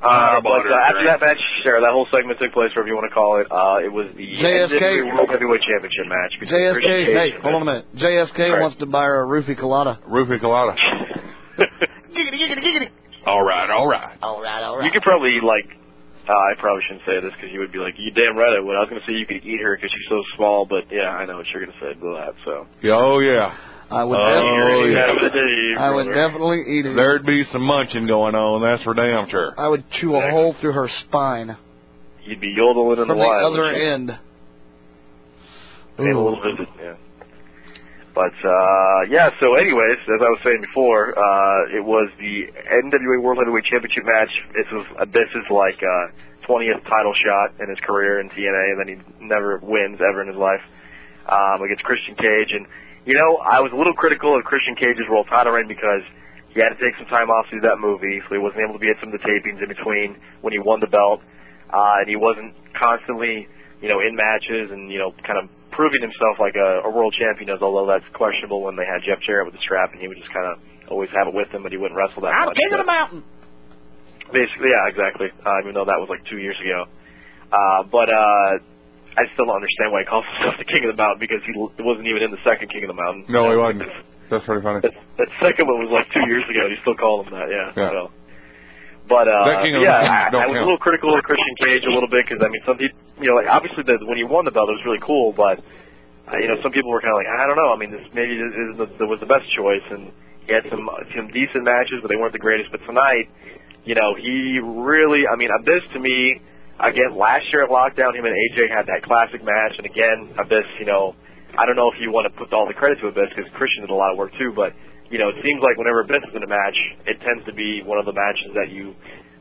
[SPEAKER 10] Uh, but uh, after that match, sure, that whole segment took place, whatever you want to call it. Uh, it was the
[SPEAKER 8] JSK.
[SPEAKER 10] NWA World Heavyweight Championship match between Christian
[SPEAKER 8] JSK,
[SPEAKER 10] Cage
[SPEAKER 8] hey,
[SPEAKER 10] and-
[SPEAKER 8] hold on a minute. JSK
[SPEAKER 10] Right.
[SPEAKER 8] wants to buy her a roofie colada.
[SPEAKER 9] Roofie colada.
[SPEAKER 10] (laughs)
[SPEAKER 17] Giggity, giggity, giggity.
[SPEAKER 11] All right, all right.
[SPEAKER 17] All right, all right.
[SPEAKER 10] You could probably like. Uh, I probably shouldn't say this because you would be like, "You damn right I would." I was gonna say you could eat her because she's so small, but yeah, I know what you're gonna say to that. So
[SPEAKER 9] Yeah, oh yeah.
[SPEAKER 8] I would
[SPEAKER 9] oh,
[SPEAKER 8] definitely-
[SPEAKER 9] yeah.
[SPEAKER 8] I would definitely eat it.
[SPEAKER 9] There'd be some munching going on, that's for damn sure.
[SPEAKER 8] I would chew a hole through her spine
[SPEAKER 10] you'd be yodeling in
[SPEAKER 8] from
[SPEAKER 10] the
[SPEAKER 8] the
[SPEAKER 10] wild.
[SPEAKER 8] other
[SPEAKER 10] wouldn't you?
[SPEAKER 8] end.
[SPEAKER 10] Made a little visit, yeah. But uh, yeah, so anyways, as I was saying before, uh, it was the NWA World Heavyweight Championship match. This was uh, this is like twentieth title shot in his career in TNA, and then he never wins ever in his life um, against Christian Cage. And you know, I was a little critical of Christian Cage's world title reign because he had to take some time off to do that movie, so he wasn't able to be at some of the tapings in between when he won the belt, uh, and he wasn't constantly, you know, in matches and you know, kind of proving himself like a, a world champion does, although that's questionable when they had Jeff Jarrett with the strap and he would just kind of always have it with him, but he wouldn't wrestle that
[SPEAKER 17] I'm
[SPEAKER 10] much.
[SPEAKER 17] king
[SPEAKER 10] But
[SPEAKER 17] of the mountain.
[SPEAKER 10] basically, yeah, exactly. Uh, even though that was like two years ago, uh, but uh, I still don't understand why he calls himself the King of the Mountain because he l- wasn't even in the second King of the Mountain.
[SPEAKER 9] No, he wasn't. That's pretty funny.
[SPEAKER 10] That second one was like two years ago. and You still call him that, yeah.
[SPEAKER 9] Yeah.
[SPEAKER 10] So. But uh,
[SPEAKER 9] That King of the
[SPEAKER 10] yeah,
[SPEAKER 9] Mountain
[SPEAKER 10] I,
[SPEAKER 9] don't
[SPEAKER 10] I was a
[SPEAKER 9] count.
[SPEAKER 10] little critical of Christian Cage a little bit because I mean, some people, you know, like obviously the, when he won the belt, it was really cool, but uh, you know, some people were kind of like, I don't know. I mean, this maybe this is the, the, was the best choice, and he had some some decent matches, but they weren't the greatest. But tonight, you know, he really, I mean, uh, this to me, again, last year at Lockdown, him and AJ had that classic match, and again, Abyss, you know, I don't know if you want to put all the credit to Abyss because Christian did a lot of work too, but you know, it seems like whenever Abyss is in a match, it tends to be one of the matches that you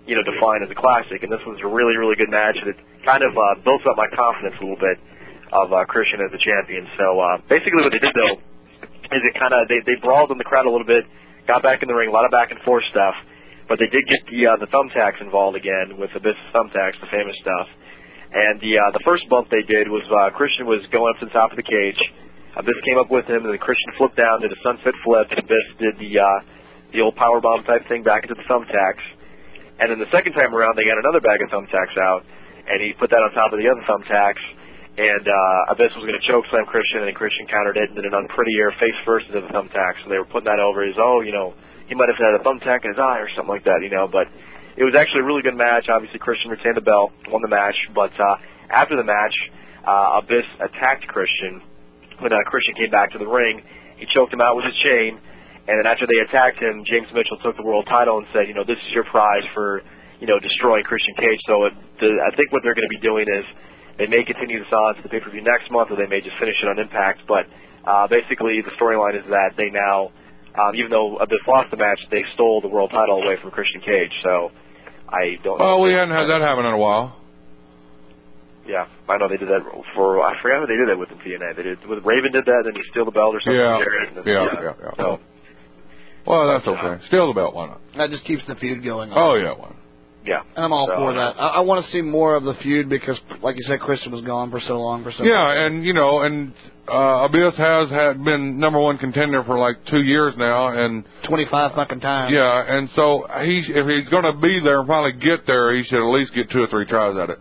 [SPEAKER 10] you know define as a classic, and this was a really really good match, and it kind of uh, built up my confidence a little bit of uh, Christian as the champion. So uh, basically, what they did though is it kind of they they brawled in the crowd a little bit, got back in the ring, a lot of back and forth stuff, but they did get the uh, the thumbtacks involved again with Abyss thumbtacks, the famous stuff. And the uh, the first bump they did was uh, Christian was going up to the top of the cage. Abyss came up with him, and then Christian flipped down, did a sunset flip, and Abyss did the uh, the old power bomb type thing back into the thumbtacks. And then the second time around, they got another bag of thumbtacks out, and he put that on top of the other thumbtacks. And uh, Abyss was going to choke slam Christian, and then Christian countered it and did an unprettier face first into the thumbtack. So they were putting that over his, oh, you know, he might have had a thumbtack in his eye or something like that, you know. But it was actually a really good match. Obviously, Christian retained the belt, won the match. But uh, after the match, uh, Abyss attacked Christian. When uh, Christian came back to the ring, he choked him out with his chain. And then after they attacked him, James Mitchell took the world title and said, you know, this is your prize for, you know, destroying Christian Cage. So it, the, I think what they're going to be doing is they may continue this on to the pay-per-view next month, or they may just finish it on Impact. But uh, basically, the storyline is that they now, um, even though Abyss lost the match, they stole the world title away from Christian Cage. So I don't.
[SPEAKER 9] Well, we hadn't had that happen in a while.
[SPEAKER 10] Yeah, I know they did that for. I forgot who they did that with in TNA. They did with Raven did that, then he steal the belt or something.
[SPEAKER 9] Yeah,
[SPEAKER 10] Jarrett, and then-
[SPEAKER 9] yeah, yeah, yeah.
[SPEAKER 10] So,
[SPEAKER 9] Well, that's okay. Steal the belt, why not?
[SPEAKER 8] That just keeps the feud going on.
[SPEAKER 9] Oh yeah, why not?
[SPEAKER 10] yeah.
[SPEAKER 8] And I'm all
[SPEAKER 9] So,
[SPEAKER 8] for that. I, I want to see more of the feud because, like you said, Christian was gone for so long. For so
[SPEAKER 9] Yeah, and you know, and uh, Abyss has had been number one contender for like two years now, and
[SPEAKER 8] 25 fucking times.
[SPEAKER 9] yeah, and so he if he's going to be there and finally get there, he should at least get two or three tries at it.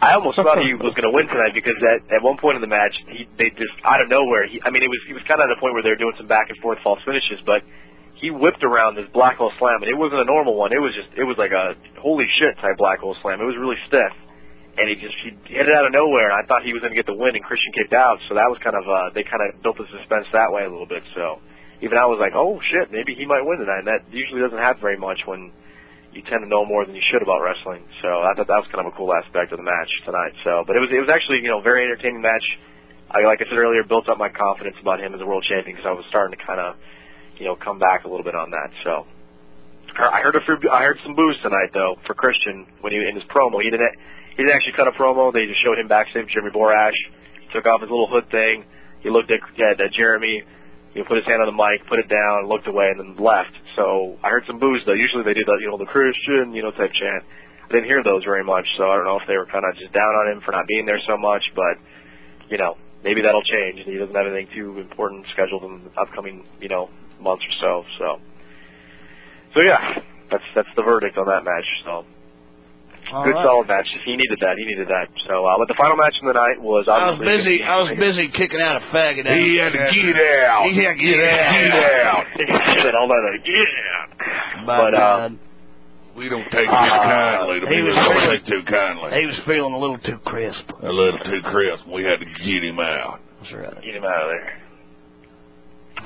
[SPEAKER 10] I almost thought he was going to win tonight because at at one point in the match, he they just out of nowhere. He, I mean, it was he was kind of at a point where they were doing some back and forth false finishes, but he whipped around this black hole slam, and it wasn't a normal one. It was just it was like a holy shit type black hole slam. It was really stiff, and he just he hit it out of nowhere. And I thought he was going to get the win, and Christian kicked out. So that was kind of uh they kind of built the suspense that way a little bit. So even I was like, oh shit, maybe he might win tonight. And that usually doesn't happen very much when you tend to know more than you should about wrestling. So I thought that was kind of a cool aspect of the match tonight. So, but it was it was actually you know a very entertaining match. I like I said earlier, built up my confidence about him as a world champion because I was starting to kind of you know come back a little bit on that. So I heard a few, I heard some boos tonight though for Christian when he in his promo he didn't he didn't actually cut a promo. They just showed him backstage with Jeremy Borash. Took off his little hood thing. He looked at, at, at Jeremy. He put his hand on the mic, put it down, looked away, and then left. So I heard some boos though. Usually they do that, you know, the Christian, you know, type chant. I didn't hear those very much, so I don't know if they were kind of just down on him for not being there so much. But you know, maybe that'll change. And he doesn't have anything too important scheduled in the upcoming, you know, months or so. So, so yeah, that's that's the verdict on that match. So
[SPEAKER 18] All
[SPEAKER 10] good
[SPEAKER 18] right.
[SPEAKER 10] solid match. He needed that. He needed that. So, uh, but the final match of the night was
[SPEAKER 18] I was
[SPEAKER 10] obviously
[SPEAKER 18] busy. I was busy kicking out a faggot. Out.
[SPEAKER 10] He had to get out.
[SPEAKER 18] He had to get
[SPEAKER 10] Get
[SPEAKER 18] out.
[SPEAKER 10] out. (laughs) Said all that. like, Yeah. But uh,
[SPEAKER 11] we don't take
[SPEAKER 9] Ah,
[SPEAKER 18] Uh,
[SPEAKER 11] this kindly. The
[SPEAKER 18] he
[SPEAKER 11] people
[SPEAKER 18] was
[SPEAKER 11] don't
[SPEAKER 18] really-
[SPEAKER 11] take too kindly.
[SPEAKER 18] He was feeling a little too crisp.
[SPEAKER 11] A little too crisp. We had to get him out.
[SPEAKER 18] That's right.
[SPEAKER 10] Get him out of there.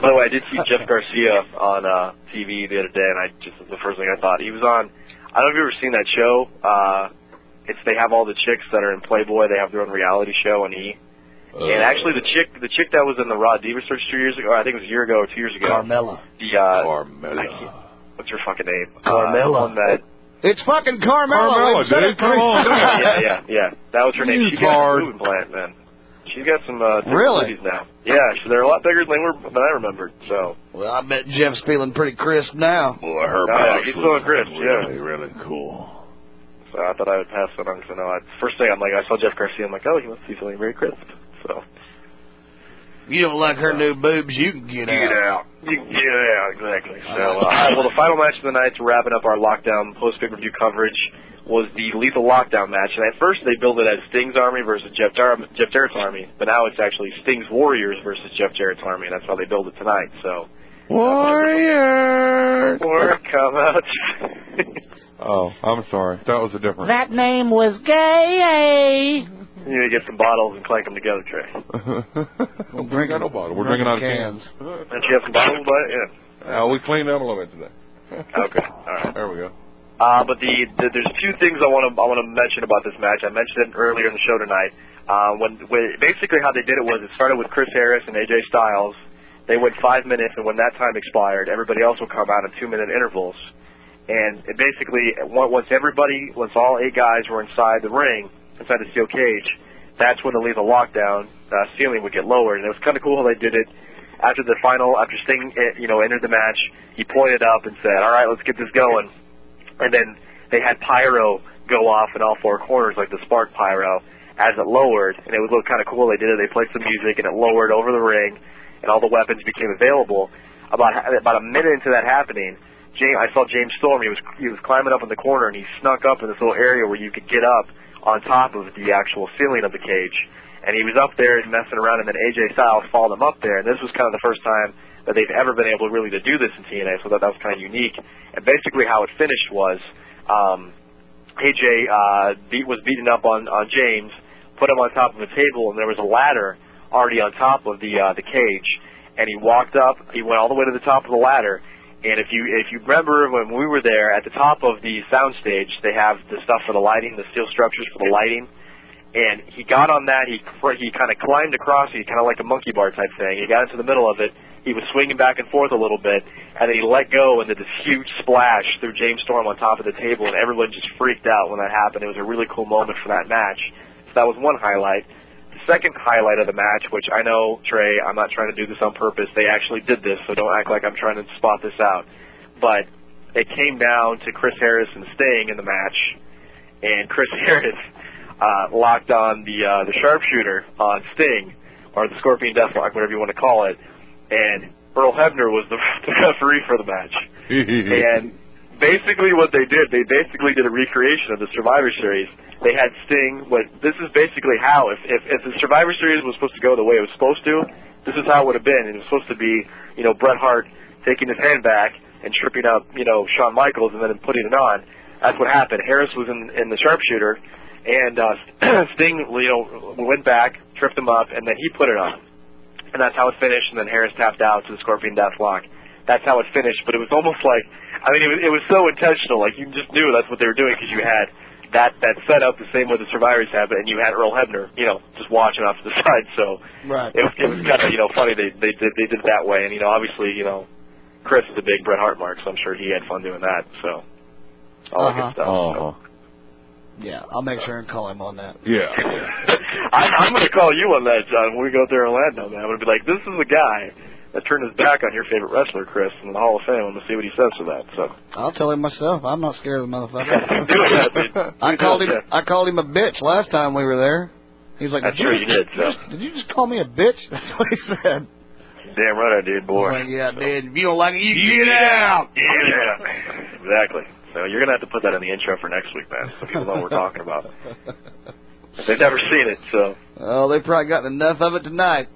[SPEAKER 10] By the way, I did see
[SPEAKER 18] (laughs)
[SPEAKER 10] Jeff Garcia on uh, TV the other day, and I just the first thing I thought he was on. I don't know if you've ever seen that show. Uh, it's they have all the chicks that are in Playboy. They have their own reality show on E, and actually, the chick, the chick that was in the Raw Diva Search two years ago, or I think it was a year ago or two years ago.
[SPEAKER 18] Carmella.
[SPEAKER 10] The uh,
[SPEAKER 9] Carmella.
[SPEAKER 10] I can't, what's her fucking name?
[SPEAKER 18] Carmella.
[SPEAKER 10] Uh, the one
[SPEAKER 11] (laughs)
[SPEAKER 10] that,
[SPEAKER 18] It's fucking Carmella.
[SPEAKER 10] Carmella,
[SPEAKER 18] We've said
[SPEAKER 10] dude,
[SPEAKER 18] it
[SPEAKER 10] come
[SPEAKER 18] three
[SPEAKER 10] on.
[SPEAKER 18] times.
[SPEAKER 10] Yeah, yeah, yeah. That was her name.
[SPEAKER 18] You
[SPEAKER 10] She got
[SPEAKER 18] card.
[SPEAKER 10] a boob implant, man. She's got some uh,
[SPEAKER 18] Really?
[SPEAKER 10] disabilities now. Yeah, so they're a lot bigger than, we're, than I remembered. So
[SPEAKER 18] Well, I bet Jeff's feeling pretty crisp now.
[SPEAKER 11] Boy, her
[SPEAKER 10] No,
[SPEAKER 11] box
[SPEAKER 10] he's
[SPEAKER 11] was
[SPEAKER 10] so crisp, yeah.
[SPEAKER 11] really, really cool.
[SPEAKER 10] So I thought I would pass that on because I know I, first thing I'm like I saw Jeff Garcia I'm like oh he must be feeling very crisp so
[SPEAKER 18] You don't like her new boobs, you can get,
[SPEAKER 10] Get
[SPEAKER 18] out.
[SPEAKER 10] You can get out, exactly. So, uh, all right, well, the final match of the night to wrapping up our lockdown post pay per view coverage was the Lethal Lockdown match. And at first they billed it as Sting's Army versus Jeff, Jar- Jeff Jarrett's Army, but now it's actually Sting's Warriors versus Jeff Jarrett's Army, and that's how they billed it tonight. So,
[SPEAKER 11] Warrior.
[SPEAKER 10] (laughs) Warrior, come out.
[SPEAKER 9] Oh, I'm sorry. That was a different.
[SPEAKER 17] That name was gay.
[SPEAKER 10] you need to get some bottles and clank them together, Trey.
[SPEAKER 9] (laughs) We're drinking no bottle. We're drinking out of cans.
[SPEAKER 10] Don't you have some bottles by it?
[SPEAKER 9] Uh,
[SPEAKER 10] Yeah.
[SPEAKER 9] we cleaned up a little bit today.
[SPEAKER 10] Okay. All right.
[SPEAKER 9] There we go.
[SPEAKER 10] Uh, but the, the there's two things I want to I want to mention about this match. I mentioned it earlier in the show tonight. Uh, when, when basically how they did it was it started with Chris Harris and AJ Styles. They went five minutes, and when that time expired, everybody else would come out in two minute intervals. And it basically, on- once everybody, once all eight guys were inside the ring, inside the steel cage, that's when the lethal lockdown uh, ceiling would get lowered. And it was kind of cool how they did it. After the final, after Sting, eh, you know, entered the match, he pointed up and said, "All right, let's get this going." and then they had pyro go off in all four corners, like the spark pyro, as it lowered, and it would look kind of cool. They did it. They played some music, and it lowered over the ring, and all the weapons became available. About about a minute into that happening, James, I saw James Storm. He was he was climbing up in the corner, and he snuck up in this little area where you could get up on top of the actual ceiling of the cage. And he was up there and messing around, and then AJ Styles followed him up there. And this was kind of the first time that they've ever been able really to do this in TNA, so that that was kind of unique. And basically, how it finished was um, AJ uh, beat, was beaten up on, on James, put him on top of a table, and there was a ladder already on top of the uh, the cage. And he walked up, he went all the way to the top of the ladder. And if you if you remember when we were there at the top of the soundstage, they have the stuff for the lighting, the steel structures for the lighting and he got on that. He cr- he kind of climbed across. He kind of like a monkey bar type thing. He got into the middle of it. He was swinging back and forth a little bit, and then he let go and did this huge splash through James Storm on top of the table, and everyone just freaked out when that happened. It was a really cool moment for that match. So that was one highlight. The second highlight of the match, which I know Trey, I'm not trying to do this on purpose. They actually did this, so don't act like I'm trying to spot this out. But it came down to Chris Harris and Sting in the match, and Chris (laughs) Harris uh, locked on the uh, the sharpshooter on Sting or the Scorpion Deathlock, whatever you want to call it, and Earl Hebner was the, (laughs) the referee for the match. And basically, what they did, they basically did a recreation of the Survivor Series. They had Sting. What this is basically how if if, if the Survivor Series was supposed to go the way it was supposed to, this is how it would have been. It was supposed to be, you know, Bret Hart taking his hand back and tripping up, you know, Shawn Michaels and then putting it on. That's what happened. Harris was in in the sharpshooter, and uh, (clears throat) Sting, you know, went back, tripped him up, and then he put it on. And that's how it finished. And then Harris tapped out to the Scorpion Deathlock. That's how it finished. But it was almost like, I mean, it was, it was so intentional. Like you just knew that's what they were doing because you had that that setup the same way the Survivors have it, and you had Earl Hebner, you know, just watching off to the (laughs) side. So
[SPEAKER 18] Right.
[SPEAKER 10] it, was- it was kind of you know funny they they did they did it that way. And you know, obviously, you know, Chris is a big Bret Hart mark, so I'm sure he had fun doing that. So all that
[SPEAKER 18] Uh-huh.
[SPEAKER 10] good stuff.
[SPEAKER 9] (laughs) Uh-huh.
[SPEAKER 18] Yeah, I'll make sure and call him on that.
[SPEAKER 11] (laughs)
[SPEAKER 9] Yeah.
[SPEAKER 10] I, I'm going to call you on that, John. When we go through Orlando, man, I'm going to be like, "This is the guy that turned his back on your favorite wrestler, Chris, in the Hall of Fame." I'm going to see what he says to that. So,
[SPEAKER 18] I'll tell him myself. I'm not scared of the
[SPEAKER 10] (laughs)
[SPEAKER 18] motherfucker.
[SPEAKER 10] do that, dude.
[SPEAKER 18] I
[SPEAKER 10] Do
[SPEAKER 18] called him.
[SPEAKER 10] that.
[SPEAKER 18] I called him a bitch last time we were there. He's like,
[SPEAKER 10] That's
[SPEAKER 18] did
[SPEAKER 10] true,
[SPEAKER 18] you,
[SPEAKER 10] you
[SPEAKER 18] just,
[SPEAKER 10] did,
[SPEAKER 18] just- did you just call me a bitch? (laughs) That's what he said.
[SPEAKER 10] Damn right I
[SPEAKER 18] I
[SPEAKER 10] did,
[SPEAKER 18] was
[SPEAKER 10] boy.
[SPEAKER 18] like, yeah, I did. If you don't like it, you
[SPEAKER 10] You
[SPEAKER 18] get out.
[SPEAKER 10] Yeah, exactly. So you're going to have to put that in the intro for next week, man, so people know what we're talking about.
[SPEAKER 9] Uh-huh.
[SPEAKER 10] They've never seen it, so
[SPEAKER 18] Oh, they probably got enough of it tonight.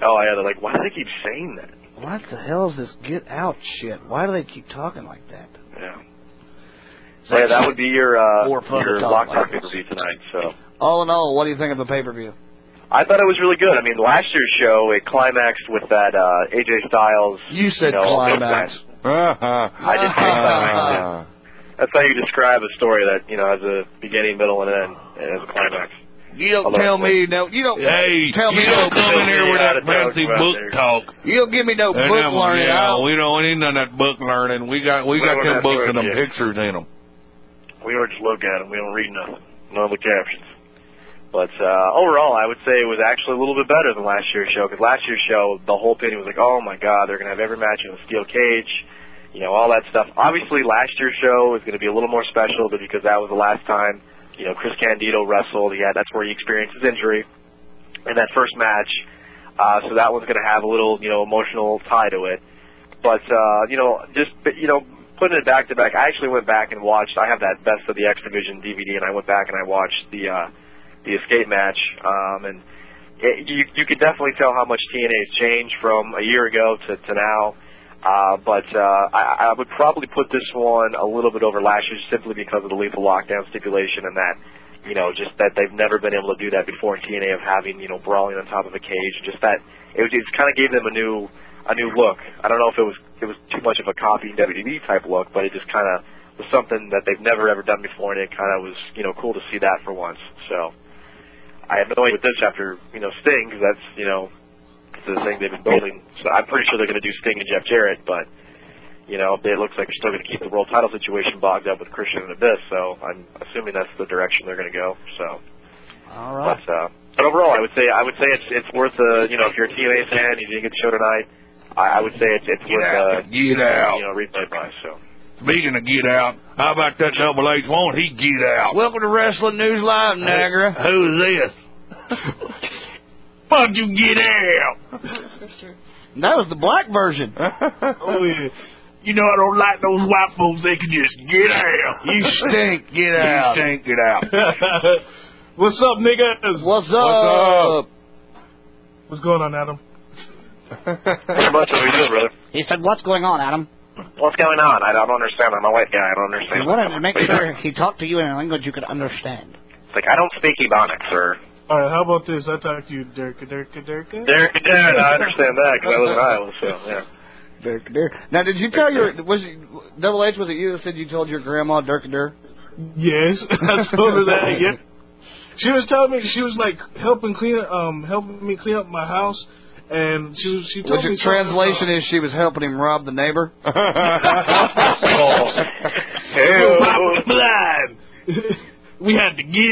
[SPEAKER 10] oh yeah, they're like, "Why do they keep saying that?"
[SPEAKER 18] What the hell is this get out shit? Why do they keep talking like that?
[SPEAKER 10] Yeah. So yeah, that would be your uh,
[SPEAKER 18] More fun
[SPEAKER 10] your
[SPEAKER 18] to talk
[SPEAKER 10] lockdown
[SPEAKER 18] like
[SPEAKER 10] pay per view tonight. So.
[SPEAKER 18] All in all, what do you think of the pay per view?
[SPEAKER 10] I thought it was really good. I mean, last year's show it climaxed with that uh, AJ Styles.
[SPEAKER 18] You said
[SPEAKER 10] know,
[SPEAKER 18] climax.
[SPEAKER 10] I did say climax. yeah. That's how you describe a story that you know has a beginning, middle, and end, and has a climax.
[SPEAKER 8] You don't tell me no. You don't
[SPEAKER 9] Hey,
[SPEAKER 8] tell
[SPEAKER 9] you
[SPEAKER 8] me
[SPEAKER 9] don't
[SPEAKER 8] no
[SPEAKER 9] come in here with that fancy book talk.
[SPEAKER 8] You don't give me no
[SPEAKER 9] And
[SPEAKER 8] book
[SPEAKER 9] that one,
[SPEAKER 8] learning.
[SPEAKER 9] Yeah,
[SPEAKER 8] I don't-
[SPEAKER 9] we don't need none of that book learning. We got we
[SPEAKER 10] Well,
[SPEAKER 9] got
[SPEAKER 10] we're
[SPEAKER 9] them
[SPEAKER 10] not
[SPEAKER 9] books
[SPEAKER 10] doing
[SPEAKER 9] and them
[SPEAKER 10] it.
[SPEAKER 9] pictures in them.
[SPEAKER 10] We don't just look at them. We don't read nothing. None of the captions. But uh, overall, I would say it was actually a little bit better than last year's show because last year's show, the whole opinion was like, "Oh my God, they're going to have every match in a steel cage," you know, all that stuff. Obviously, last year's show is going to be a little more special, but because that was the last time, you know, Chris Candido wrestled, yeah, that's where he experienced his injury in that first match. Uh, so that one's going to have a little, you know, emotional tie to it. But uh, you know, just you know, putting it back to back. I actually went back and watched. I have that Best of the X Division DVD, and I went back and I watched the uh, the escape match. Um, and it, you you could definitely tell how much TNA has changed from a year ago to to now. Uh, but uh, I, I would probably put this one a little bit over last year simply because of the lethal lockdown stipulation and that you know, just that they've never been able to do that before in TNA of having, you know, brawling on top of a cage. Just that it, was- it kind of gave them a new a new look. I don't know if it was it was too much of a copy WWE type look, but it just kind of was something that they've never ever done before, and it kind of was, you know, cool to see that for once. So I have no idea with this after, you know, Sting, 'cause that's, you know, it's the thing they've been building. So I'm pretty sure they're going to do Sting and Jeff Jarrett, but. You know, it looks like they're still going to keep the world title situation bogged up with Christian and Abyss, so I'm assuming that's the direction they're going to go. So,
[SPEAKER 19] All
[SPEAKER 10] but uh, but overall, I would say I would say it's it's worth the you know if you're a TNA fan, you didn't get the show tonight. I, I would say it's it's
[SPEAKER 9] Get
[SPEAKER 10] worth
[SPEAKER 9] out.
[SPEAKER 10] the
[SPEAKER 9] Get out.
[SPEAKER 10] you know replay price. So
[SPEAKER 9] Speaking of get out, how about that double H? Won't he get out?
[SPEAKER 8] Welcome to Wrestling News Live, Niagara.
[SPEAKER 9] Who's this? Fuck you, get
[SPEAKER 20] (laughs)
[SPEAKER 9] out!
[SPEAKER 8] That was the black version.
[SPEAKER 9] oh, yeah. You know I don't like those white folks. They can just get out.
[SPEAKER 8] You
[SPEAKER 9] (laughs)
[SPEAKER 8] stink. Get out.
[SPEAKER 9] You stink. Get out.
[SPEAKER 20] (laughs) What's up, niggas?
[SPEAKER 8] What's
[SPEAKER 20] up? What's going on,
[SPEAKER 8] (laughs)
[SPEAKER 20] Adam?
[SPEAKER 10] pretty much what we do, brother.
[SPEAKER 21] He said, "What's going on, Adam?"
[SPEAKER 10] What's going on? I don't understand. I'm a white guy. I don't
[SPEAKER 21] He
[SPEAKER 10] understand.
[SPEAKER 21] wanted to make sure he talked to you in a language you could understand.
[SPEAKER 10] It's like I don't speak Ebonic, sir.
[SPEAKER 20] All right, how about this? I talk to you, Durka, Durka, Durka.
[SPEAKER 10] There, there. I understand that because I live in Iowa. So yeah.
[SPEAKER 19] Dirk Dur. Now, did you tell your was it, Double H? Was it you that said you told your grandma Dirk Dur?
[SPEAKER 20] Yes, (laughs) I told her that. Yeah. She was telling me she was like helping clean um helping me clean up my house, and she was she told
[SPEAKER 19] Which
[SPEAKER 20] me
[SPEAKER 19] in translation is she was helping him rob the neiber.
[SPEAKER 9] blind.
[SPEAKER 20] We had to get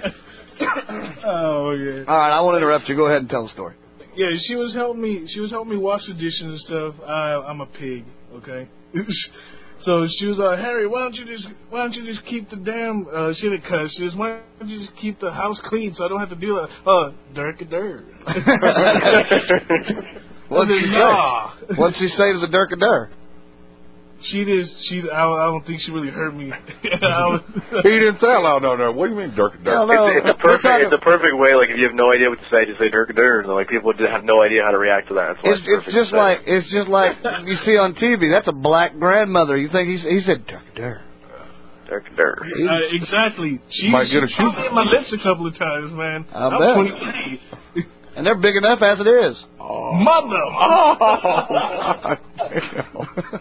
[SPEAKER 20] out. oh yeah.
[SPEAKER 8] All right, I won't interrupt you. Go ahead and tell the story.
[SPEAKER 20] Yeah, she was helping me. She was helping me wash the dishes and stuff. I, I'm a pig, okay. (laughs) so she was like, Harry, why don't you just why don't you just keep the damn uh, she didn't cuss. She was, why don't you just keep the house clean so I don't have to do that? Oh, dirk (laughs) a dirt.
[SPEAKER 8] What'd she
[SPEAKER 20] Nah.
[SPEAKER 8] say? What'd she say to the Dirk and Dur?
[SPEAKER 20] She just she I, I don't think she really heard me. (laughs) I
[SPEAKER 8] (laughs)
[SPEAKER 20] was,
[SPEAKER 22] He didn't say loud no no. What do you mean, Dirk? Dirk?
[SPEAKER 10] It's, it's a perfect it's a perfect way. Like if you have no idea what to say, just say Dirk Dirt, and like people just have no idea how to react to that. That's why
[SPEAKER 8] It's,
[SPEAKER 10] it's,
[SPEAKER 8] it's just like it's just
[SPEAKER 10] perfect to say.
[SPEAKER 8] like you see on TV. That's a black grandmother. You think he he said Dirk and Dur?
[SPEAKER 10] Dirk and
[SPEAKER 8] (laughs)
[SPEAKER 10] Dur. (laughs)
[SPEAKER 20] uh, exactly. She,
[SPEAKER 8] Might get a
[SPEAKER 20] she
[SPEAKER 8] shoe.
[SPEAKER 20] popped me in my lips a couple of times, man.
[SPEAKER 8] I
[SPEAKER 20] am
[SPEAKER 8] bet.
[SPEAKER 20] 23.
[SPEAKER 8] And they're big enough as it is.
[SPEAKER 20] (laughs) Mother.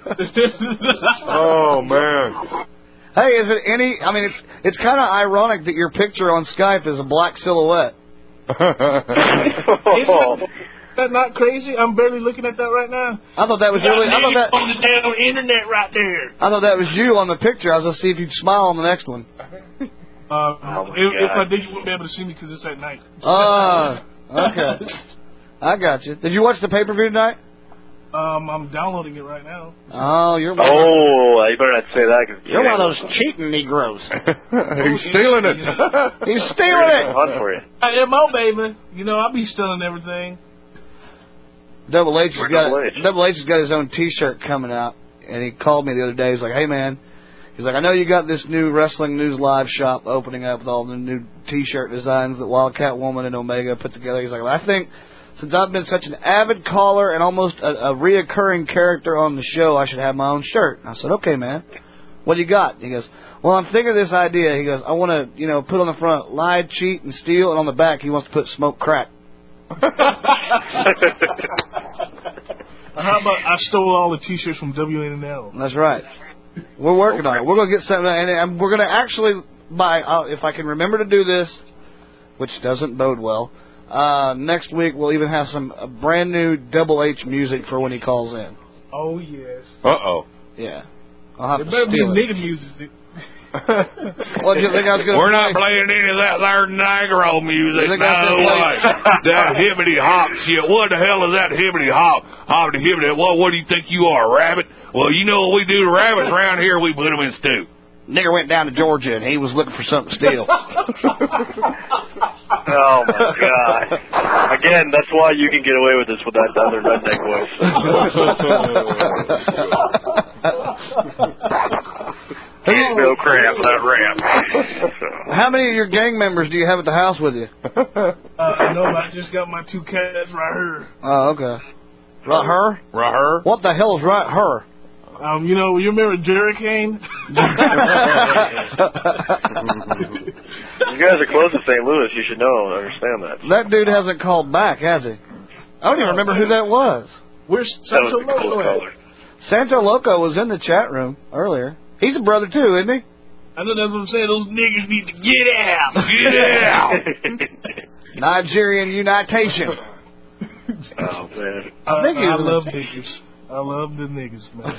[SPEAKER 22] (laughs) oh man. (laughs)
[SPEAKER 8] Hey, is it any? I mean, it's it's kind of ironic that your picture on Skype is a black silhouette.
[SPEAKER 20] Isn't that not crazy? I'm barely looking at that right now.
[SPEAKER 8] I thought that was really. I thought that.
[SPEAKER 20] on the damn internet right there.
[SPEAKER 8] I thought that was you on the picture. I was gonna see if you'd smile on the next one.
[SPEAKER 20] Uh,
[SPEAKER 8] Oh, my
[SPEAKER 20] if, if
[SPEAKER 8] God.
[SPEAKER 20] I did, you wouldn't be able to see me because it's at night.
[SPEAKER 8] Ah, okay. (laughs) I got you. Did you watch the pay per view tonight?
[SPEAKER 20] um, I'm downloading it right now.
[SPEAKER 8] Oh, you're. one of-
[SPEAKER 10] Oh, you better not say that. Cause
[SPEAKER 8] You're one of
[SPEAKER 10] (laughs)
[SPEAKER 8] those
[SPEAKER 21] cheating Negroes.
[SPEAKER 22] He's stealing it.
[SPEAKER 8] He's
[SPEAKER 20] stealing it.
[SPEAKER 10] Hunt for you.
[SPEAKER 20] I am my baby. You know, I be stealing everything.
[SPEAKER 8] Double H has
[SPEAKER 20] We're
[SPEAKER 8] got
[SPEAKER 20] Double
[SPEAKER 8] Double H. has got his own T-shirt coming out, and he called me the other day. He's like, "Hey man," he's like, "I know you got this new Wrestling News Live shop opening up with all the new T-shirt designs that Wildcat Woman and Omega put together." He's like, well, "I think since I've been such an avid caller and almost a, a reoccurring character on the show, I should have my own shirt." And I said, "Okay, man, what do you got?" He goes. Well, I'm thinking of this idea. He goes, I want to, you know, put on the front lie, cheat, and steal, and on the back he wants to put smoke crack.
[SPEAKER 20] Uh-huh. How about I stole all the T-shirts from WNL?
[SPEAKER 8] That's right. We're working on it. We're going to get something, and and we're going to actually by uh, if I can remember to do this, which doesn't bode well. Uh, next week we'll even have some uh, brand new Double H music for when he calls in.
[SPEAKER 20] Oh yes.
[SPEAKER 9] Uh oh.
[SPEAKER 8] Yeah. I'll have
[SPEAKER 20] It
[SPEAKER 8] to
[SPEAKER 20] better be
[SPEAKER 8] steal it.
[SPEAKER 20] nigga music.
[SPEAKER 8] Well, do you think I was gonna
[SPEAKER 11] We're not
[SPEAKER 8] play-
[SPEAKER 11] playing any of that Larry Nigro music.
[SPEAKER 8] You think
[SPEAKER 11] No
[SPEAKER 8] I was gonna
[SPEAKER 11] way. that hibbity hop shit. What the hell is that hibbity hop? Hobbity hibbity. What, what do you think you are, a rabbit? Well, you know what we do to rabbits around here? We put them in
[SPEAKER 22] (laughs)
[SPEAKER 11] stew. (laughs)
[SPEAKER 8] Nigger went down to Georgia and he was looking for something to steal.
[SPEAKER 10] Oh my
[SPEAKER 8] (laughs)
[SPEAKER 10] god! Again, that's why you can get away with this with that other redneck voice.
[SPEAKER 8] (laughs)
[SPEAKER 10] He's Bill Crab, that rap. (laughs)
[SPEAKER 8] How many of your gang members do you have at the house with you?
[SPEAKER 20] (laughs) Uh, no, I just got my two cats right here.
[SPEAKER 8] Oh, okay. Right her?
[SPEAKER 11] Right her?
[SPEAKER 8] What the hell's right
[SPEAKER 10] (laughs)
[SPEAKER 8] her?
[SPEAKER 20] Um, you know, you remember Jerry Kane? (laughs)
[SPEAKER 10] You guys are close to St. Louis. You should know and understand that.
[SPEAKER 8] That dude hasn't called back, has he? I don't even remember who that was.
[SPEAKER 20] Where's
[SPEAKER 10] That was the cool color.
[SPEAKER 8] Santo Loco was in the chat room earlier. He's a brother too, isn't he?
[SPEAKER 20] I know that's what I'm saying. Those niggas need to get out.
[SPEAKER 10] (laughs)
[SPEAKER 8] Get out. Nigerian Unitation.
[SPEAKER 10] (laughs) oh man.
[SPEAKER 8] I think he
[SPEAKER 20] Uh, I
[SPEAKER 8] was
[SPEAKER 20] love
[SPEAKER 8] in-
[SPEAKER 20] niggas. I love the niggas,
[SPEAKER 8] (laughs)
[SPEAKER 20] man.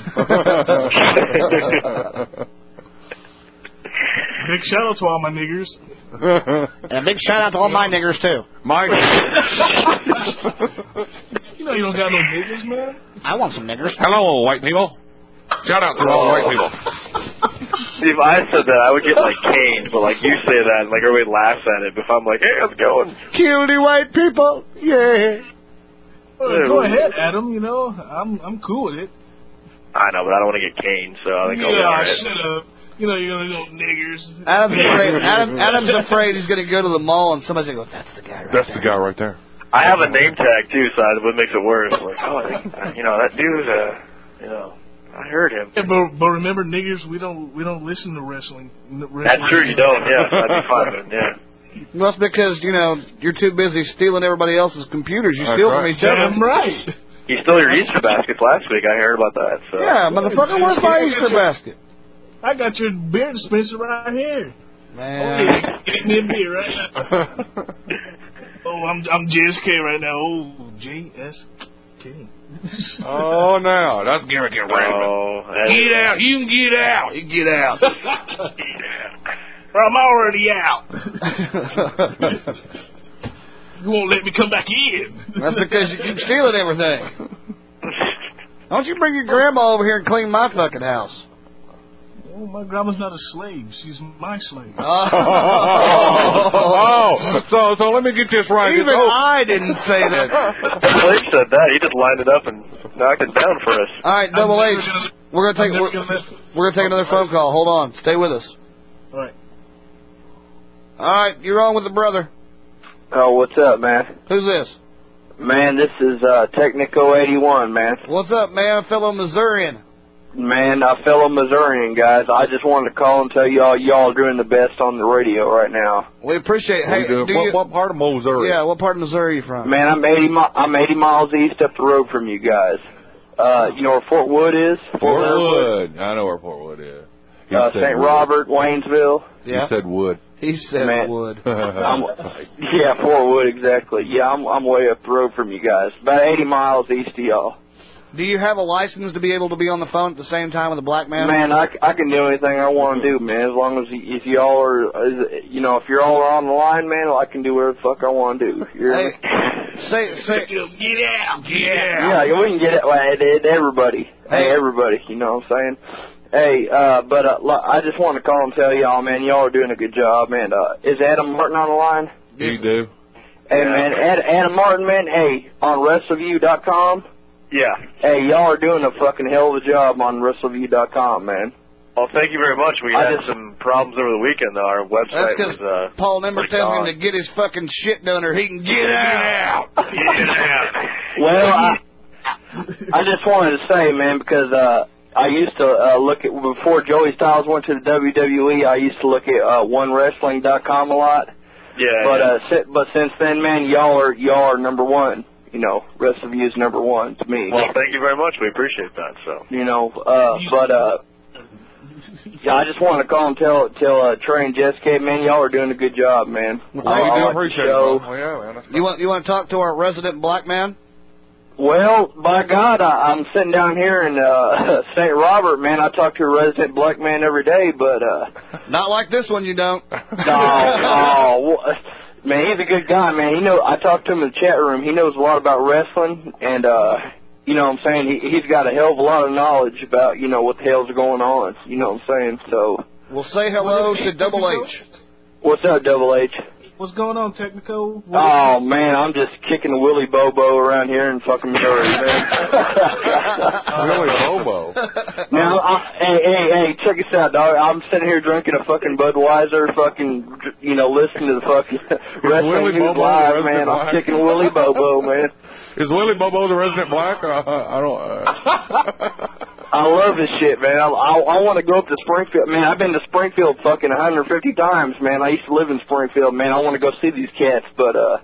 [SPEAKER 8] and
[SPEAKER 20] Big shout out to all my niggers.
[SPEAKER 8] a big shout out to all my niggers too.
[SPEAKER 9] Mike.
[SPEAKER 20] You know you don't got no niggas, man.
[SPEAKER 8] I want some niggers.
[SPEAKER 9] Hello, white people. Shout out to all the white people.
[SPEAKER 10] See, if I said that, I would get like caned, but like you say that, and like everybody laughs at it. But if I'm like, hey, how's it going?
[SPEAKER 8] Kill the white people. Yeah.
[SPEAKER 20] Well,
[SPEAKER 10] Yeah,
[SPEAKER 20] Uh, go
[SPEAKER 10] well-
[SPEAKER 20] ahead, Adam. You know I'm I'm cool with it.
[SPEAKER 10] I know, but I don't want to get caned, so I think I'll be
[SPEAKER 20] yeah,
[SPEAKER 10] alright.
[SPEAKER 20] shut up. You know you're gonna go niggers.
[SPEAKER 8] Adam's afraid. Adam, Adam's afraid he's going to go to the mall and somebody's going to go. That's the guy. Right
[SPEAKER 9] That's the guy right there.
[SPEAKER 10] I have a name tag too, so that what makes it worse. Like, oh, I- you know that dude. Uh, you know, I heard him.
[SPEAKER 20] Yeah, but, but remember, niggers, we don't we don't listen to wrestling.
[SPEAKER 10] That's true. You don't. Yeah, so that'd be fun. Then, yeah.
[SPEAKER 8] Well, that's because you know you're too busy stealing everybody else's computers. You
[SPEAKER 10] That's
[SPEAKER 8] steal
[SPEAKER 10] right.
[SPEAKER 8] from each other.
[SPEAKER 20] Damn right.
[SPEAKER 10] He stole your Easter baskets last week. I heard about that. So.
[SPEAKER 8] Yeah, motherfucker, where's my Easter basket?
[SPEAKER 20] I got your beer dispenser right here.
[SPEAKER 8] Man.
[SPEAKER 20] Get me a beer right now. oh, I'm I'm JSK right now. Oh, JSK.
[SPEAKER 9] (laughs) Oh, no. That's gimmicky rabbit.
[SPEAKER 10] Oh.
[SPEAKER 11] Get out. You can get out. You can get out.
[SPEAKER 20] I'm already out. You won't let me come back in.
[SPEAKER 8] (laughs) That's because you keep stealing everything. Why don't you bring your grandma over here and clean my fucking house?
[SPEAKER 20] Oh, my grandma's not a slave. She's my slave.
[SPEAKER 9] oh, so so let me get this right.
[SPEAKER 20] Even
[SPEAKER 9] oh.
[SPEAKER 20] I didn't say
[SPEAKER 10] that. Blake said that. He just lined it up and knocked it down for us.
[SPEAKER 8] All right, Double H. We're gonna take we're, we're gonna take another phone call. Hold on, stay with us.
[SPEAKER 20] All right.
[SPEAKER 8] All right, you're on with the brother.
[SPEAKER 12] Oh, what's up, man?
[SPEAKER 8] Who's this?
[SPEAKER 12] Man, this is uh Technico 81, man.
[SPEAKER 8] What's up, man? Fellow Missourian.
[SPEAKER 12] Man, a fellow Missourian, guys. I just wanted to call and tell y'all y'all are doing the best on the radio right now.
[SPEAKER 8] We appreciate.
[SPEAKER 12] What are
[SPEAKER 8] Hey,
[SPEAKER 12] you doing?
[SPEAKER 8] do
[SPEAKER 12] What-
[SPEAKER 8] you,
[SPEAKER 12] what part of Missouri?
[SPEAKER 8] Yeah, what part of Missouri are you from?
[SPEAKER 12] Man, I'm 80 mi- I'm 80 miles east up the road from you guys. Uh, you know where Fort Wood is?
[SPEAKER 9] Fort Wood. I know where Fort Wood is. He
[SPEAKER 12] Uh,
[SPEAKER 9] said
[SPEAKER 12] St.
[SPEAKER 9] wood.
[SPEAKER 12] Robert, Waynesville.
[SPEAKER 9] He said wood.
[SPEAKER 8] He said
[SPEAKER 12] Man.
[SPEAKER 8] wood.
[SPEAKER 9] (laughs)
[SPEAKER 12] I'm, yeah, Fort Wood, exactly. Yeah, I'm I'm way up the road from you guys, about 80 miles east of y'all.
[SPEAKER 8] Do you have a license to be able to be on the phone at the same time with a black man?
[SPEAKER 12] Man, I, c- I can do anything I want to do, man. As long as y- if y'all are, as- you know, if you're all on the line, man, I can do whatever the fuck I want to do. You're,
[SPEAKER 8] Say, say,
[SPEAKER 20] get out, get
[SPEAKER 12] yeah, we can get it. Like, it- it- everybody, hey, everybody. You know what I'm saying? Hey, uh, but uh, lo- I just want to call and tell y'all, man, y'all are doing a good job, man. Uh, is Adam Martin on the line?
[SPEAKER 9] He do.
[SPEAKER 12] Hey, man, Ad, Adam Martin, man. Hey, on WrestleView.com.
[SPEAKER 10] Yeah.
[SPEAKER 12] Hey, y'all are doing a fucking hell of a job on WrestleView.com, man.
[SPEAKER 10] Well, thank you very much. We
[SPEAKER 12] I
[SPEAKER 10] had
[SPEAKER 12] just-
[SPEAKER 10] some problems over the weekend. Though. Our
[SPEAKER 8] That's
[SPEAKER 10] website
[SPEAKER 8] 'cause
[SPEAKER 10] was. Uh,
[SPEAKER 8] Paul Number
[SPEAKER 10] like,
[SPEAKER 8] tells him
[SPEAKER 10] uh,
[SPEAKER 8] to get his fucking shit done or he can get out.
[SPEAKER 10] Get out.
[SPEAKER 12] Well, I, I just wanted to say, man, because uh, I used to uh, look at before Joey Styles went to the WWE. I used to look at uh, OneWrestling.com a lot,
[SPEAKER 10] Yeah.
[SPEAKER 12] but
[SPEAKER 10] yeah.
[SPEAKER 12] uh, si- but since then, man, y'all are y'all are number one. You know, rest of you is number one to me.
[SPEAKER 10] well, thank you very much. We appreciate that. So.
[SPEAKER 12] You know, uh, but uh, Yeah, I just wanted to call and tell tell uh, Trey and Jessica, man, y'all are doing a good job, man. I- I like the show.
[SPEAKER 8] You want you want to talk to our resident black man?
[SPEAKER 12] Well, by God, I, I'm sitting down here in uh, (laughs) St. Robert, man. I talk to a resident black man every day, but uh,
[SPEAKER 8] Not like this one, you don't.
[SPEAKER 12] no, oh, man, he's a good guy, man. He know I talked to him in the chat room. He knows a lot about wrestling, and uh, you know what I'm saying he he's got a hell of a lot of knowledge about you know what the hell's going on. You know what I'm saying? So
[SPEAKER 8] (laughs) Well, say hello to Double H.
[SPEAKER 12] what's up, Double H?
[SPEAKER 20] What's going on, Technico? What-
[SPEAKER 12] Oh man, I'm just kicking the Willy Bobo around here in fucking Missouri, man.
[SPEAKER 9] Really, Bobo.
[SPEAKER 12] now, I, hey, hey, hey, check this out, dog. I'm sitting here drinking a fucking Budweiser, fucking, you know, listening to the fucking (laughs) wrestling
[SPEAKER 9] Willy
[SPEAKER 12] news
[SPEAKER 9] Bobo
[SPEAKER 12] live,
[SPEAKER 9] the
[SPEAKER 12] man.
[SPEAKER 9] resident
[SPEAKER 12] I'm
[SPEAKER 9] black?
[SPEAKER 12] kicking Willy Bobo, man.
[SPEAKER 9] Is Willie Bobo the resident black? Uh, I don't. Uh,
[SPEAKER 12] I love this shit, man. I I, I want to go up to Springfield, man. I've been to Springfield fucking 150 times, man. I used to live in Springfield, man. I want to go see these cats, but uh,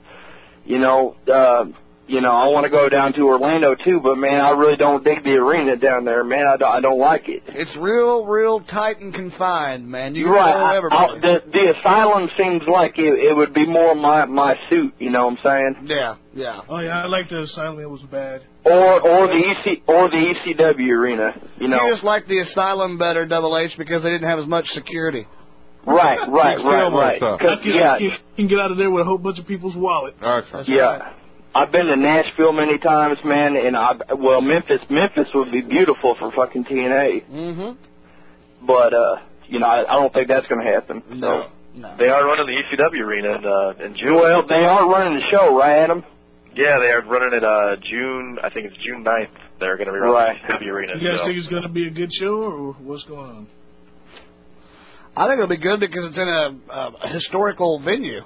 [SPEAKER 12] you know, uh, you know, I want to go down to Orlando too, but man, I really don't dig the arena down there, man. I don't, I don't like it.
[SPEAKER 8] It's real, real tight and confined, man. You
[SPEAKER 12] You're right.
[SPEAKER 8] know
[SPEAKER 12] I, I,
[SPEAKER 8] everybody.
[SPEAKER 12] the the asylum seems like it, it would be more my my suit. You know what I'm saying?
[SPEAKER 8] Yeah, yeah.
[SPEAKER 20] Oh yeah, I like the asylum. It was bad.
[SPEAKER 12] Or or the EC or the ECW arena. You know.
[SPEAKER 8] You just like the asylum better, Double H, because they didn't have as much security. (laughs)
[SPEAKER 12] Right, right, right, right.
[SPEAKER 20] I
[SPEAKER 12] 'Cause,
[SPEAKER 20] can,
[SPEAKER 12] yeah,
[SPEAKER 20] I can, can get out of there with a whole bunch of people's wallet.
[SPEAKER 12] yeah. I've been to Nashville many times, man, and I well Memphis. Memphis would be beautiful for fucking TNA,
[SPEAKER 8] Mm-hmm.
[SPEAKER 12] but uh, you know I, I don't think that's going to happen. So.
[SPEAKER 10] No. They are running the ECW arena in, uh, in June.
[SPEAKER 12] Well, they are running the show, right, Adam?
[SPEAKER 10] Yeah, they are running it uh, June. I think it's June 9th. They're going to be running
[SPEAKER 12] Right.
[SPEAKER 10] the ECW arena.
[SPEAKER 20] You guys
[SPEAKER 10] so.
[SPEAKER 20] think it's gonna be a good show, or what's going on?
[SPEAKER 8] I think it'll be good because it's in a, a historical venue.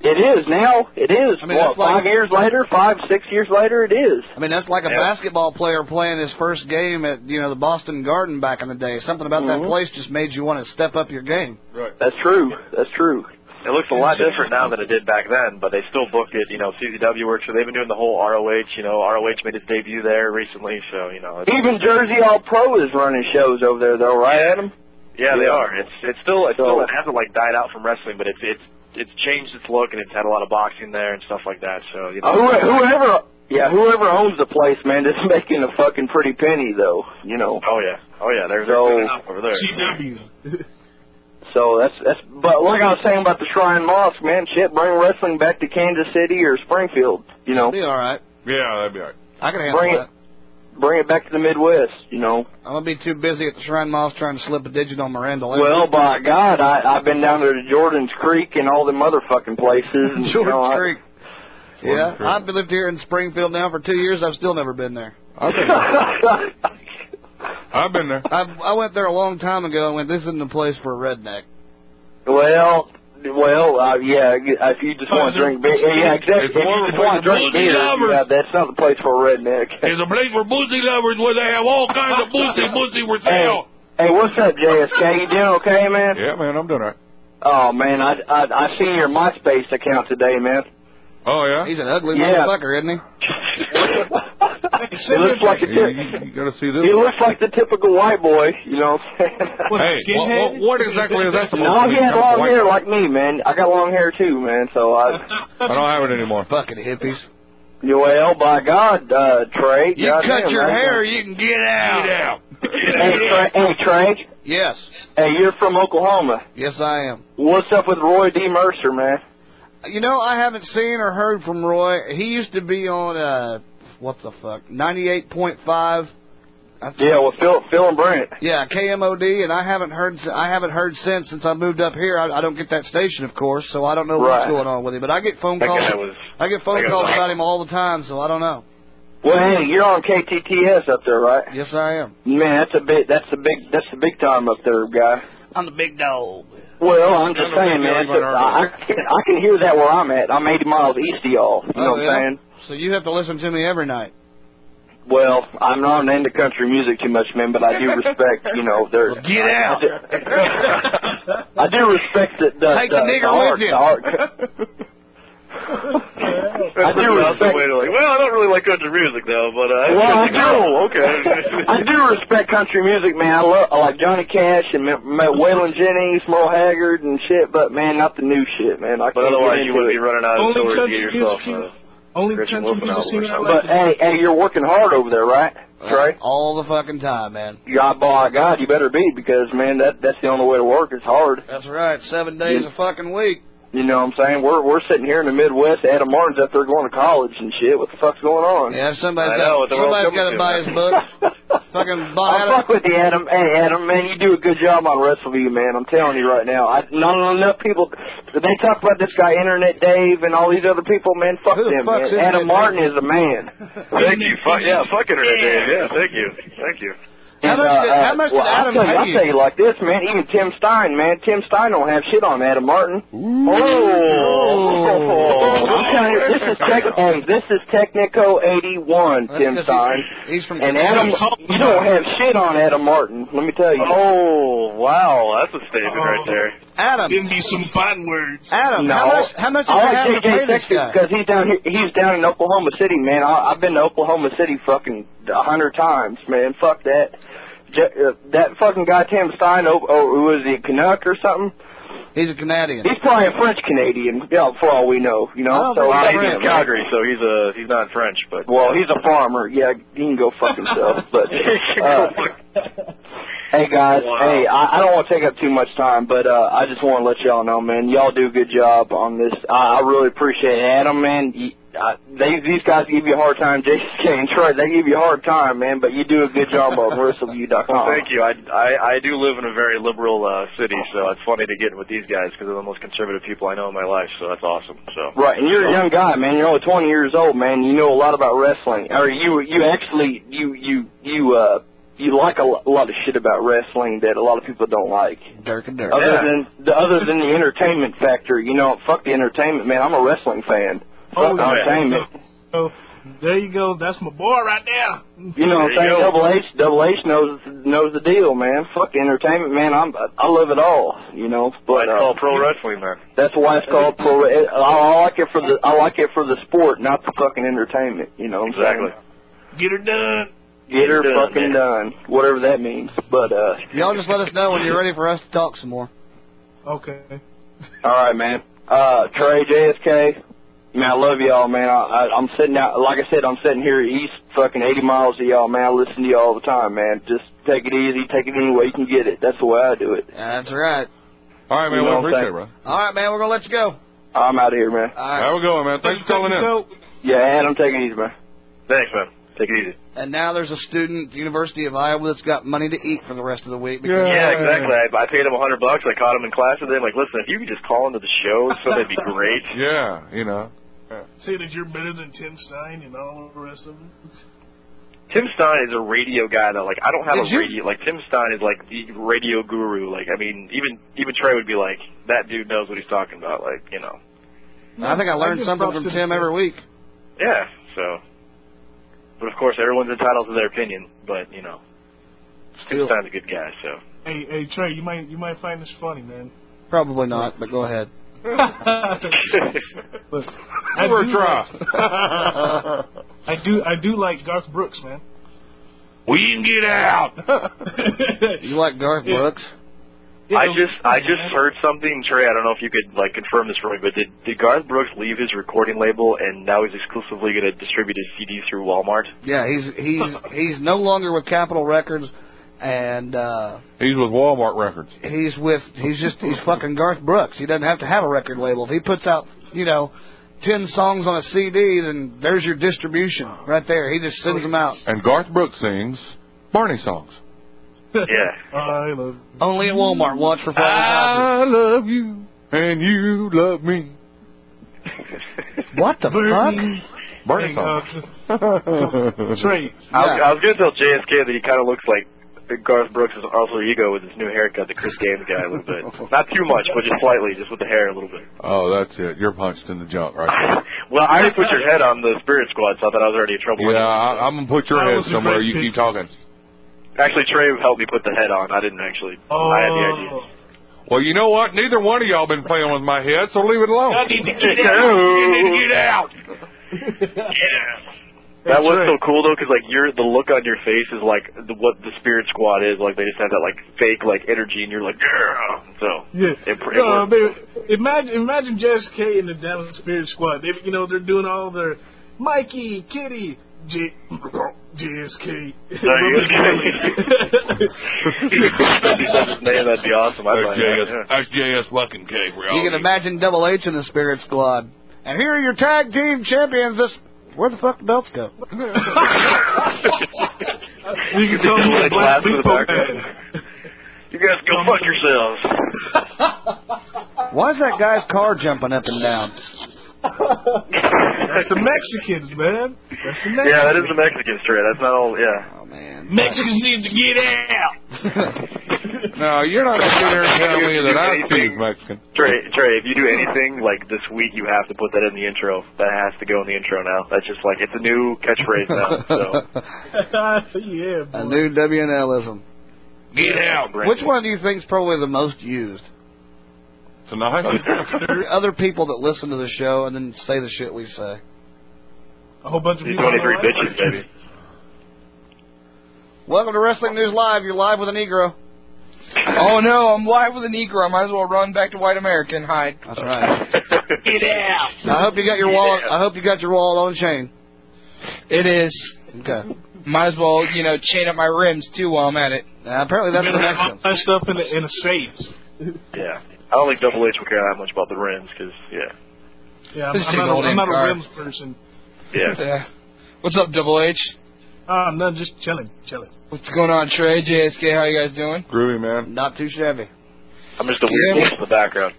[SPEAKER 12] It is now. It is.
[SPEAKER 8] I mean,
[SPEAKER 12] what,
[SPEAKER 8] that's like-
[SPEAKER 12] five years later, five, six years later, it is.
[SPEAKER 8] I mean, that's like a basketball player playing his first game at you know the Boston Garden back in the day. Something about that
[SPEAKER 12] Mhm.
[SPEAKER 8] place just made you want to step up your game.
[SPEAKER 9] Right.
[SPEAKER 12] That's true. That's true.
[SPEAKER 10] It looks a lot different now than it did back then, but they still book it. You know, CZW works, so they've been doing the whole ROH. You know, ROH made its debut there recently, so you know. It's,
[SPEAKER 12] Even Jersey All Pro is running shows over there, though, right, Adam?
[SPEAKER 10] yeah, they
[SPEAKER 12] yeah.
[SPEAKER 10] are. It's it's still it's
[SPEAKER 12] So-
[SPEAKER 10] still it hasn't like died out from wrestling, but it's it's it's changed its look and it's had a lot of boxing there and stuff like that. So you know.
[SPEAKER 12] Uh, Who, whoever, yeah, whoever owns the place, man, (laughs) is making a fucking pretty penny, though. You know.
[SPEAKER 10] Oh yeah, oh yeah. There's
[SPEAKER 12] So-
[SPEAKER 10] enough over there.
[SPEAKER 12] So that's that's. But like I was saying about the Shrine Mosque, man, shit, bring wrestling back to Kansas City or Springfield. You know.
[SPEAKER 8] Be all right.
[SPEAKER 9] yeah, that'd be all right.
[SPEAKER 8] I can handle
[SPEAKER 12] Bring it.
[SPEAKER 8] that.
[SPEAKER 12] Bring it back to the Midwest. You know.
[SPEAKER 8] I'm gonna be too busy at the Shrine Mall trying to slip a digit on Miranda. Lambert. (laughs)
[SPEAKER 12] Well, by God, I, I've been down there to Jordan's Creek and all the motherfucking places. And, you
[SPEAKER 8] Jordan's
[SPEAKER 12] know, I-
[SPEAKER 8] Creek. Yeah, I've lived here in Springfield now for two years. I've still never been there.
[SPEAKER 9] I've been there. I've been there.
[SPEAKER 8] I I went there a long time ago and went, this isn't the place for a redneck.
[SPEAKER 12] (laughs) Well, well, uh, yeah. If you just want to drink beer, yeah, exactly. If
[SPEAKER 11] It's
[SPEAKER 12] you
[SPEAKER 11] more of a
[SPEAKER 12] just want to drink
[SPEAKER 11] boozy
[SPEAKER 12] beer,
[SPEAKER 11] lover.
[SPEAKER 12] yeah, that's not the place for a redneck.
[SPEAKER 11] It's a place for pussy lovers where they have all kinds of pussy, pussy for sale.
[SPEAKER 12] Hey, what's up, JSK? You doing okay, man?
[SPEAKER 9] Yeah, man, I'm doing all right.
[SPEAKER 12] Oh man, I I I seen your MySpace account today, man.
[SPEAKER 9] Oh yeah.
[SPEAKER 8] He's an ugly
[SPEAKER 12] Yeah.
[SPEAKER 8] motherfucker, isn't he?
[SPEAKER 12] He looks like a
[SPEAKER 9] You,
[SPEAKER 12] tip.
[SPEAKER 9] you, you gotta see this.
[SPEAKER 12] He looks like the typical white boy, you know. What I'm saying? (laughs)
[SPEAKER 9] Hey, what- what- what exactly is that supposed
[SPEAKER 12] No,
[SPEAKER 9] to
[SPEAKER 12] he
[SPEAKER 9] mean?
[SPEAKER 12] had long
[SPEAKER 9] White
[SPEAKER 12] hair
[SPEAKER 9] boy?
[SPEAKER 12] like me, man. I got long hair too, man.
[SPEAKER 8] (laughs)
[SPEAKER 12] So I,
[SPEAKER 9] I don't have it anymore.
[SPEAKER 8] Fucking hippies.
[SPEAKER 12] well, by God, uh, Trey,
[SPEAKER 8] You
[SPEAKER 12] goddamn,
[SPEAKER 8] cut your
[SPEAKER 12] man.
[SPEAKER 8] hair, you can get out.
[SPEAKER 11] Get out.
[SPEAKER 12] Hey, Trey, hey, Trey.
[SPEAKER 8] Yes,
[SPEAKER 12] Hey, you're from Oklahoma.
[SPEAKER 8] yes, I am.
[SPEAKER 12] What's up with Roy D. Mercer, man?
[SPEAKER 8] You know, I haven't seen or heard from Roy. He used to be on uh, what the fuck, ninety-eight point five.
[SPEAKER 12] Yeah, well, Phil, Phil and Brent.
[SPEAKER 8] Yeah, KMOD, and I haven't heard. I haven't heard since since I moved up here. I, I don't get that station, of course, so I don't know what's
[SPEAKER 12] Right.
[SPEAKER 8] going on with him. But I get phone
[SPEAKER 10] That
[SPEAKER 8] calls.
[SPEAKER 10] guy was.
[SPEAKER 8] I get phone
[SPEAKER 10] that guy
[SPEAKER 8] calls
[SPEAKER 10] was-
[SPEAKER 8] about him all the time, so I don't know.
[SPEAKER 12] Well, hey, you're on KTTS up there, right?
[SPEAKER 8] Yes, I am.
[SPEAKER 12] Man, that's a big, that's a big, that's a big time up there, guy.
[SPEAKER 8] I'm the big dog.
[SPEAKER 12] Well, I'm just
[SPEAKER 9] I don't know
[SPEAKER 12] saying,
[SPEAKER 9] if you
[SPEAKER 12] man.
[SPEAKER 9] ever
[SPEAKER 12] it's- I, I can, I can hear that where I'm at. I'm 80 miles east of y'all. You know
[SPEAKER 8] Oh,
[SPEAKER 12] what
[SPEAKER 8] yeah?
[SPEAKER 12] I'm saying?
[SPEAKER 8] So you have to listen to me every night.
[SPEAKER 12] Well, I'm not into country music too much, man, but I do respect, you know, their
[SPEAKER 8] Get out.
[SPEAKER 12] I do respect the the,
[SPEAKER 8] Take
[SPEAKER 12] the,
[SPEAKER 8] (laughs) the nigger
[SPEAKER 12] the art,
[SPEAKER 8] with you.
[SPEAKER 12] The art.
[SPEAKER 10] I do
[SPEAKER 2] pretty
[SPEAKER 10] respect. Like, well, I don't really like country music though, but uh,
[SPEAKER 12] Well, I
[SPEAKER 10] it's
[SPEAKER 12] do. (laughs)
[SPEAKER 10] cool. (laughs) Okay.
[SPEAKER 12] I do respect country music, man. I love I like Johnny Cash and Ma- Ma- Waylon Jennings, Merle Haggard, and shit. But man, not the new shit, man. I
[SPEAKER 10] But
[SPEAKER 12] can't
[SPEAKER 10] otherwise,
[SPEAKER 12] get
[SPEAKER 10] you
[SPEAKER 12] into
[SPEAKER 10] wouldn't
[SPEAKER 12] it.
[SPEAKER 10] be running out of
[SPEAKER 12] Only
[SPEAKER 10] stores to get
[SPEAKER 12] country
[SPEAKER 10] yourself.
[SPEAKER 12] music
[SPEAKER 10] Uh,
[SPEAKER 20] Only
[SPEAKER 10] Christian Wolfen album or something.
[SPEAKER 12] But hey, hey, you're working hard over there, right, Trey?
[SPEAKER 8] All the fucking time, man.
[SPEAKER 12] God, by God, you better be because man, that that's the only way to work. It's hard.
[SPEAKER 8] That's right. Seven days a fucking week.
[SPEAKER 12] You know what I'm saying? We're we're sitting here in the Midwest. Adam Martin's up there going to college and shit. What the fuck's going on?
[SPEAKER 8] Yeah, somebody's got somebody's got to buy his
[SPEAKER 12] (laughs)
[SPEAKER 8] book. fucking buy
[SPEAKER 12] I'll fuck with you, Adam. Hey, Adam, man, you do a good job on WrestleView, man. I'm telling you right now. I, not enough people. They talk about this guy, Internet Dave, and all these other people, man. Fuck
[SPEAKER 10] Who the
[SPEAKER 12] them,
[SPEAKER 10] fuck's
[SPEAKER 12] man.
[SPEAKER 10] Internet
[SPEAKER 12] Adam
[SPEAKER 10] Dave?
[SPEAKER 12] Martin is a man.
[SPEAKER 10] Thank you. Fuck yeah. Fuck internet, Dave. Yeah. Thank you. Thank you.
[SPEAKER 12] And, uh, uh, well, I'll tell you, I'll tell you like this, man. Even Tim Stein, man. Tim Stein don't have shit on Adam Martin. Oh. (laughs) I'm telling you, this is tech- hey, this is Technico 81, Tim Stein.
[SPEAKER 8] He's from
[SPEAKER 12] and Adam, you don't have shit on Adam Martin. Let me tell you.
[SPEAKER 10] Oh wow, that's a statement
[SPEAKER 12] Oh.
[SPEAKER 10] right there.
[SPEAKER 8] Adam.
[SPEAKER 20] Give me some fun words.
[SPEAKER 8] Adam,
[SPEAKER 12] no.
[SPEAKER 8] how much how much did
[SPEAKER 12] I
[SPEAKER 8] you
[SPEAKER 12] like
[SPEAKER 8] have to
[SPEAKER 12] JJ
[SPEAKER 8] pay this guy?
[SPEAKER 12] Because he's down here, he's down in Oklahoma City, man. I, I've been to Oklahoma City fucking a hundred times, man. Fuck that. J- uh, that fucking guy Tim Stein, oh, oh, who was he, a Canuck or something?
[SPEAKER 8] He's a Canadian.
[SPEAKER 12] He's probably a French Canadian, yeah, for all we know. You
[SPEAKER 8] Oh,
[SPEAKER 12] know, so uh,
[SPEAKER 10] well, he's in Calgary, so he's a he's not French, (laughs) but
[SPEAKER 12] Well, he's a farmer. Yeah, he can go fuck himself.
[SPEAKER 8] (laughs)
[SPEAKER 10] (laughs)
[SPEAKER 12] But uh, hey, guys,
[SPEAKER 10] Wow.
[SPEAKER 12] hey, I, I don't want to take up too much time, but uh, I just want to let y'all know, man, y'all do a good job on this. I, I really appreciate it, Adam, man. You, I, they, these guys give you a hard time, (laughs) JCK and Troy. They give you a hard time, man, but you do a good job
[SPEAKER 10] (laughs)
[SPEAKER 12] on WrestleView.com.
[SPEAKER 10] Well, thank you. I, I I do live in a very liberal uh, city, so it's funny to get with these guys because they're the most conservative people I know in my life. So that's awesome. So
[SPEAKER 12] Right, and you're a young guy, man. You're only 20 years old, man. You know a lot about wrestling, or you you actually you you you uh you like a lo- lot of shit about wrestling that a lot of people don't like.
[SPEAKER 8] Dirk and Dirk. Yeah.
[SPEAKER 12] Other than the other than the entertainment factor, you know, fuck the entertainment, man. I'm a wrestling fan.
[SPEAKER 20] Oh,
[SPEAKER 12] Fuck
[SPEAKER 20] yeah.
[SPEAKER 12] entertainment.
[SPEAKER 20] So there you go. That's my boy right there.
[SPEAKER 12] You know what I'm saying? Double H, Double H knows knows the deal, man. Fuck entertainment, man. I'm I love it all, you know. But uh,
[SPEAKER 10] all pro wrestling, man.
[SPEAKER 12] That's why it's called pro. I I like it for the I like it for the sport, not the fucking entertainment. You know what I'm
[SPEAKER 10] Exactly.
[SPEAKER 20] Get her done.
[SPEAKER 12] saying? Get her
[SPEAKER 20] Done,
[SPEAKER 12] fucking done, whatever that means. But uh,
[SPEAKER 8] Y'all just let us know when you're ready for us to talk some more.
[SPEAKER 20] Okay.
[SPEAKER 12] all right, man. Uh, Trey JSK, man, I love y'all, man. I, I I'm sitting out, like I said, I'm sitting here east, fucking 80 miles of y'all, man. I listen to y'all all the time, man. Just take it easy, take it any way you can get it. That's the way I do it.
[SPEAKER 8] That's right.
[SPEAKER 9] All right, man.
[SPEAKER 12] You
[SPEAKER 9] we
[SPEAKER 12] know what
[SPEAKER 9] appreciate
[SPEAKER 12] I'm
[SPEAKER 9] it, bro.
[SPEAKER 8] All right, man, we're gonna let you go.
[SPEAKER 12] I'm out of here, man.
[SPEAKER 8] All right.
[SPEAKER 9] Have a good one, man. Thanks for calling in.
[SPEAKER 12] Yeah, Adam, take it easy, man.
[SPEAKER 10] Thanks, man. Take it easy.
[SPEAKER 8] And now there's a student at the University of Iowa that's got money to eat for the rest of the week. Because
[SPEAKER 10] Yeah, exactly. I, I paid him a hundred bucks. I caught him in class today. I'm like, listen, if you could just call into the show, so that'd be great.
[SPEAKER 9] (laughs) Yeah, you know.
[SPEAKER 20] Say that you're better than Tim Stein and all the rest of them.
[SPEAKER 10] Tim Stein is a radio guy though. Like I don't have
[SPEAKER 20] Did
[SPEAKER 10] a
[SPEAKER 20] you-
[SPEAKER 10] radio. Like Tim Stein is like the radio guru. Like I mean, even even Trey would be like, that dude knows what he's talking about. Like you know.
[SPEAKER 8] I think I learned something from Tim every week.
[SPEAKER 10] Yeah. So. But of course, everyone's entitled to their opinion. But you know, Tim Stein's a good guy. So.
[SPEAKER 20] Hey, hey, Trey, you might you might find this funny, man.
[SPEAKER 8] Probably not, but go ahead.
[SPEAKER 20] Look, I
[SPEAKER 9] Give her a
[SPEAKER 20] do
[SPEAKER 9] try.
[SPEAKER 20] like- (laughs) I do I do like Garth Brooks, man.
[SPEAKER 11] (laughs) We can get out.
[SPEAKER 9] (laughs)
[SPEAKER 8] You like Garth
[SPEAKER 20] Yeah.
[SPEAKER 8] Brooks?
[SPEAKER 10] I just I just heard something, Trey. I don't know if you could like confirm this for me, but did did Garth Brooks leave his recording label and now he's exclusively going to distribute his CDs through Walmart?
[SPEAKER 8] Yeah, he's he's he's no longer with Capitol Records, and uh
[SPEAKER 9] He's with Walmart Records.
[SPEAKER 8] he's with he's just he's fucking Garth Brooks. He doesn't have to have a record label. If he puts out you know ten songs on a CD, then there's your distribution right there. He just sends them out.
[SPEAKER 9] And Garth Brooks sings Barney songs.
[SPEAKER 10] yeah.
[SPEAKER 20] (laughs) Oh, I love.
[SPEAKER 8] Only at Walmart. Ah. Watch for
[SPEAKER 9] I love you, and you love me.
[SPEAKER 8] what the
[SPEAKER 9] fuck? Barney
[SPEAKER 20] Hey,
[SPEAKER 9] songs. (laughs)
[SPEAKER 20] uh, Trey,
[SPEAKER 10] I, was, I was going to tell JSK that he kind of looks like Garth Brooks' alter ego with his new haircut, the Chris Gaines guy, a little
[SPEAKER 11] (laughs)
[SPEAKER 10] bit. Not too much, but just slightly, just with the hair a little bit.
[SPEAKER 9] Oh, that's it. You're punched in the junk right
[SPEAKER 10] Well, I already put your head on the Spirit Squad, so I thought I was already in trouble.
[SPEAKER 9] there. yeah, I, I'm gonna put your
[SPEAKER 10] That
[SPEAKER 9] head
[SPEAKER 10] was a
[SPEAKER 9] somewhere.
[SPEAKER 10] great
[SPEAKER 9] You keep talking.
[SPEAKER 10] Actually, Trey helped me put the head on. I didn't actually. I had
[SPEAKER 11] Oh.
[SPEAKER 10] the idea.
[SPEAKER 20] oh.
[SPEAKER 9] Well, you know what? Neither one of y'all been playing with my head, so leave it alone.
[SPEAKER 11] I need to get out. I need to get out.
[SPEAKER 10] That was so cool though, because like your the look on your face is like the, what the Spirit Squad is. Like they just have that like fake like energy, and you're like, yeah. So
[SPEAKER 20] Yeah.
[SPEAKER 10] it, pr- it
[SPEAKER 20] No, I
[SPEAKER 10] worked. (laughs)
[SPEAKER 20] mean, imagine imagine JSK and the Dallas Spirit Squad. They, you know, they're doing all their Mikey, Kitty, J, JSK. (laughs)
[SPEAKER 10] Man, that'd be awesome. I'd
[SPEAKER 11] That's
[SPEAKER 10] like
[SPEAKER 11] JS.
[SPEAKER 10] that.
[SPEAKER 11] That's JS Luckin Cave. We're
[SPEAKER 8] You
[SPEAKER 9] Oh,
[SPEAKER 11] all
[SPEAKER 8] can imagine Double H in the Spirit Squad. And here are your tag team champions. This where the fuck the belts go?
[SPEAKER 20] You can tell them
[SPEAKER 10] Like
[SPEAKER 20] the Black
[SPEAKER 10] laughs in the
[SPEAKER 20] Depot
[SPEAKER 10] background. You guys go fuck yourselves.
[SPEAKER 8] Why is that guy's car jumping up and down?
[SPEAKER 20] That's the Mexicans, man. That's
[SPEAKER 10] (laughs)
[SPEAKER 20] the Mexicans.
[SPEAKER 10] Yeah, that is the Mexican straight. That's not all. Yeah.
[SPEAKER 8] Oh man.
[SPEAKER 20] Mexicans need to get out.
[SPEAKER 9] No, you're not gonna sit here and tell me that I speak Mexican.
[SPEAKER 10] Trey, Trey, if you do anything like this week, you have to put that in the intro. That has to go in the intro now. That's just like it's a new catchphrase now.
[SPEAKER 8] (laughs)
[SPEAKER 10] So
[SPEAKER 20] (laughs) yeah,
[SPEAKER 8] A new WNLism.
[SPEAKER 11] Get out.
[SPEAKER 8] Which one do you think's probably the most used?
[SPEAKER 9] Tonight? (laughs)
[SPEAKER 8] Other people that listen to the show and then say the shit we say.
[SPEAKER 20] a whole bunch of
[SPEAKER 10] you
[SPEAKER 20] people. on the
[SPEAKER 10] 23
[SPEAKER 20] line.
[SPEAKER 10] bitches, baby.
[SPEAKER 8] Welcome to Wrestling News Live. You're live with a Negro.
[SPEAKER 10] (laughs)
[SPEAKER 23] Oh no, I'm live with a Negro. I might as well run back to white America and hide.
[SPEAKER 8] That's right.
[SPEAKER 23] Get out.
[SPEAKER 8] I hope you got your wallet. I hope you got your wallet on chain.
[SPEAKER 23] It is.
[SPEAKER 8] Okay.
[SPEAKER 23] Might as well, you know, chain up my rims too while I'm at it.
[SPEAKER 8] apparently
[SPEAKER 20] Better have all that stuff in a, in a safe.
[SPEAKER 10] Yeah. I don't think Double H will care that much about the rims because yeah,
[SPEAKER 20] Yeah, I'm,
[SPEAKER 23] Just
[SPEAKER 20] I'm
[SPEAKER 23] take
[SPEAKER 20] not,
[SPEAKER 23] all
[SPEAKER 20] a,
[SPEAKER 23] them
[SPEAKER 20] I'm not a
[SPEAKER 23] cars.
[SPEAKER 20] rims person.
[SPEAKER 8] (laughs)
[SPEAKER 10] yeah.
[SPEAKER 23] Yeah. What's up, Double H?
[SPEAKER 20] Ah, no, just chilling, chilling.
[SPEAKER 23] What's going on, Trey? JSK, how you guys doing?
[SPEAKER 9] Groovy man.
[SPEAKER 8] Not too shabby.
[SPEAKER 10] I'm just a weird
[SPEAKER 23] Yeah.
[SPEAKER 10] voice in the background.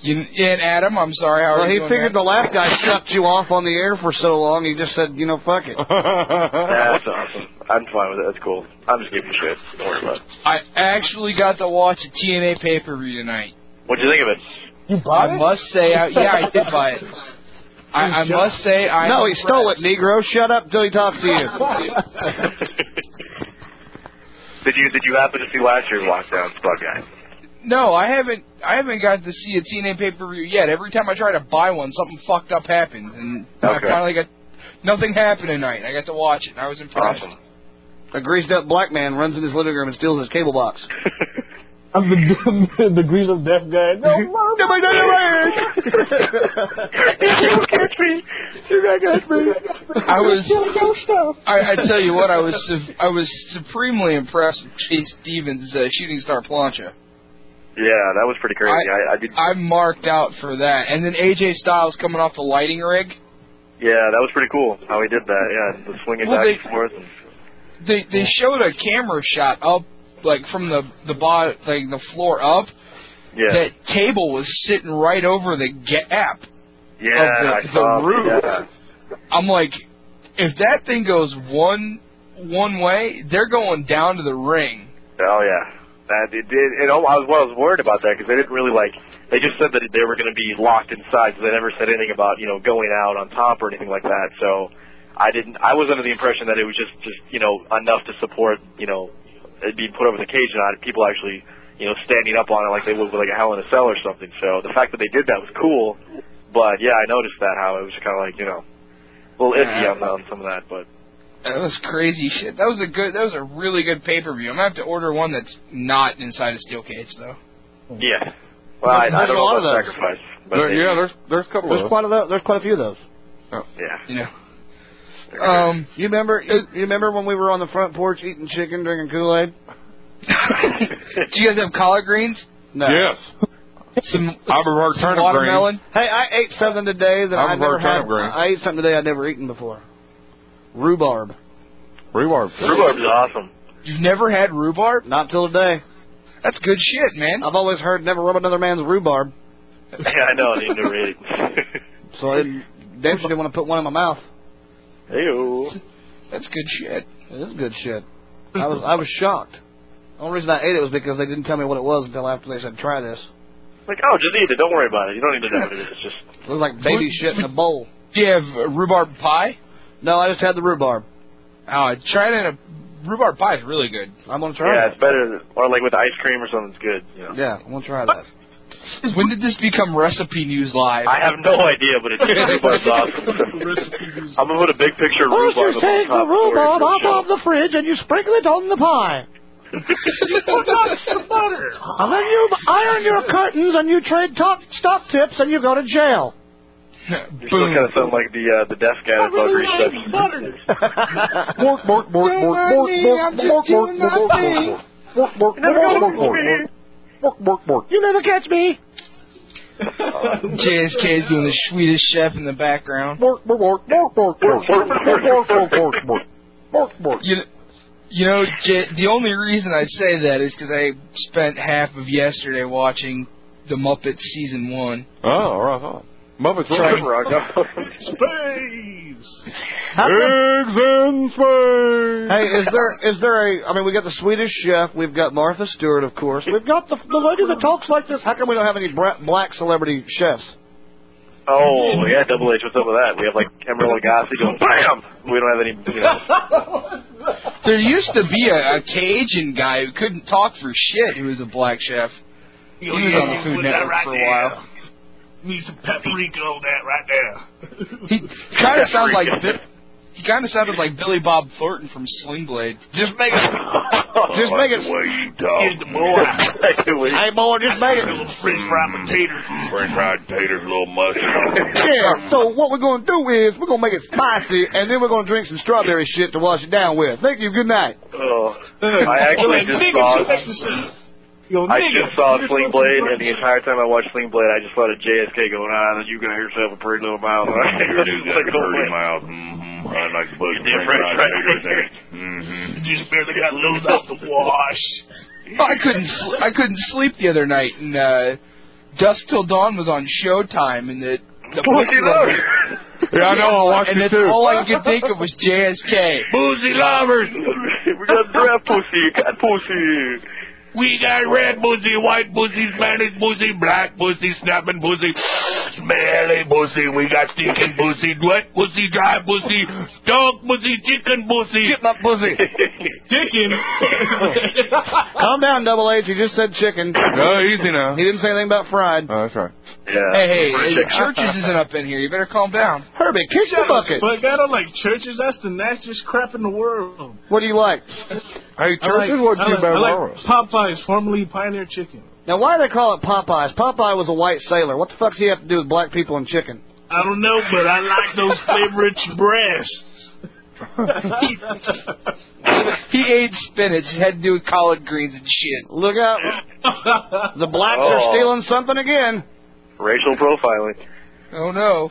[SPEAKER 23] You and Adam, I'm sorry. How
[SPEAKER 8] Well,
[SPEAKER 23] are
[SPEAKER 8] he
[SPEAKER 23] you doing?
[SPEAKER 8] figured the last guy sucked you off on the air for so long. He just said, you know, fuck it.
[SPEAKER 10] That's awesome. I'm fine with it. That's cool. I'm just giving you shit. Don't worry about it.
[SPEAKER 23] I actually got to watch a TNA pay per view tonight.
[SPEAKER 10] What'd you think of it? (laughs)
[SPEAKER 23] You bought I must say, I, yeah, I did buy it. I, I must say, I
[SPEAKER 8] no, he stole it, Negro. Shut up till he talks to you.
[SPEAKER 10] Did you Did you happen to see last year's lockdown spot guy?
[SPEAKER 23] (laughs) No, I haven't. I haven't got to see a TNA pay per view yet. Every time I try to buy one, something fucked up happens, and I
[SPEAKER 10] Okay.
[SPEAKER 23] finally got nothing happened tonight. I got to watch it, and I was impressed.
[SPEAKER 10] Awesome.
[SPEAKER 8] A greased up black man runs in his living room and steals his cable box.
[SPEAKER 20] (laughs)
[SPEAKER 10] (laughs)
[SPEAKER 20] I'm the, (laughs) the grease of death guy. No, mama.
[SPEAKER 8] Nobody does
[SPEAKER 23] (laughs)
[SPEAKER 20] You'll catch me. You're gonna catch me.
[SPEAKER 23] I was. I, I tell you what, I was. su- I was supremely impressed with Chase Stevens' uh, shooting star plancha.
[SPEAKER 10] Yeah, that was pretty crazy. I, I did.
[SPEAKER 23] I marked out for that, and then AJ Styles coming off the lighting rig.
[SPEAKER 10] Yeah, that was pretty cool how he did that. Yeah, the swinging
[SPEAKER 23] Well,
[SPEAKER 10] back
[SPEAKER 23] they-
[SPEAKER 10] and forth. And,
[SPEAKER 23] They they showed a camera shot up, like from the the bot, like the floor up.
[SPEAKER 10] yeah,
[SPEAKER 23] That table was sitting right over the gap.
[SPEAKER 10] yeah,
[SPEAKER 23] of
[SPEAKER 10] I
[SPEAKER 23] the-
[SPEAKER 10] saw,
[SPEAKER 23] the roof.
[SPEAKER 10] Yeah.
[SPEAKER 23] I'm like, if that thing goes one one way, they're going down to the ring.
[SPEAKER 10] Oh yeah, that it did. And oh, I was well, I was worried about that because they didn't really like. They just said that they were going to be locked inside, so they never said anything about you know going out on top or anything like that. So I didn't. I was under the impression that it was just just you know enough to support you know it being put over the cage and not people actually you know standing up on it like they would with like a hell in a cell or something. So the fact that they did that was cool. But yeah, I noticed that how it was kind of like you know a little iffy on, on some of that, but.
[SPEAKER 23] That was crazy shit. That was a good. That was a really good pay per view. I'm gonna have to order one that's not inside a steel cage though.
[SPEAKER 9] Hmm.
[SPEAKER 10] Yeah. Well, I, I don't know about sacrifice. But
[SPEAKER 9] There-
[SPEAKER 10] maybe.
[SPEAKER 9] yeah, there's there's a couple
[SPEAKER 8] There's
[SPEAKER 9] of
[SPEAKER 8] quite a lo- there's quite a few of those.
[SPEAKER 10] Yeah.
[SPEAKER 23] You know. Um.
[SPEAKER 8] You remember? You, you remember when we were on the front porch eating chicken, drinking Kool Aid?
[SPEAKER 23] (laughs) Do you guys have collard greens?
[SPEAKER 8] No.
[SPEAKER 9] Yes. (laughs)
[SPEAKER 23] Some
[SPEAKER 9] I prefer
[SPEAKER 23] some
[SPEAKER 9] turnip
[SPEAKER 23] watermelon.
[SPEAKER 8] Hey, I ate something today that
[SPEAKER 9] I've
[SPEAKER 8] I've never
[SPEAKER 9] heard turnip
[SPEAKER 8] had.
[SPEAKER 9] green.
[SPEAKER 8] I ate something today I'd never eaten before. Rhubarb.
[SPEAKER 9] Rhubarb.
[SPEAKER 10] Rhubarb's awesome.
[SPEAKER 23] You've never had rhubarb?
[SPEAKER 8] Not till today.
[SPEAKER 23] That's good shit, man.
[SPEAKER 8] I've always heard never rub another man's rhubarb,
[SPEAKER 10] (laughs) Yeah, I know. I need to (laughs) read.
[SPEAKER 8] so I didn't, damn sure didn't want to put one in my mouth.
[SPEAKER 10] Ew.
[SPEAKER 23] That's good shit.
[SPEAKER 8] It is good shit. I was I was shocked. The only reason I ate it was because they didn't tell me what it was until after they said try this.
[SPEAKER 10] Like, oh, just eat it. Don't worry about it. You don't need to know what it is. It's
[SPEAKER 8] It
[SPEAKER 10] just
[SPEAKER 8] was like baby shit in a bowl.
[SPEAKER 23] Do you have uh, rhubarb pie?
[SPEAKER 8] No, I just had the rhubarb.
[SPEAKER 23] Oh, try it in a rhubarb pie is really good.
[SPEAKER 8] I'm gonna try
[SPEAKER 10] yeah,
[SPEAKER 8] that.
[SPEAKER 10] it's better. Than, or like with ice cream or something. It's good. You know.
[SPEAKER 8] Yeah, I'm gonna try that.
[SPEAKER 23] When did this become Recipe News Live?
[SPEAKER 10] I have no idea, but it (laughs) definitely was awesome. I'm gonna put a big picture of rhubarb
[SPEAKER 17] First you
[SPEAKER 10] up
[SPEAKER 17] take
[SPEAKER 10] on top
[SPEAKER 17] the
[SPEAKER 10] of
[SPEAKER 17] rhubarb
[SPEAKER 10] the
[SPEAKER 17] out of the fridge and you sprinkle it on
[SPEAKER 23] (laughs)
[SPEAKER 17] the pie. And then you iron your curtains and you trade top stock tips and you go to jail.
[SPEAKER 10] You still kind of sound like the uh, the deaf guy that's all greased up.
[SPEAKER 9] Bork, bork, bork, bork, bork, bork, bork, bork, bork, bork, bork, bork, bork, bork, bork, bork, bork.
[SPEAKER 17] You never
[SPEAKER 23] (laughs)
[SPEAKER 17] catch me.
[SPEAKER 23] JSK is doing the Swedish chef in the background.
[SPEAKER 9] Bork, bork, bork, bork, bork, bork, bork, bork, bork, bork, bork.
[SPEAKER 23] You, you know, J- the only reason I say that is because I spent half of yesterday watching The Muppets season one.
[SPEAKER 9] Oh, right on. Muppets
[SPEAKER 23] Sorry,
[SPEAKER 20] Space.
[SPEAKER 9] Eggs in space.
[SPEAKER 8] Hey, is there is there a? I mean, we got the Swedish chef. We've got Martha Stewart, of course. We've got the the lady that talks like this. How come we don't have any bra- black celebrity chefs?
[SPEAKER 10] Oh yeah, Double H, what's up with that? We have like Emeril Lagasse going bam. We don't have any, you know. (laughs)
[SPEAKER 23] There used to be a, a Cajun guy who couldn't talk for shit who was a black chef. He was on the Food Network for a while.
[SPEAKER 20] Need some paprika on that right there.
[SPEAKER 23] He kind of sounded like Bi- he kind of sounded like Billy Bob Thornton from Sling Blade. Just make it.
[SPEAKER 20] Just
[SPEAKER 10] (laughs)
[SPEAKER 23] make it.
[SPEAKER 20] way you talk. Here's the boy.
[SPEAKER 17] Hey, boy, just make it.
[SPEAKER 20] French fried potatoes.
[SPEAKER 11] French fried taters, a little (laughs) mustard.
[SPEAKER 8] Yeah. So what we're gonna do is we're gonna make it spicy, and then we're gonna drink some strawberry shit to wash it down with. Thank you. Good night.
[SPEAKER 10] Oh,
[SPEAKER 8] (laughs)
[SPEAKER 10] I actually just saw. I just saw Sling Blade, and the entire time I watched Sling Blade, I just thought of JSK going on, and you gonna hear yourself a pretty little
[SPEAKER 11] (laughs)
[SPEAKER 10] mouth.
[SPEAKER 11] You do got a
[SPEAKER 10] Like, oh,
[SPEAKER 11] pretty
[SPEAKER 10] man.
[SPEAKER 11] (laughs) mouth. Mm-hmm. I like to put Mm-hmm.
[SPEAKER 10] Different
[SPEAKER 11] French fried
[SPEAKER 10] fried
[SPEAKER 11] taters in
[SPEAKER 20] You just barely got those out the wash.
[SPEAKER 23] Oh, I couldn't. Sl- I couldn't sleep the other night, and uh, Dusk Till Dawn was on Showtime, and the the
[SPEAKER 11] Pussy
[SPEAKER 10] (laughs)
[SPEAKER 23] lovers-
[SPEAKER 9] Yeah, I know. I watched
[SPEAKER 23] and
[SPEAKER 9] it
[SPEAKER 23] that's
[SPEAKER 9] too.
[SPEAKER 23] all I could think of was JSK.
[SPEAKER 11] Pussy lovers.
[SPEAKER 10] (laughs) we got draft pussy, cat pussy.
[SPEAKER 11] We got red pussy, white pussy, Spanish pussy, black pussy, snapping pussy, smelly pussy. We got stinking pussy, wet pussy, dry pussy, dog pussy, chicken pussy. Get
[SPEAKER 8] my pussy.
[SPEAKER 11] chicken.
[SPEAKER 8] (laughs) Calm down, Double H. He just said chicken.
[SPEAKER 9] No, Oh, easy now.
[SPEAKER 8] He didn't say anything about fried.
[SPEAKER 9] Oh, that's right.
[SPEAKER 23] Hey, hey, hey, Churches isn't up in here. You better calm down.
[SPEAKER 8] Herbie, kick the bucket.
[SPEAKER 20] But God, I like churches. That's the nastiest crap in the world.
[SPEAKER 8] What do you like?
[SPEAKER 9] Hey,
[SPEAKER 20] I like,
[SPEAKER 9] churches wasn't
[SPEAKER 20] I
[SPEAKER 9] too
[SPEAKER 20] like,
[SPEAKER 9] bad.
[SPEAKER 20] I
[SPEAKER 9] for us.
[SPEAKER 20] like Popeyes, formerly Pioneer Chicken.
[SPEAKER 8] Now, why do they call it Popeyes? Popeye was a white sailor. What the fuck's he have to do with black people and chicken?
[SPEAKER 20] I don't know, but I like those
[SPEAKER 8] (laughs)
[SPEAKER 20] favorite breasts.
[SPEAKER 23] He ate spinach. It had to do with collard greens and shit.
[SPEAKER 8] Look out. The blacks
[SPEAKER 10] Oh.
[SPEAKER 8] are stealing something again.
[SPEAKER 10] Racial profiling.
[SPEAKER 23] Oh no.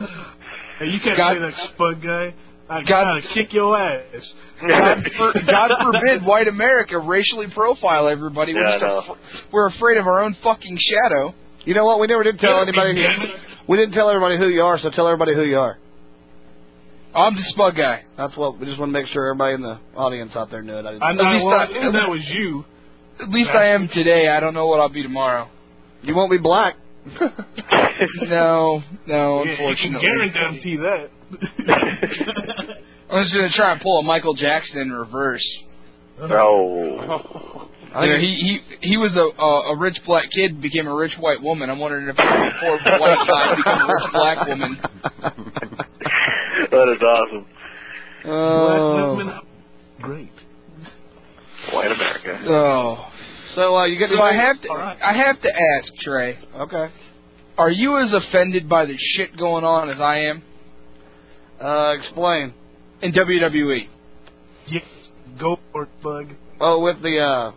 [SPEAKER 20] Hey, you can't
[SPEAKER 23] God-
[SPEAKER 20] say that, Spud guy. I gotta kick your ass.
[SPEAKER 10] (laughs)
[SPEAKER 23] God, for, God forbid white America racially profile everybody. We're,
[SPEAKER 20] Yeah,
[SPEAKER 23] just
[SPEAKER 20] I know.
[SPEAKER 23] af- we're afraid of our own fucking shadow.
[SPEAKER 8] You know what? We never did tell anybody. We didn't tell everybody who you are, so tell everybody who you are.
[SPEAKER 23] I'm the Spud guy.
[SPEAKER 8] That's what we just want to make sure everybody in the audience out there knew it. I didn't.
[SPEAKER 20] I know
[SPEAKER 23] At least
[SPEAKER 20] well,
[SPEAKER 23] I-
[SPEAKER 20] I knew that was you.
[SPEAKER 23] At least I am today. I don't know what I'll be tomorrow.
[SPEAKER 8] You won't
[SPEAKER 23] (laughs)
[SPEAKER 8] be black. (laughs)
[SPEAKER 23] No, no,
[SPEAKER 20] Yeah, you can
[SPEAKER 23] unfortunately.
[SPEAKER 20] guarantee that.
[SPEAKER 23] I'm just gonna try and pull a Michael Jackson in reverse.
[SPEAKER 10] Oh.
[SPEAKER 23] You know, he he he was a a, a rich black kid became a rich white woman. I'm wondering if a poor white guy became a rich black
[SPEAKER 8] (laughs)
[SPEAKER 23] woman.
[SPEAKER 10] That is awesome.
[SPEAKER 20] Black
[SPEAKER 8] Oh.
[SPEAKER 20] women are great.
[SPEAKER 10] White America.
[SPEAKER 23] Oh,
[SPEAKER 8] So uh, you get
[SPEAKER 23] so
[SPEAKER 8] to
[SPEAKER 23] I have to I have to ask Trey,
[SPEAKER 8] Okay.
[SPEAKER 23] are you as offended by the shit going on as I am
[SPEAKER 8] Uh, explain.
[SPEAKER 23] in WWE?
[SPEAKER 20] Yes, go for it, bug.
[SPEAKER 8] Oh, with the uh,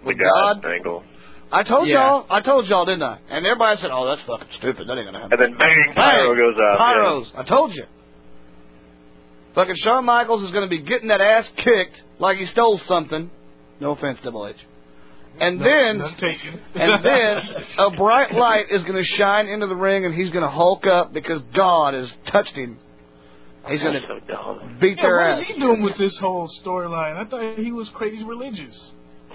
[SPEAKER 10] The
[SPEAKER 8] with
[SPEAKER 10] God
[SPEAKER 8] God.
[SPEAKER 10] angle.
[SPEAKER 8] I told
[SPEAKER 23] Yeah.
[SPEAKER 8] y'all. I told y'all, didn't I? And everybody said, "Oh, that's fucking stupid. That ain't gonna happen."
[SPEAKER 10] And then bang, pyro
[SPEAKER 8] Hey,
[SPEAKER 10] goes out.
[SPEAKER 8] Pyros. I told you. Fucking Shawn Michaels is going to be getting that ass kicked like he stole something. No offense, Double H. And then,
[SPEAKER 20] None taken.
[SPEAKER 8] (laughs) and then, a bright light is going to shine into the ring, and he's going to Hulk up because God has touched him. He's going
[SPEAKER 10] so dumb.
[SPEAKER 8] to beat
[SPEAKER 20] (laughs) yeah,
[SPEAKER 8] their
[SPEAKER 20] what
[SPEAKER 8] ass.
[SPEAKER 20] is he doing with this whole storyline? I thought he was crazy religious.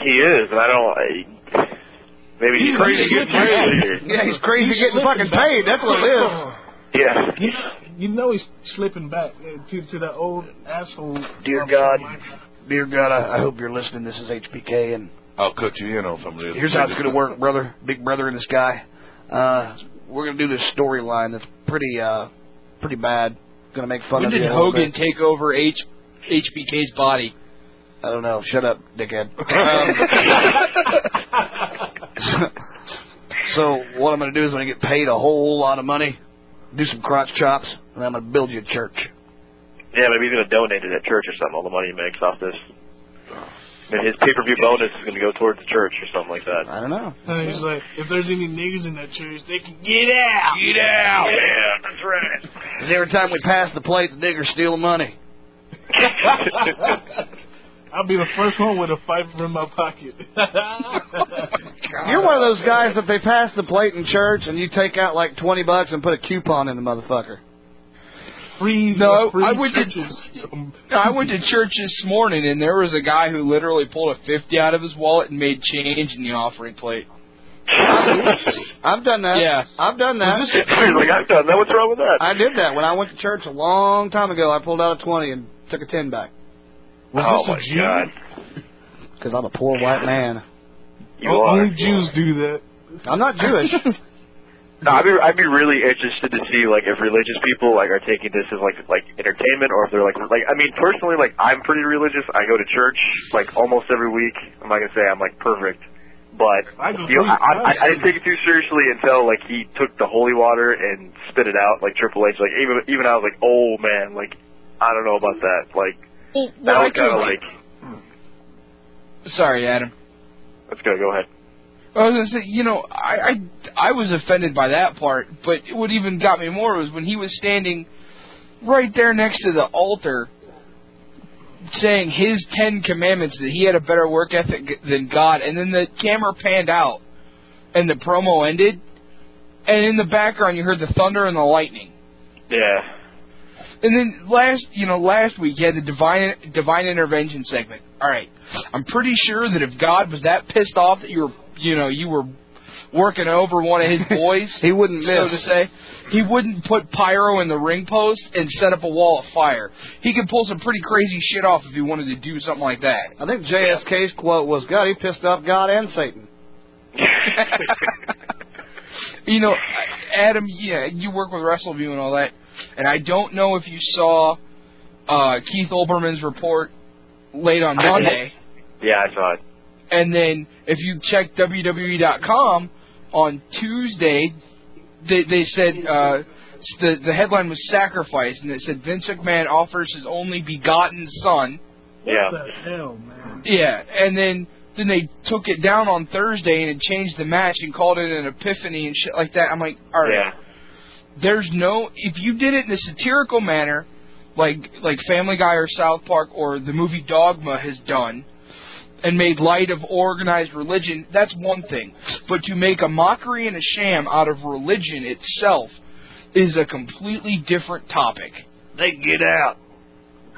[SPEAKER 10] He is, and I don't. I, maybe he's crazy getting
[SPEAKER 8] (laughs)
[SPEAKER 10] paid.
[SPEAKER 8] Yeah, he's crazy getting fucking
[SPEAKER 20] slipping back.
[SPEAKER 8] paid. That's what it is.
[SPEAKER 10] (laughs) Yeah.
[SPEAKER 20] You, you know he's slipping back uh, to to that old asshole.
[SPEAKER 18] Dear
[SPEAKER 20] Um,
[SPEAKER 18] God, dear God, I, I hope you're listening. This is HBK, and
[SPEAKER 9] I'll cut you in on some of this.
[SPEAKER 18] here's how it's going to work, brother, big brother in the sky.
[SPEAKER 8] Uh, we're gonna do this storyline that's pretty uh, pretty bad. Gonna make fun
[SPEAKER 12] When
[SPEAKER 8] of you
[SPEAKER 12] did
[SPEAKER 8] a little
[SPEAKER 12] Hogan
[SPEAKER 8] bit.
[SPEAKER 12] take over H HBK's body?
[SPEAKER 8] I don't know. Shut up, dickhead.
[SPEAKER 12] (laughs)
[SPEAKER 8] Um, (laughs) So what I'm gonna do is I'm gonna get paid a whole lot of money, do some crotch chops, and I'm gonna build you a church.
[SPEAKER 10] Yeah, maybe he's going to donate to that church or something, all the money he makes off this. And his pay per view bonus is going to go towards the church or something like
[SPEAKER 8] (laughs)
[SPEAKER 10] that.
[SPEAKER 8] I don't know.
[SPEAKER 20] And he's like, if there's any niggas in that church, they can get out.
[SPEAKER 10] Get out.
[SPEAKER 20] Yeah,
[SPEAKER 10] that's (laughs) right.
[SPEAKER 8] 'Cause every time we pass the plate, the diggers steal the money.
[SPEAKER 20] I'll be the first one with a fiver in my pocket. (laughs)
[SPEAKER 8] You're one of those guys that they pass the plate in church, and you take out like twenty bucks and put a coupon in the motherfucker.
[SPEAKER 20] Free
[SPEAKER 12] No,
[SPEAKER 20] free
[SPEAKER 12] I went
[SPEAKER 20] churches.
[SPEAKER 12] to I went to church this morning, and there was a guy who literally pulled a fifty out of his wallet and made change in the offering plate.
[SPEAKER 8] I've done that.
[SPEAKER 12] Yeah,
[SPEAKER 8] I've done that.
[SPEAKER 10] I've done that. What's wrong with that?
[SPEAKER 8] I did that when I went to church a long time ago. I pulled out a twenty and took a ten back
[SPEAKER 10] oh, my
[SPEAKER 20] this a Jew?
[SPEAKER 10] God.
[SPEAKER 8] because I'm a poor white man.
[SPEAKER 10] Oh, You
[SPEAKER 20] O-
[SPEAKER 10] are.
[SPEAKER 20] Only Jews do that.
[SPEAKER 8] I'm not Jewish.
[SPEAKER 10] No, I'd be I'd be really interested to see like if religious people like are taking this as like like entertainment or if they're like like I mean personally like I'm pretty religious. I go to church like almost every week. I'm not gonna say I'm like perfect, but
[SPEAKER 20] I go
[SPEAKER 10] you know,
[SPEAKER 20] three
[SPEAKER 10] I, I, I- I
[SPEAKER 20] times.
[SPEAKER 10] didn't take it too seriously until like he took the holy water and spit it out like Triple H. Like even even I was like oh man like I don't know about that like that was kind of like
[SPEAKER 12] Sorry, Adam.
[SPEAKER 10] let's go go ahead.
[SPEAKER 12] I was gonna say, you know, I, I I was offended by that part, but what even got me more was when he was standing right there next to the altar, saying his Ten Commandments that he had a better work ethic than God, and then the camera panned out, and the promo ended, and in the background you heard the thunder and the lightning,
[SPEAKER 10] Yeah. (laughs)
[SPEAKER 12] and then last you know last week you had the divine divine intervention segment. All right, I'm pretty sure that if God was that pissed off that you were you know you were working over one of his boys,
[SPEAKER 8] he wouldn't
[SPEAKER 12] so
[SPEAKER 8] miss.
[SPEAKER 12] to say. He wouldn't put pyro in the ring post and set up a wall of fire. He could pull some pretty crazy shit off if he wanted to do something like that.
[SPEAKER 8] I think JSK's quote was, "God, he pissed off God and Satan."
[SPEAKER 12] You know, Adam, yeah, you work with WrestleView and all that, and I don't know if you saw uh, Keith Olbermann's report late on
[SPEAKER 10] I did.
[SPEAKER 12] Monday.
[SPEAKER 10] Yeah, I saw it.
[SPEAKER 12] And then if you check WWE.com on Tuesday, they, they said uh, the the headline was sacrifice, and it said Vince McMahon offers his only begotten son.
[SPEAKER 10] Yeah.
[SPEAKER 20] What the hell, man?
[SPEAKER 12] Yeah, and then then they took it down on Thursday and it changed the match and called it an epiphany and shit like that. I'm like, all right,
[SPEAKER 10] Yeah.
[SPEAKER 12] there's no if you did it in a satirical manner like like family guy or south park or the movie dogma has done and made light of organized religion that's one thing but to make a mockery and a sham out of religion itself is a completely different topic
[SPEAKER 24] They get out.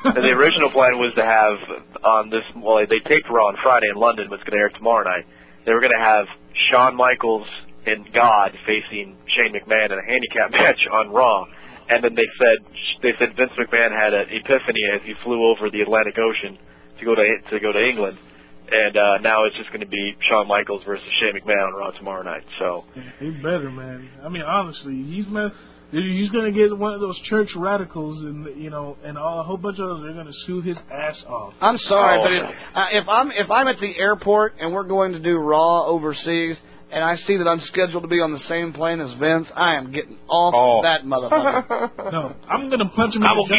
[SPEAKER 10] and the original plan was to have on this. Well, they taped Raw on Friday in London, but it's going to air tomorrow night. They were going to have Shawn Michaels and God facing Shane McMahon in a handicap (laughs) match on Raw, and then they said they said Vince McMahon had an epiphany as he flew over the Atlantic Ocean to go to to go to England, and uh, now it's just going to be Shawn Michaels versus Shane McMahon on Raw tomorrow night. So
[SPEAKER 20] He better, man. I mean, honestly, he's man. He's gonna get one of those church radicals, and you know, and all, a whole bunch of others are gonna sue his ass off.
[SPEAKER 8] I'm sorry,
[SPEAKER 20] Oh.
[SPEAKER 8] but if, uh, if I'm if I'm at the airport and we're going to do Raw overseas, and I see that I'm scheduled to be on the same plane as Vince, I am getting off
[SPEAKER 20] Oh.
[SPEAKER 8] that
[SPEAKER 20] (laughs)
[SPEAKER 8] motherfucker.
[SPEAKER 20] No, I'm gonna punch him.
[SPEAKER 12] I
[SPEAKER 20] in
[SPEAKER 12] will
[SPEAKER 20] the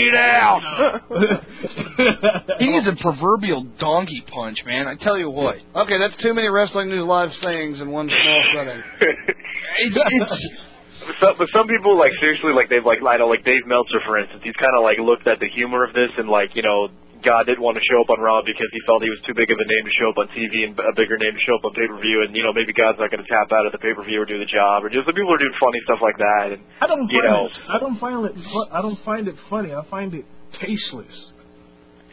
[SPEAKER 12] get
[SPEAKER 20] out. (laughs)
[SPEAKER 12] he is a proverbial donkey punch man i tell you what
[SPEAKER 8] okay, that's too many wrestling news live sayings in one small setting.
[SPEAKER 12] it's, it's
[SPEAKER 10] But some, but some people like seriously like they've like I know like Dave Meltzer for instance he's kind of like looked at the humor of this and like you know God didn't want to show up on Raw because he felt he was too big of a name to show up on TV and a bigger name to show up on pay per view and you know maybe God's not going to tap out at the pay per view or do the job or just the people are doing funny stuff like that and
[SPEAKER 20] I don't find
[SPEAKER 10] You know.
[SPEAKER 20] it. I don't find it. fu- I don't find it funny. I find it tasteless.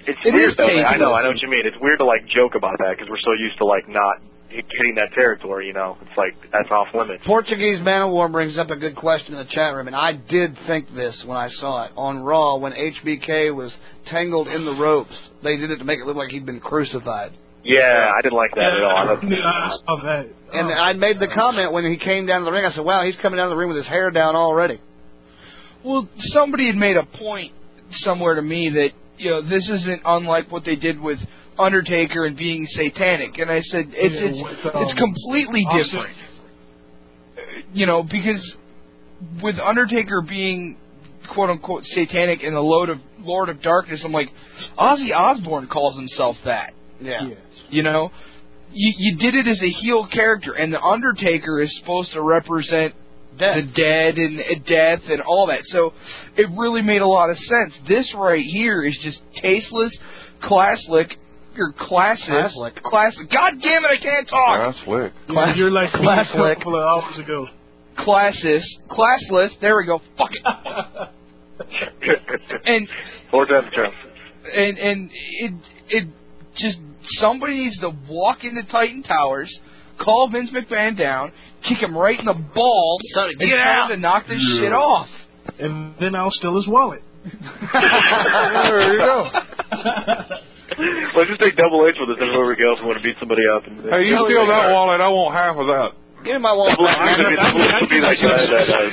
[SPEAKER 10] it's
[SPEAKER 20] It
[SPEAKER 10] weird
[SPEAKER 20] is
[SPEAKER 10] though man. I know
[SPEAKER 20] tasteless.
[SPEAKER 10] I know what you mean it's weird to like joke about that because we're so used to like not hitting that territory you know it's like that's off limits
[SPEAKER 8] Portuguese man of war brings up a good question in the chat room, and I did think this when I saw it on Raw when HBK was tangled in the ropes. They did it to make it look like he'd been crucified.
[SPEAKER 10] Yeah, I didn't like that at all. I don't-
[SPEAKER 25] And
[SPEAKER 20] Oh.
[SPEAKER 25] I made the comment when he came down to the ring. I said, "Wow, he's coming down to the ring with his hair down already."
[SPEAKER 8] Well, somebody had made a point somewhere to me that you know this isn't unlike what they did with Undertaker and being satanic, and I said it's
[SPEAKER 20] Yeah,
[SPEAKER 8] it's
[SPEAKER 20] with, um,
[SPEAKER 8] it's completely
[SPEAKER 20] Austin.
[SPEAKER 8] different. You know, because with Undertaker being quote unquote satanic and the Lord of Lord of Darkness, I'm like Ozzy Osbourne calls himself that.
[SPEAKER 25] Yeah.
[SPEAKER 8] You know, you you did it as a heel character, and the Undertaker is supposed to represent the dead and uh, death and all that. So it really made a lot of sense. This right here is just tasteless, classic, or classist,
[SPEAKER 20] Classic.
[SPEAKER 8] classic. God damn it, I can't talk.
[SPEAKER 11] Uh-huh.
[SPEAKER 9] That's slick.
[SPEAKER 8] Class-
[SPEAKER 20] You're like me
[SPEAKER 8] class
[SPEAKER 20] a
[SPEAKER 8] lick.
[SPEAKER 20] couple of hours ago.
[SPEAKER 8] Classless, classless. There we go. Fuck it.
[SPEAKER 10] (laughs)
[SPEAKER 8] and
[SPEAKER 10] Lord Death Trump.
[SPEAKER 8] and and it it just somebody needs to walk into Titan Towers, call Vince McMahon down, kick him right in the balls, and tell
[SPEAKER 20] get out.
[SPEAKER 8] him to knock this
[SPEAKER 20] Yeah.
[SPEAKER 8] shit off.
[SPEAKER 20] And then I'll steal his wallet.
[SPEAKER 8] There you go.
[SPEAKER 10] (laughs) Let's just take Double H with us everywhere we go if we want to beat somebody up. And
[SPEAKER 9] Hey, you steal that wallet, I want half of
[SPEAKER 25] (laughs)
[SPEAKER 9] that.
[SPEAKER 25] Give me my wallet.
[SPEAKER 10] Double H would be, Double H would be that guy that. Uh,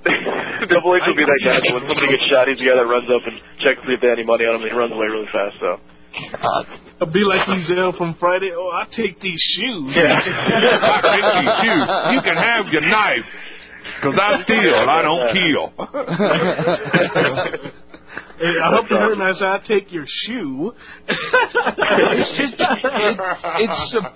[SPEAKER 10] (laughs) Double H would be that guy that when somebody gets shot, he's the guy that runs up and checks to see if they have any money on him, and he runs away really fast. So.
[SPEAKER 8] (laughs)
[SPEAKER 20] I'll be like Lizelle from Friday. Oh, I take these shoes.
[SPEAKER 9] I take these shoes. You can have your knife, 'cause
[SPEAKER 25] (laughs)
[SPEAKER 9] I steal, I don't kill.
[SPEAKER 20] Hey, I hope you heard when I said I take your shoe.
[SPEAKER 8] it's just it, it's su-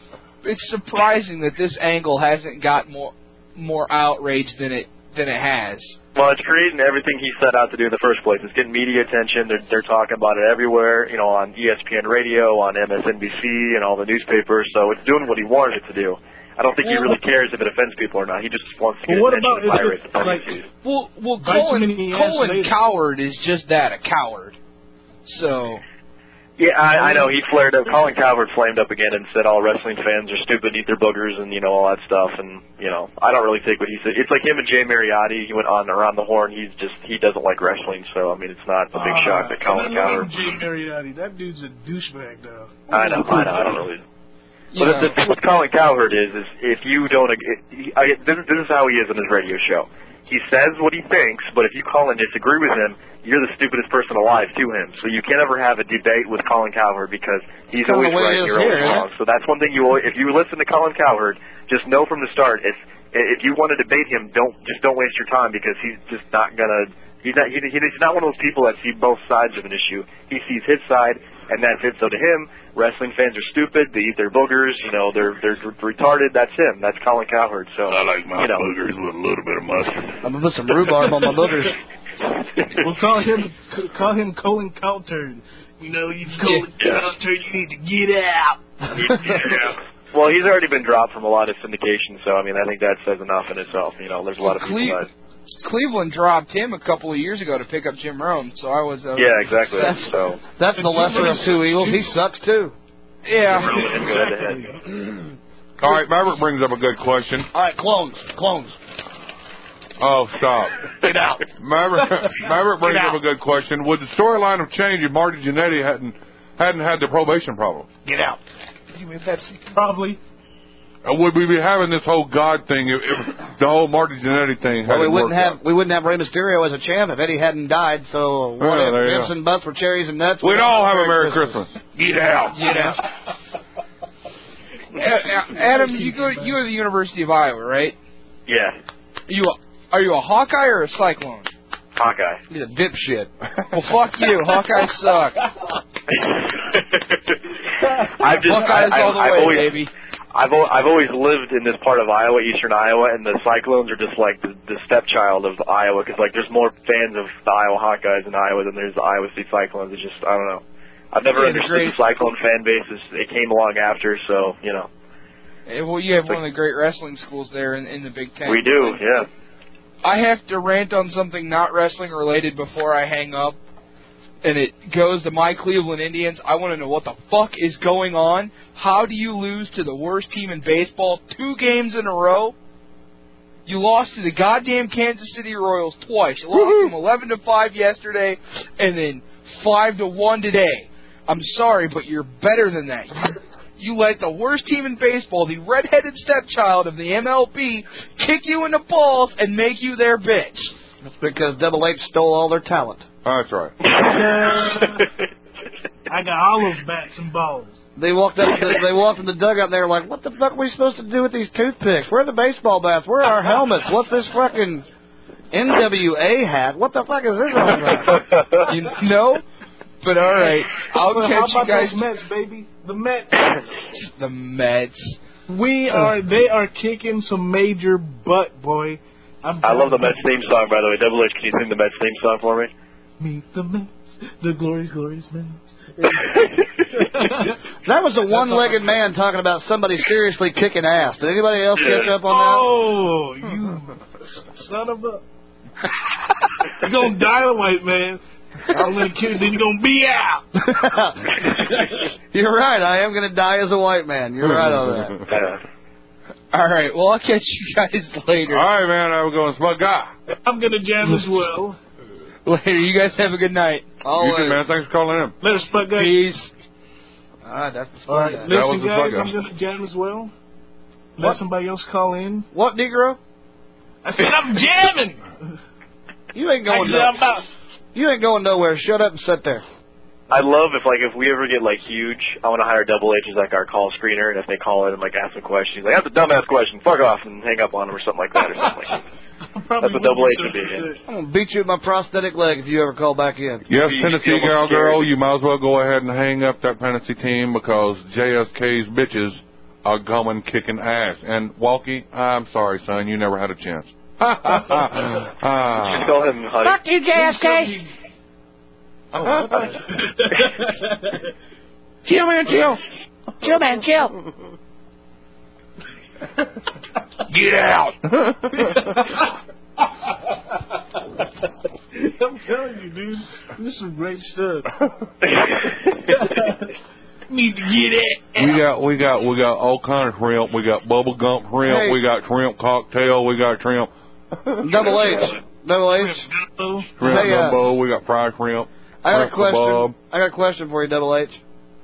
[SPEAKER 8] it's surprising that this angle hasn't got more more outrage than it than it has.
[SPEAKER 10] Well, it's creating everything he set out to do in the first place. It's getting media attention. They're they're talking about it everywhere, you know, on E ESPN radio, on MSNBC, and all the newspapers. So it's doing what he wanted it to do. I don't think he really cares if it offends people or not. He just wants to get
[SPEAKER 20] Well, what
[SPEAKER 10] attention and pirate
[SPEAKER 20] about if it's
[SPEAKER 10] the public.
[SPEAKER 8] Well, well,
[SPEAKER 20] Bites him
[SPEAKER 8] Colin
[SPEAKER 20] in the ass
[SPEAKER 8] Colin
[SPEAKER 20] later.
[SPEAKER 8] Coward is just that a coward. So
[SPEAKER 10] yeah, I, I know he flared up. Colin Calvert flamed up again and said all wrestling fans are stupid, eat their boogers, and you know all that stuff. And you know, I don't really take what he said. It's like him and Jay Mariotti. He went on around the horn. He's just he doesn't like wrestling, so I mean, it's not a big
[SPEAKER 8] Ah.
[SPEAKER 10] shock that Colin
[SPEAKER 20] Ah. I love
[SPEAKER 10] Calvert.
[SPEAKER 20] Jay Mariotti. That dude's a douchebag, though.
[SPEAKER 10] I know, I know, I don't really. But
[SPEAKER 20] Yeah.
[SPEAKER 10] the thing with Colin Cowherd is, is if you don't, ag- he- I, this, is- this is how he is on his radio show. He says what he thinks, but if you call and disagree with him, you're the stupidest person alive to him. So you can't ever have a debate with Colin Cowherd because he's
[SPEAKER 26] Kinda
[SPEAKER 10] always
[SPEAKER 26] the way
[SPEAKER 10] right
[SPEAKER 26] it is
[SPEAKER 10] and you're
[SPEAKER 26] here,
[SPEAKER 10] always wrong. So that's one thing you, always, if you listen to Colin Cowherd, just know from the start if if you want to debate him, don't just don't waste your time because he's just not gonna. He's not. He, he's not one of those people that see both sides of an issue. He sees his side, and that's it. So to him, wrestling fans are stupid. They eat their boogers. You know, they're they're retarded. That's him. That's Colin Cowherd. So I like my you know. (laughs) boogers with a little bit of mustard.
[SPEAKER 25] I'm gonna put some rhubarb on my
[SPEAKER 8] (laughs)
[SPEAKER 25] boogers.
[SPEAKER 20] Well, call him c- call him Colin Cowturn. You know, you Colin Cowturn. You need to get out.
[SPEAKER 10] Well, he's already been dropped from a lot of syndication. So I mean, I think that says enough in itself. You know, there's a lot of people
[SPEAKER 8] Cle-
[SPEAKER 10] that.
[SPEAKER 8] Cleveland dropped him a couple of years ago to pick up Jim Rome, so I was uh,
[SPEAKER 10] Yeah, exactly.
[SPEAKER 8] That's, (laughs)
[SPEAKER 10] so
[SPEAKER 25] That's the lesser of two evils. He sucks too.
[SPEAKER 8] yeah.
[SPEAKER 10] Rome and him go head to head.
[SPEAKER 9] All right, Maverick brings up a good question.
[SPEAKER 25] All right, clones, clones.
[SPEAKER 9] Oh, stop.
[SPEAKER 25] Get out. (laughs)
[SPEAKER 9] Maverick, Maverick brings
[SPEAKER 25] Get
[SPEAKER 9] up a good question. Would the storyline have changed if Marty Jannetty hadn't hadn't had the probation problem?
[SPEAKER 25] Get out.
[SPEAKER 8] Give me a Pepsi.
[SPEAKER 20] Probably.
[SPEAKER 9] Uh, would we be having this whole God thing if, if the whole Marty Jannetty thing
[SPEAKER 25] Well,
[SPEAKER 9] hadn't
[SPEAKER 25] we wouldn't
[SPEAKER 9] worked out?
[SPEAKER 25] have we wouldn't have Rey Mysterio as a champ if Eddie hadn't died. So what
[SPEAKER 9] Yeah,
[SPEAKER 25] if
[SPEAKER 9] there you
[SPEAKER 25] ribs
[SPEAKER 9] go.
[SPEAKER 25] and butts were cherries and nuts?
[SPEAKER 9] We'd all have a Merry Christmas.
[SPEAKER 8] Get out. Get out. A- A- Adam, you go. You go to the University of Iowa, right?
[SPEAKER 10] Yeah,
[SPEAKER 8] Are you a, are you a Hawkeye or a Cyclone? (laughs)
[SPEAKER 10] Hawkeye.
[SPEAKER 25] He's a dipshit.
[SPEAKER 8] Well, fuck
[SPEAKER 9] (laughs)
[SPEAKER 8] you. Hawkeye suck.
[SPEAKER 10] I've just
[SPEAKER 8] Buckeyes
[SPEAKER 10] I, I,
[SPEAKER 8] all the
[SPEAKER 10] I've
[SPEAKER 8] way,
[SPEAKER 10] always,
[SPEAKER 8] baby.
[SPEAKER 10] I've al- I've always lived in this part of Iowa, eastern Iowa, and the Cyclones are just like the, the stepchild of Iowa because like there's more fans of the Iowa Hawkeyes in Iowa than there's the Iowa State Cyclones. It's just I don't know. I've never
[SPEAKER 8] Yeah, the
[SPEAKER 10] understood the Cyclone fan base. It's- It came along after, so you know
[SPEAKER 8] Eh, Well, you have one of the great wrestling schools there in, in the Big Ten.
[SPEAKER 10] we do. Yeah.
[SPEAKER 8] I have to rant on something not wrestling related before I hang up, and it goes to my Cleveland Indians. I want to know what the fuck is going on. How do you lose to the worst team in baseball two games in a row? You lost to the goddamn Kansas City Royals twice. You lost them eleven to five yesterday, and then five to one today. I'm sorry, but you're better than that. You-
[SPEAKER 23] you let the worst team in baseball, the redheaded stepchild of the MLB, kick you in the balls and make you their bitch.
[SPEAKER 8] That's because Double H stole all their talent.
[SPEAKER 9] that's right.
[SPEAKER 20] I got all those bats and balls.
[SPEAKER 8] They walked up. To, they walked in the dugout. and They were like, "What the fuck are we supposed to do with these toothpicks? Where are the baseball bats? Where are our helmets? What's this fucking NWA hat? What the fuck is this all about?"
[SPEAKER 23] You know? But all right, I'll
[SPEAKER 20] Well,
[SPEAKER 23] catch
[SPEAKER 20] how
[SPEAKER 23] you
[SPEAKER 20] about
[SPEAKER 23] guys.
[SPEAKER 20] those Mets, baby? The Mets.
[SPEAKER 23] the Mets.
[SPEAKER 20] We are. They are kicking some major butt, boy. I'm
[SPEAKER 10] I love the Mets theme song, by the way. Double H, can you sing the Mets theme song
[SPEAKER 23] (laughs)
[SPEAKER 10] for me?
[SPEAKER 20] Meet the Mets, the glorious, glorious Mets.
[SPEAKER 8] That was a one-legged man talking about somebody seriously kicking ass. Did anybody else catch up
[SPEAKER 20] Oh,
[SPEAKER 8] on that?
[SPEAKER 20] you son of a! (laughs) You're gonna dynamite, man. I'm gonna kill you. Then you're gonna be out.
[SPEAKER 8] (laughs) You're right. I am going to die as a white man. You're right on that.
[SPEAKER 23] (laughs) All right, well I'll catch you guys (laughs) later.
[SPEAKER 9] (laughs) All right, man, I was going smug guy.
[SPEAKER 20] I'm gonna jam as well.
[SPEAKER 23] Later, you guys have a good night.
[SPEAKER 9] You too, man. Thanks for calling in.
[SPEAKER 20] Let us fuck up.
[SPEAKER 23] Peace. Ah, that's the
[SPEAKER 20] All right,
[SPEAKER 23] That
[SPEAKER 20] listen,
[SPEAKER 9] was the
[SPEAKER 20] guys.
[SPEAKER 9] plug-in.
[SPEAKER 20] I'm gonna jam as well. Let
[SPEAKER 8] What?
[SPEAKER 20] somebody else call in.
[SPEAKER 8] What, Negro?
[SPEAKER 20] I (laughs) said I'm jamming.
[SPEAKER 8] You ain't going
[SPEAKER 20] Actually, I'm
[SPEAKER 8] nowhere.
[SPEAKER 20] about
[SPEAKER 8] You ain't going nowhere. Shut up and sit there.
[SPEAKER 10] I love if like if we ever get like huge, I want to hire Double H as like our call screener, and if they call in and like ask a question, he's like that's a dumbass question, fuck off, and hang up on him or something like that or something. Like that. That's what Double H would be. Yeah.
[SPEAKER 8] I'm going to beat you with my prosthetic leg if you ever call back in.
[SPEAKER 9] Yes,
[SPEAKER 10] You- you
[SPEAKER 9] Tennessee
[SPEAKER 10] feel
[SPEAKER 9] gal
[SPEAKER 10] scared.
[SPEAKER 9] girl, you might as well go ahead and hang up that Tennessee team because JSK's bitches are going kicking ass. And Walkie, I'm sorry, son, you never had a
[SPEAKER 8] (laughs)
[SPEAKER 9] chance. (laughs)
[SPEAKER 8] Oh,
[SPEAKER 10] Just
[SPEAKER 9] Ah.
[SPEAKER 10] call him, honey.
[SPEAKER 17] Fuck you, JSK.
[SPEAKER 23] Chill, man, chill.
[SPEAKER 17] Chill, man, chill.
[SPEAKER 11] Get
[SPEAKER 9] (laughs)
[SPEAKER 11] out.
[SPEAKER 20] I'm telling you, dude. This is some great stuff. Need to get
[SPEAKER 9] We got we got we got all kind of shrimp. We got bubble gum shrimp.
[SPEAKER 8] Hey.
[SPEAKER 9] We got shrimp cocktail. We got
[SPEAKER 8] (laughs)
[SPEAKER 9] shrimp
[SPEAKER 8] Double H. Double H.
[SPEAKER 20] it.
[SPEAKER 9] shrimp
[SPEAKER 8] Hey, uh,
[SPEAKER 9] gumbo. We got fried shrimp.
[SPEAKER 8] I got a
[SPEAKER 9] shrimp kebab.
[SPEAKER 8] question. I got a question for you, Double H.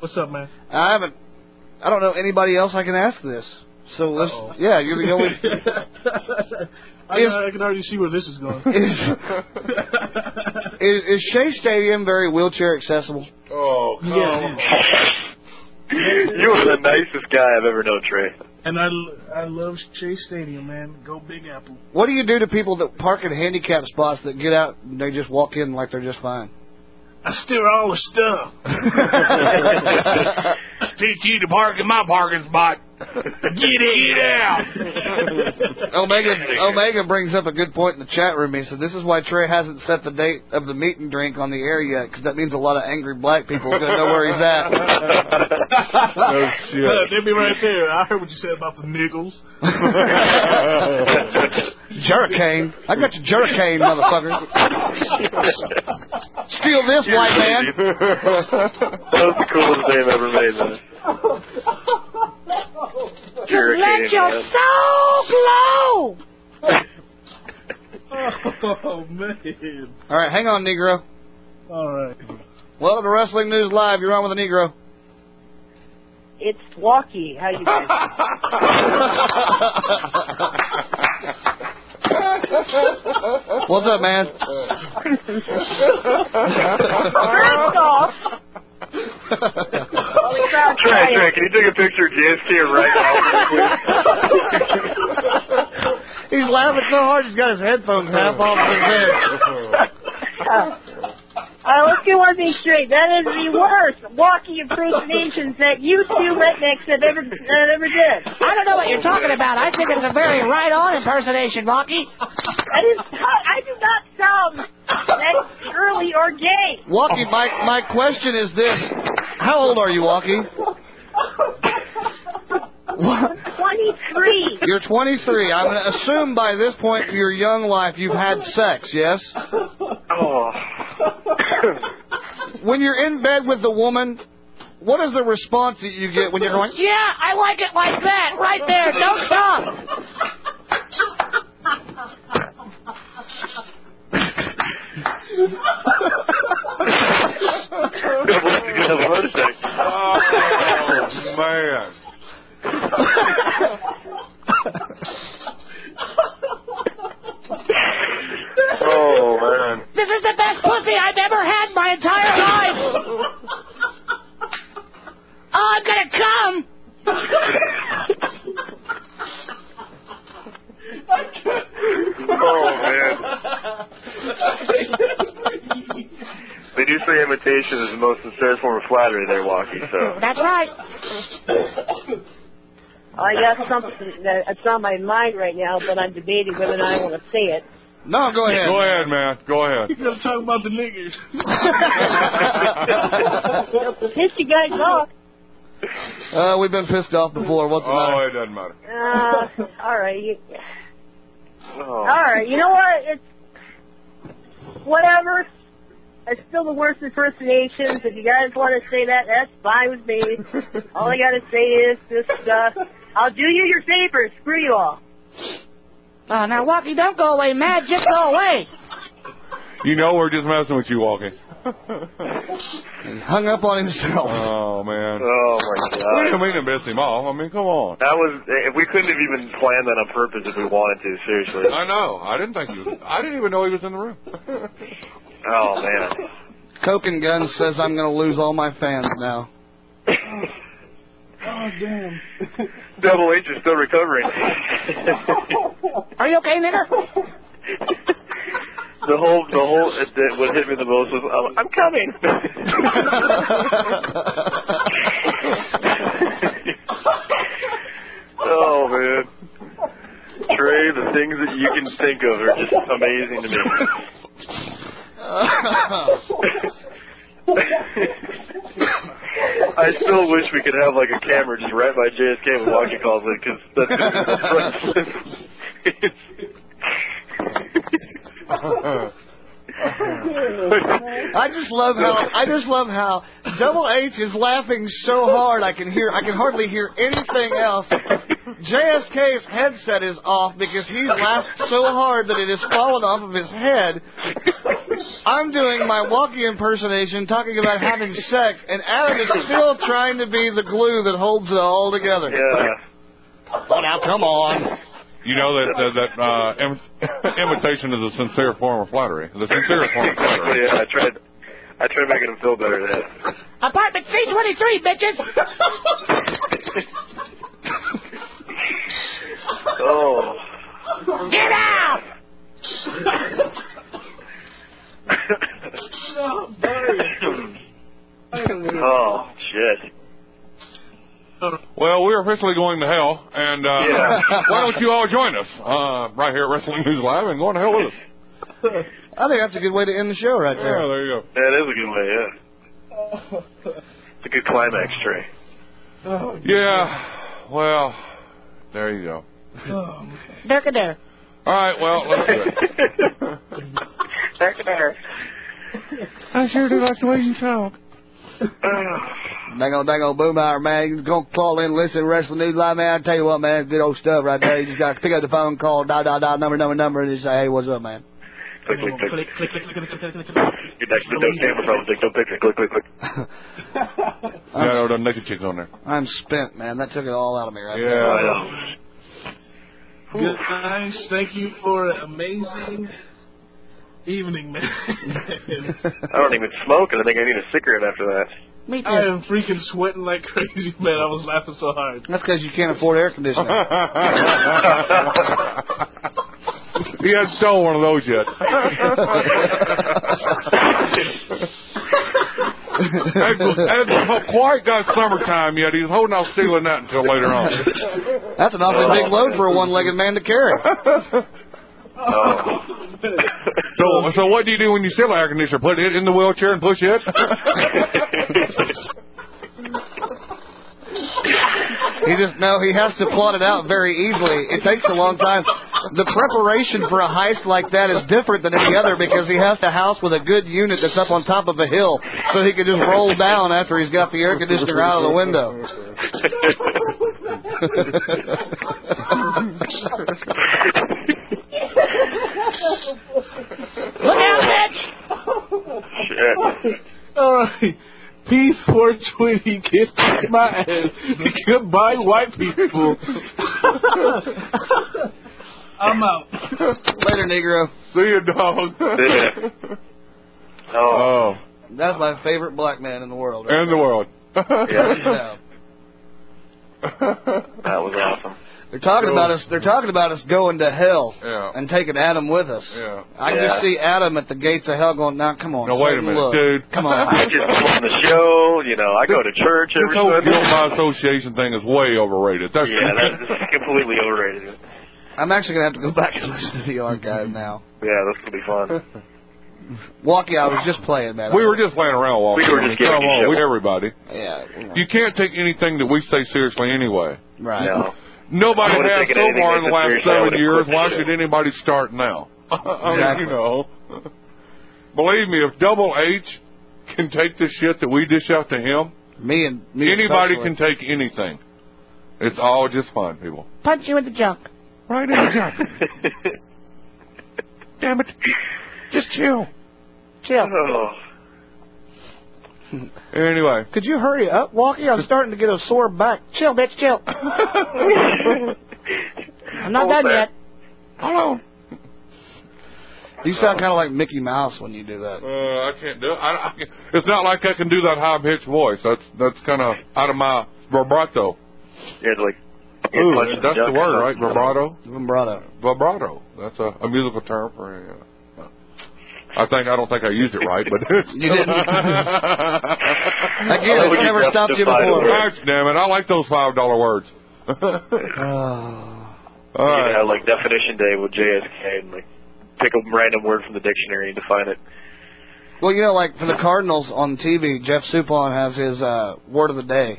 [SPEAKER 20] What's up, man?
[SPEAKER 8] I haven't. I don't know anybody else I can ask this. So let's.
[SPEAKER 20] Uh-oh.
[SPEAKER 8] Yeah, you're the only.
[SPEAKER 20] I,
[SPEAKER 8] If-
[SPEAKER 20] I can already see where this is going.
[SPEAKER 8] Is, is Shea Stadium very wheelchair accessible?
[SPEAKER 9] Oh, come on.
[SPEAKER 10] (laughs) you are the nicest guy I've ever known, Trey.
[SPEAKER 20] (laughs) and I, l- I love Chase Stadium, man. Go Big Apple.
[SPEAKER 8] What do you do to people that park in handicap spots that get out and they just walk in like they're just fine?
[SPEAKER 20] I steer all the stuff.
[SPEAKER 11] Teach you to park in my parking (laughs) spot. Get in. Get out.
[SPEAKER 8] Omega Omega brings up a good point in the chat room. He said this is why Trey hasn't set the date of the meet and drink on the air yet, because that means a lot of angry black people are gonna know where he's at.
[SPEAKER 9] Oh, shit.
[SPEAKER 20] (laughs) Look, they'll be right there. I heard what you said about the niggles. (laughs)
[SPEAKER 8] Jerricane, I got your jerricane, motherfucker.
[SPEAKER 23] (laughs)
[SPEAKER 8] Steal this, white man.
[SPEAKER 10] That was the coolest name ever made, man.
[SPEAKER 17] Just let
[SPEAKER 10] Hurricane,
[SPEAKER 17] your
[SPEAKER 10] man.
[SPEAKER 17] soul glow.
[SPEAKER 20] oh man!
[SPEAKER 8] All right, hang on, Negro.
[SPEAKER 20] All right.
[SPEAKER 8] Welcome to Wrestling News Live. You're on with a Negro.
[SPEAKER 3] It's Walkie. How you
[SPEAKER 17] (laughs)
[SPEAKER 3] guys?
[SPEAKER 8] What's up, man?
[SPEAKER 17] First (laughs) off, holy crap,
[SPEAKER 10] Trey,
[SPEAKER 17] Trey.
[SPEAKER 10] Trey, can you take a picture of JSK right
[SPEAKER 8] He's laughing so hard he's got his headphones half off of his head.
[SPEAKER 3] Uh, let's get one thing straight. That is the worst walkie impersonations that you two rednecks have ever that ever did.
[SPEAKER 17] I don't know what you're talking about. I think it's a very right-on impersonation, Rocky.
[SPEAKER 3] That is not, I do not sound that girly or gay.
[SPEAKER 8] Walkie, my my question is this: How old are you, Walkie? What?
[SPEAKER 3] Twenty three.
[SPEAKER 8] You're 23. I'm gonna assume by this point in your young life you've had sex. Yes.
[SPEAKER 17] (laughs)
[SPEAKER 10] Oh.
[SPEAKER 8] When you're in bed with the woman, what is the response that you get when you're going?
[SPEAKER 17] Yeah, I like it like that, right there. Don't stop.
[SPEAKER 10] Double H is gonna have a heart attack.
[SPEAKER 9] Oh man.
[SPEAKER 17] Oh,
[SPEAKER 11] Oh man.
[SPEAKER 10] They do say imitation is the most sincere form of flattery there, Walkie, so.
[SPEAKER 27] That's right.
[SPEAKER 28] Oh, I got something that- that's on my mind right now, but I'm debating whether or not I want to say it.
[SPEAKER 8] No, go ahead.
[SPEAKER 9] Go ahead, man. Go ahead.
[SPEAKER 8] (laughs)
[SPEAKER 28] You're gonna talk about the niggers.
[SPEAKER 20] (laughs)
[SPEAKER 28] Piss you guys off.
[SPEAKER 8] (laughs) Uh, we've been pissed off before. What's the
[SPEAKER 9] Oh,
[SPEAKER 8] matter?
[SPEAKER 9] it doesn't matter.
[SPEAKER 28] Uh, all right. You, all
[SPEAKER 10] Oh.
[SPEAKER 28] right. You know what? It's whatever. It's still the worst impersonations. If you guys want to say that, that's fine with me. all I gotta say is this stuff. I'll do you your favor. Screw you all.
[SPEAKER 17] Oh, now, Walkie, don't go away mad. Just go away.
[SPEAKER 9] You know we're just messing with you, Walkie.
[SPEAKER 8] hung up on himself.
[SPEAKER 9] Oh man.
[SPEAKER 10] Oh my God.
[SPEAKER 9] We didn't mean to piss him off. I mean, come on.
[SPEAKER 10] That was, eh, we couldn't have even planned that on purpose if we wanted to, seriously.
[SPEAKER 9] I know. I didn't think he was. I didn't even know he was in the room.
[SPEAKER 10] Oh man.
[SPEAKER 8] Coke and Gun says I'm going to lose all my fans now.
[SPEAKER 20] Oh damn.
[SPEAKER 10] Double H is still recovering.
[SPEAKER 17] Are you okay, nigger?
[SPEAKER 10] the whole, the whole, it, it, what hit me the most was, oh, I'm coming. oh man. Trey, the things that you can think of are just amazing to me. I still wish we could have like a camera just right by JSK when Walkie calls it, because that's just
[SPEAKER 8] I just love how I just love how Double H is laughing so hard I can hear I can hardly hear anything else. JSK's headset is off because he's laughed so hard that it has fallen off of his head. I'm doing my walkie impersonation talking about having sex and Adam is still trying to be the glue that holds it all together.
[SPEAKER 10] Yeah.
[SPEAKER 8] Well now come on.
[SPEAKER 9] You know that that, that uh, im- (laughs) imitation is a sincere form of flattery. The sincerest form of flattery.
[SPEAKER 10] yeah, I tried. I tried making him feel better. That.
[SPEAKER 17] Apartment C23, bitches. (laughs)
[SPEAKER 10] Oh. (laughs)
[SPEAKER 17] Get out!
[SPEAKER 10] oh shit.
[SPEAKER 9] Well, we're officially going to hell, and uh,
[SPEAKER 10] Yeah.
[SPEAKER 9] (laughs) why don't you all join us uh, right here at Wrestling News Live and go on to hell with us?
[SPEAKER 8] I think that's a good way to end the show right
[SPEAKER 9] Yeah,
[SPEAKER 8] there.
[SPEAKER 9] there you go.
[SPEAKER 10] That is a good way. Yeah. It's a good climax, (laughs) Trey.
[SPEAKER 20] Oh,
[SPEAKER 9] Yeah. Well, there you go.
[SPEAKER 17] Durkadurk.
[SPEAKER 9] All right. Well, let's do (laughs) it.
[SPEAKER 17] Durkadurk.
[SPEAKER 6] I sure do like the way you talk.
[SPEAKER 8] Dango, dango, boom hour, man. You go call in, listen, wrestling news live, man. I tell you what, man, it's good old stuff right there. You just got to pick up the phone, call, dot, dot, dot, number, number, number, and just say, hey, what's up, man?
[SPEAKER 10] Click, click, click. You're next to the camera phone. Click, click, click, click, click, click.
[SPEAKER 9] Yeah, no, the naked chicks on there.
[SPEAKER 8] I'm spent, man. That took it all out of me right
[SPEAKER 9] Yeah.
[SPEAKER 8] there.
[SPEAKER 9] (laughs)
[SPEAKER 20] Good guys, thank you for an amazing evening, man. (laughs)
[SPEAKER 8] (laughs)
[SPEAKER 10] I don't even smoke, and I think I need a cigarette after that.
[SPEAKER 17] Me too.
[SPEAKER 20] I am freaking sweating like (laughs) crazy, man. I was laughing so hard.
[SPEAKER 8] That's because you can't afford air conditioning.
[SPEAKER 9] (laughs) He hasn't stolen one of those (laughs) yet. hasn't hasn't quite got summertime yet. He's holding off stealing that until later on.
[SPEAKER 8] (laughs)
[SPEAKER 9] (laughs)
[SPEAKER 8] That's an awfully big load for a one-legged man to carry.
[SPEAKER 9] So,
[SPEAKER 10] Oh,
[SPEAKER 9] so what do you do when you steal an air conditioner? Put it in the wheelchair and push
[SPEAKER 10] (laughs)
[SPEAKER 9] it?
[SPEAKER 8] He just no, he has to plot it out very easily. It takes a long time. The preparation for a heist like that is different than any other because he has to house with a good unit that's up on top of a hill, so he can just roll down after he's got the air conditioner out of the window.
[SPEAKER 17] Look out, bitch!
[SPEAKER 20] All right. Peace (laughs) 420, kiss my ass. Goodbye, white people. (laughs) I'm out.
[SPEAKER 8] Later, Negro.
[SPEAKER 9] See you, dog. (laughs)
[SPEAKER 10] Oh.
[SPEAKER 8] That's my favorite black man in the world.
[SPEAKER 9] In the world. (laughs)
[SPEAKER 8] Hands down.
[SPEAKER 10] That was awesome.
[SPEAKER 8] They're talking
[SPEAKER 18] So-
[SPEAKER 8] about us. They're talking about us going to hell
[SPEAKER 9] Yeah.
[SPEAKER 8] Oh. and taking Adam with us.
[SPEAKER 9] Yeah.
[SPEAKER 8] I can just see Adam at the gates of hell going, "Now, come on,
[SPEAKER 9] Now, wait a
[SPEAKER 8] Satan,
[SPEAKER 9] minute,
[SPEAKER 8] look.
[SPEAKER 9] dude.
[SPEAKER 8] Come on." (laughs)
[SPEAKER 10] I just put on the show. You know, I go to church
[SPEAKER 9] This
[SPEAKER 10] every
[SPEAKER 9] whole
[SPEAKER 10] Sunday.
[SPEAKER 9] guilt
[SPEAKER 10] (laughs)
[SPEAKER 9] by association thing is way overrated. That's
[SPEAKER 10] yeah, that's that's completely overrated.
[SPEAKER 8] I'm actually gonna have to go back and (laughs) listen to the
[SPEAKER 9] (laughs)
[SPEAKER 8] archive now.
[SPEAKER 10] Yeah, that's gonna be
[SPEAKER 8] (laughs)
[SPEAKER 10] fun.
[SPEAKER 8] Walkie, I was just playing that.
[SPEAKER 9] (laughs) We were just playing around, Walter.
[SPEAKER 10] We were just giving
[SPEAKER 9] Come
[SPEAKER 10] you
[SPEAKER 9] on,
[SPEAKER 10] shit.
[SPEAKER 9] we- everybody.
[SPEAKER 8] Yeah.
[SPEAKER 9] You can't take anything that we say seriously anyway.
[SPEAKER 8] Right.
[SPEAKER 10] No.
[SPEAKER 9] Nobody
[SPEAKER 10] I would've
[SPEAKER 9] has
[SPEAKER 10] taken
[SPEAKER 9] so
[SPEAKER 10] anything
[SPEAKER 9] far in the
[SPEAKER 10] that's
[SPEAKER 9] last
[SPEAKER 10] serious, I
[SPEAKER 9] seven
[SPEAKER 10] would've
[SPEAKER 9] years.
[SPEAKER 10] quit the
[SPEAKER 9] Why
[SPEAKER 10] show.
[SPEAKER 9] should anybody start now? (laughs) I mean,
[SPEAKER 10] Exactly.
[SPEAKER 9] you know. (laughs) Believe me, if Double H can take the shit that we dish out to him,
[SPEAKER 8] me and
[SPEAKER 9] anybody
[SPEAKER 29] especially.
[SPEAKER 9] can take anything. It's all just fun, people.
[SPEAKER 17] Punch you in the junk.
[SPEAKER 9] (laughs) Right in the junk. Damn it. Just chill.
[SPEAKER 17] Chill.
[SPEAKER 9] Anyway,
[SPEAKER 8] Could you hurry up, Walkie? I'm starting to get a sore back.
[SPEAKER 17] Chill, bitch, chill. I'm not done yet.
[SPEAKER 9] Hold on.
[SPEAKER 8] (laughs) You sound kind of like Mickey Mouse when you do that.
[SPEAKER 9] uh, I can't do it. I, I can't- It's not like I can do that high pitched voice. That's that's kind of out of my vibrato.
[SPEAKER 10] Yeah, like
[SPEAKER 9] Ooh,
[SPEAKER 10] punch in the
[SPEAKER 9] that's the
[SPEAKER 10] junk or
[SPEAKER 9] word, right?
[SPEAKER 10] something.
[SPEAKER 9] Vibrato.
[SPEAKER 8] (sighs) Vibrato.
[SPEAKER 9] Vibrato. That's a, a musical term for. Uh, I think I don't think I used it right, but (laughs)
[SPEAKER 8] You didn't. Again,
[SPEAKER 9] I
[SPEAKER 8] it's
[SPEAKER 9] would
[SPEAKER 8] never stopped you
[SPEAKER 9] justify the
[SPEAKER 8] before.
[SPEAKER 9] words. Damn it! I like those five dollar words. (laughs)
[SPEAKER 8] Oh.
[SPEAKER 9] All
[SPEAKER 10] you
[SPEAKER 9] right.
[SPEAKER 10] know, like definition day with JSK and like pick a random word from the dictionary and define it. (laughs)
[SPEAKER 8] Well, you know, like for the Cardinals on TV, Jeff Supon has his uh, word of the day,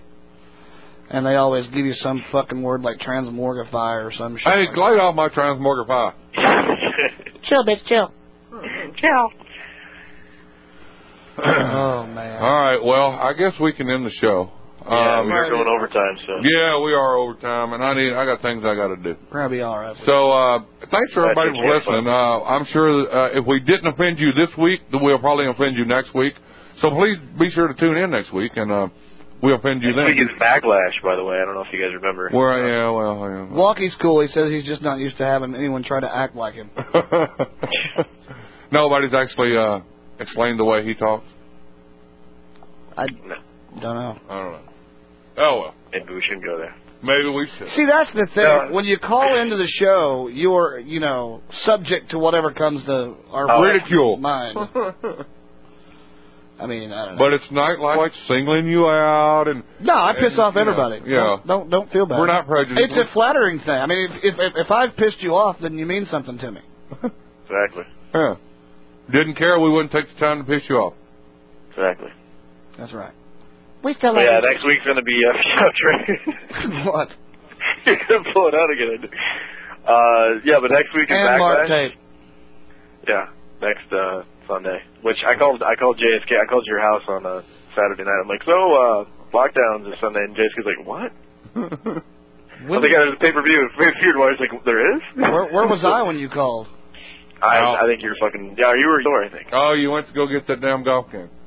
[SPEAKER 8] and they always give you some fucking word like transmorgify or some shit.
[SPEAKER 9] Hey, glide off my transmogrify.
[SPEAKER 17] Chill, bitch, chill. Chill.
[SPEAKER 8] oh man.
[SPEAKER 9] All right. Well, I guess we can end the show.
[SPEAKER 10] yeah,
[SPEAKER 9] um,
[SPEAKER 10] we are going overtime, so
[SPEAKER 9] Yeah, we are over time, and I need I got things I got to do.
[SPEAKER 8] We're gonna be all right.
[SPEAKER 9] So uh, thanks for
[SPEAKER 8] That's
[SPEAKER 9] everybody
[SPEAKER 8] a
[SPEAKER 9] for
[SPEAKER 8] chance,
[SPEAKER 9] listening. Uh, I'm sure uh, if we didn't offend you this week, then we'll probably offend you next week. So please be sure to tune in next week, and uh, we'll offend you
[SPEAKER 10] Next week
[SPEAKER 9] then.
[SPEAKER 10] is backlash, by the way. I don't know if you guys remember.
[SPEAKER 9] Well, yeah, well, uh, yeah.
[SPEAKER 8] Walkie's cool. He says he's just not used to having anyone try to act like him.
[SPEAKER 10] (laughs)
[SPEAKER 9] Nobody's actually uh, explained the way he talks.
[SPEAKER 8] I don't know.
[SPEAKER 9] I don't know. Oh well,
[SPEAKER 10] maybe we shouldn't go there.
[SPEAKER 9] Maybe we should.
[SPEAKER 8] See, that's the thing.
[SPEAKER 9] Yeah.
[SPEAKER 8] When you call into the show, you're, you know, subject to whatever comes to our
[SPEAKER 9] Oh. Ridicule.
[SPEAKER 8] mind.
[SPEAKER 10] (laughs)
[SPEAKER 8] I mean, I don't know.
[SPEAKER 9] But it's not like, like singling you out and
[SPEAKER 8] No, I piss
[SPEAKER 9] and,
[SPEAKER 8] off
[SPEAKER 9] you know,
[SPEAKER 8] everybody.
[SPEAKER 9] yeah.
[SPEAKER 8] Don't, don't don't feel bad.
[SPEAKER 9] We're not prejudiced.
[SPEAKER 8] It's a flattering thing. I mean, if if if I've pissed you off, then you mean something to me.
[SPEAKER 10] Exactly.
[SPEAKER 9] Yeah. Didn't care. We wouldn't take the time to piss you off.
[SPEAKER 10] Exactly.
[SPEAKER 8] That's right.
[SPEAKER 17] We still
[SPEAKER 10] But
[SPEAKER 17] love
[SPEAKER 10] yeah,
[SPEAKER 17] you.
[SPEAKER 10] next week's gonna be uh, (laughs) show train.
[SPEAKER 8] (laughs) what?
[SPEAKER 10] (laughs) You're gonna pull it out again. Uh, yeah, but next week is
[SPEAKER 8] And Mark
[SPEAKER 10] backlash.
[SPEAKER 8] Tape.
[SPEAKER 10] Yeah, next uh, Sunday. Which I called. I called JSK. I called your house on uh, Saturday night. I'm like, so uh, lockdowns is Sunday, and JSK's like, what? I think there's a pay per view. (laughs) Feared why? I was like, there is.
[SPEAKER 8] Where where was I when you called?
[SPEAKER 10] I, I think you're fucking. Yeah, you were sore. I think.
[SPEAKER 9] Oh, you went to go get that damn golf game. (laughs)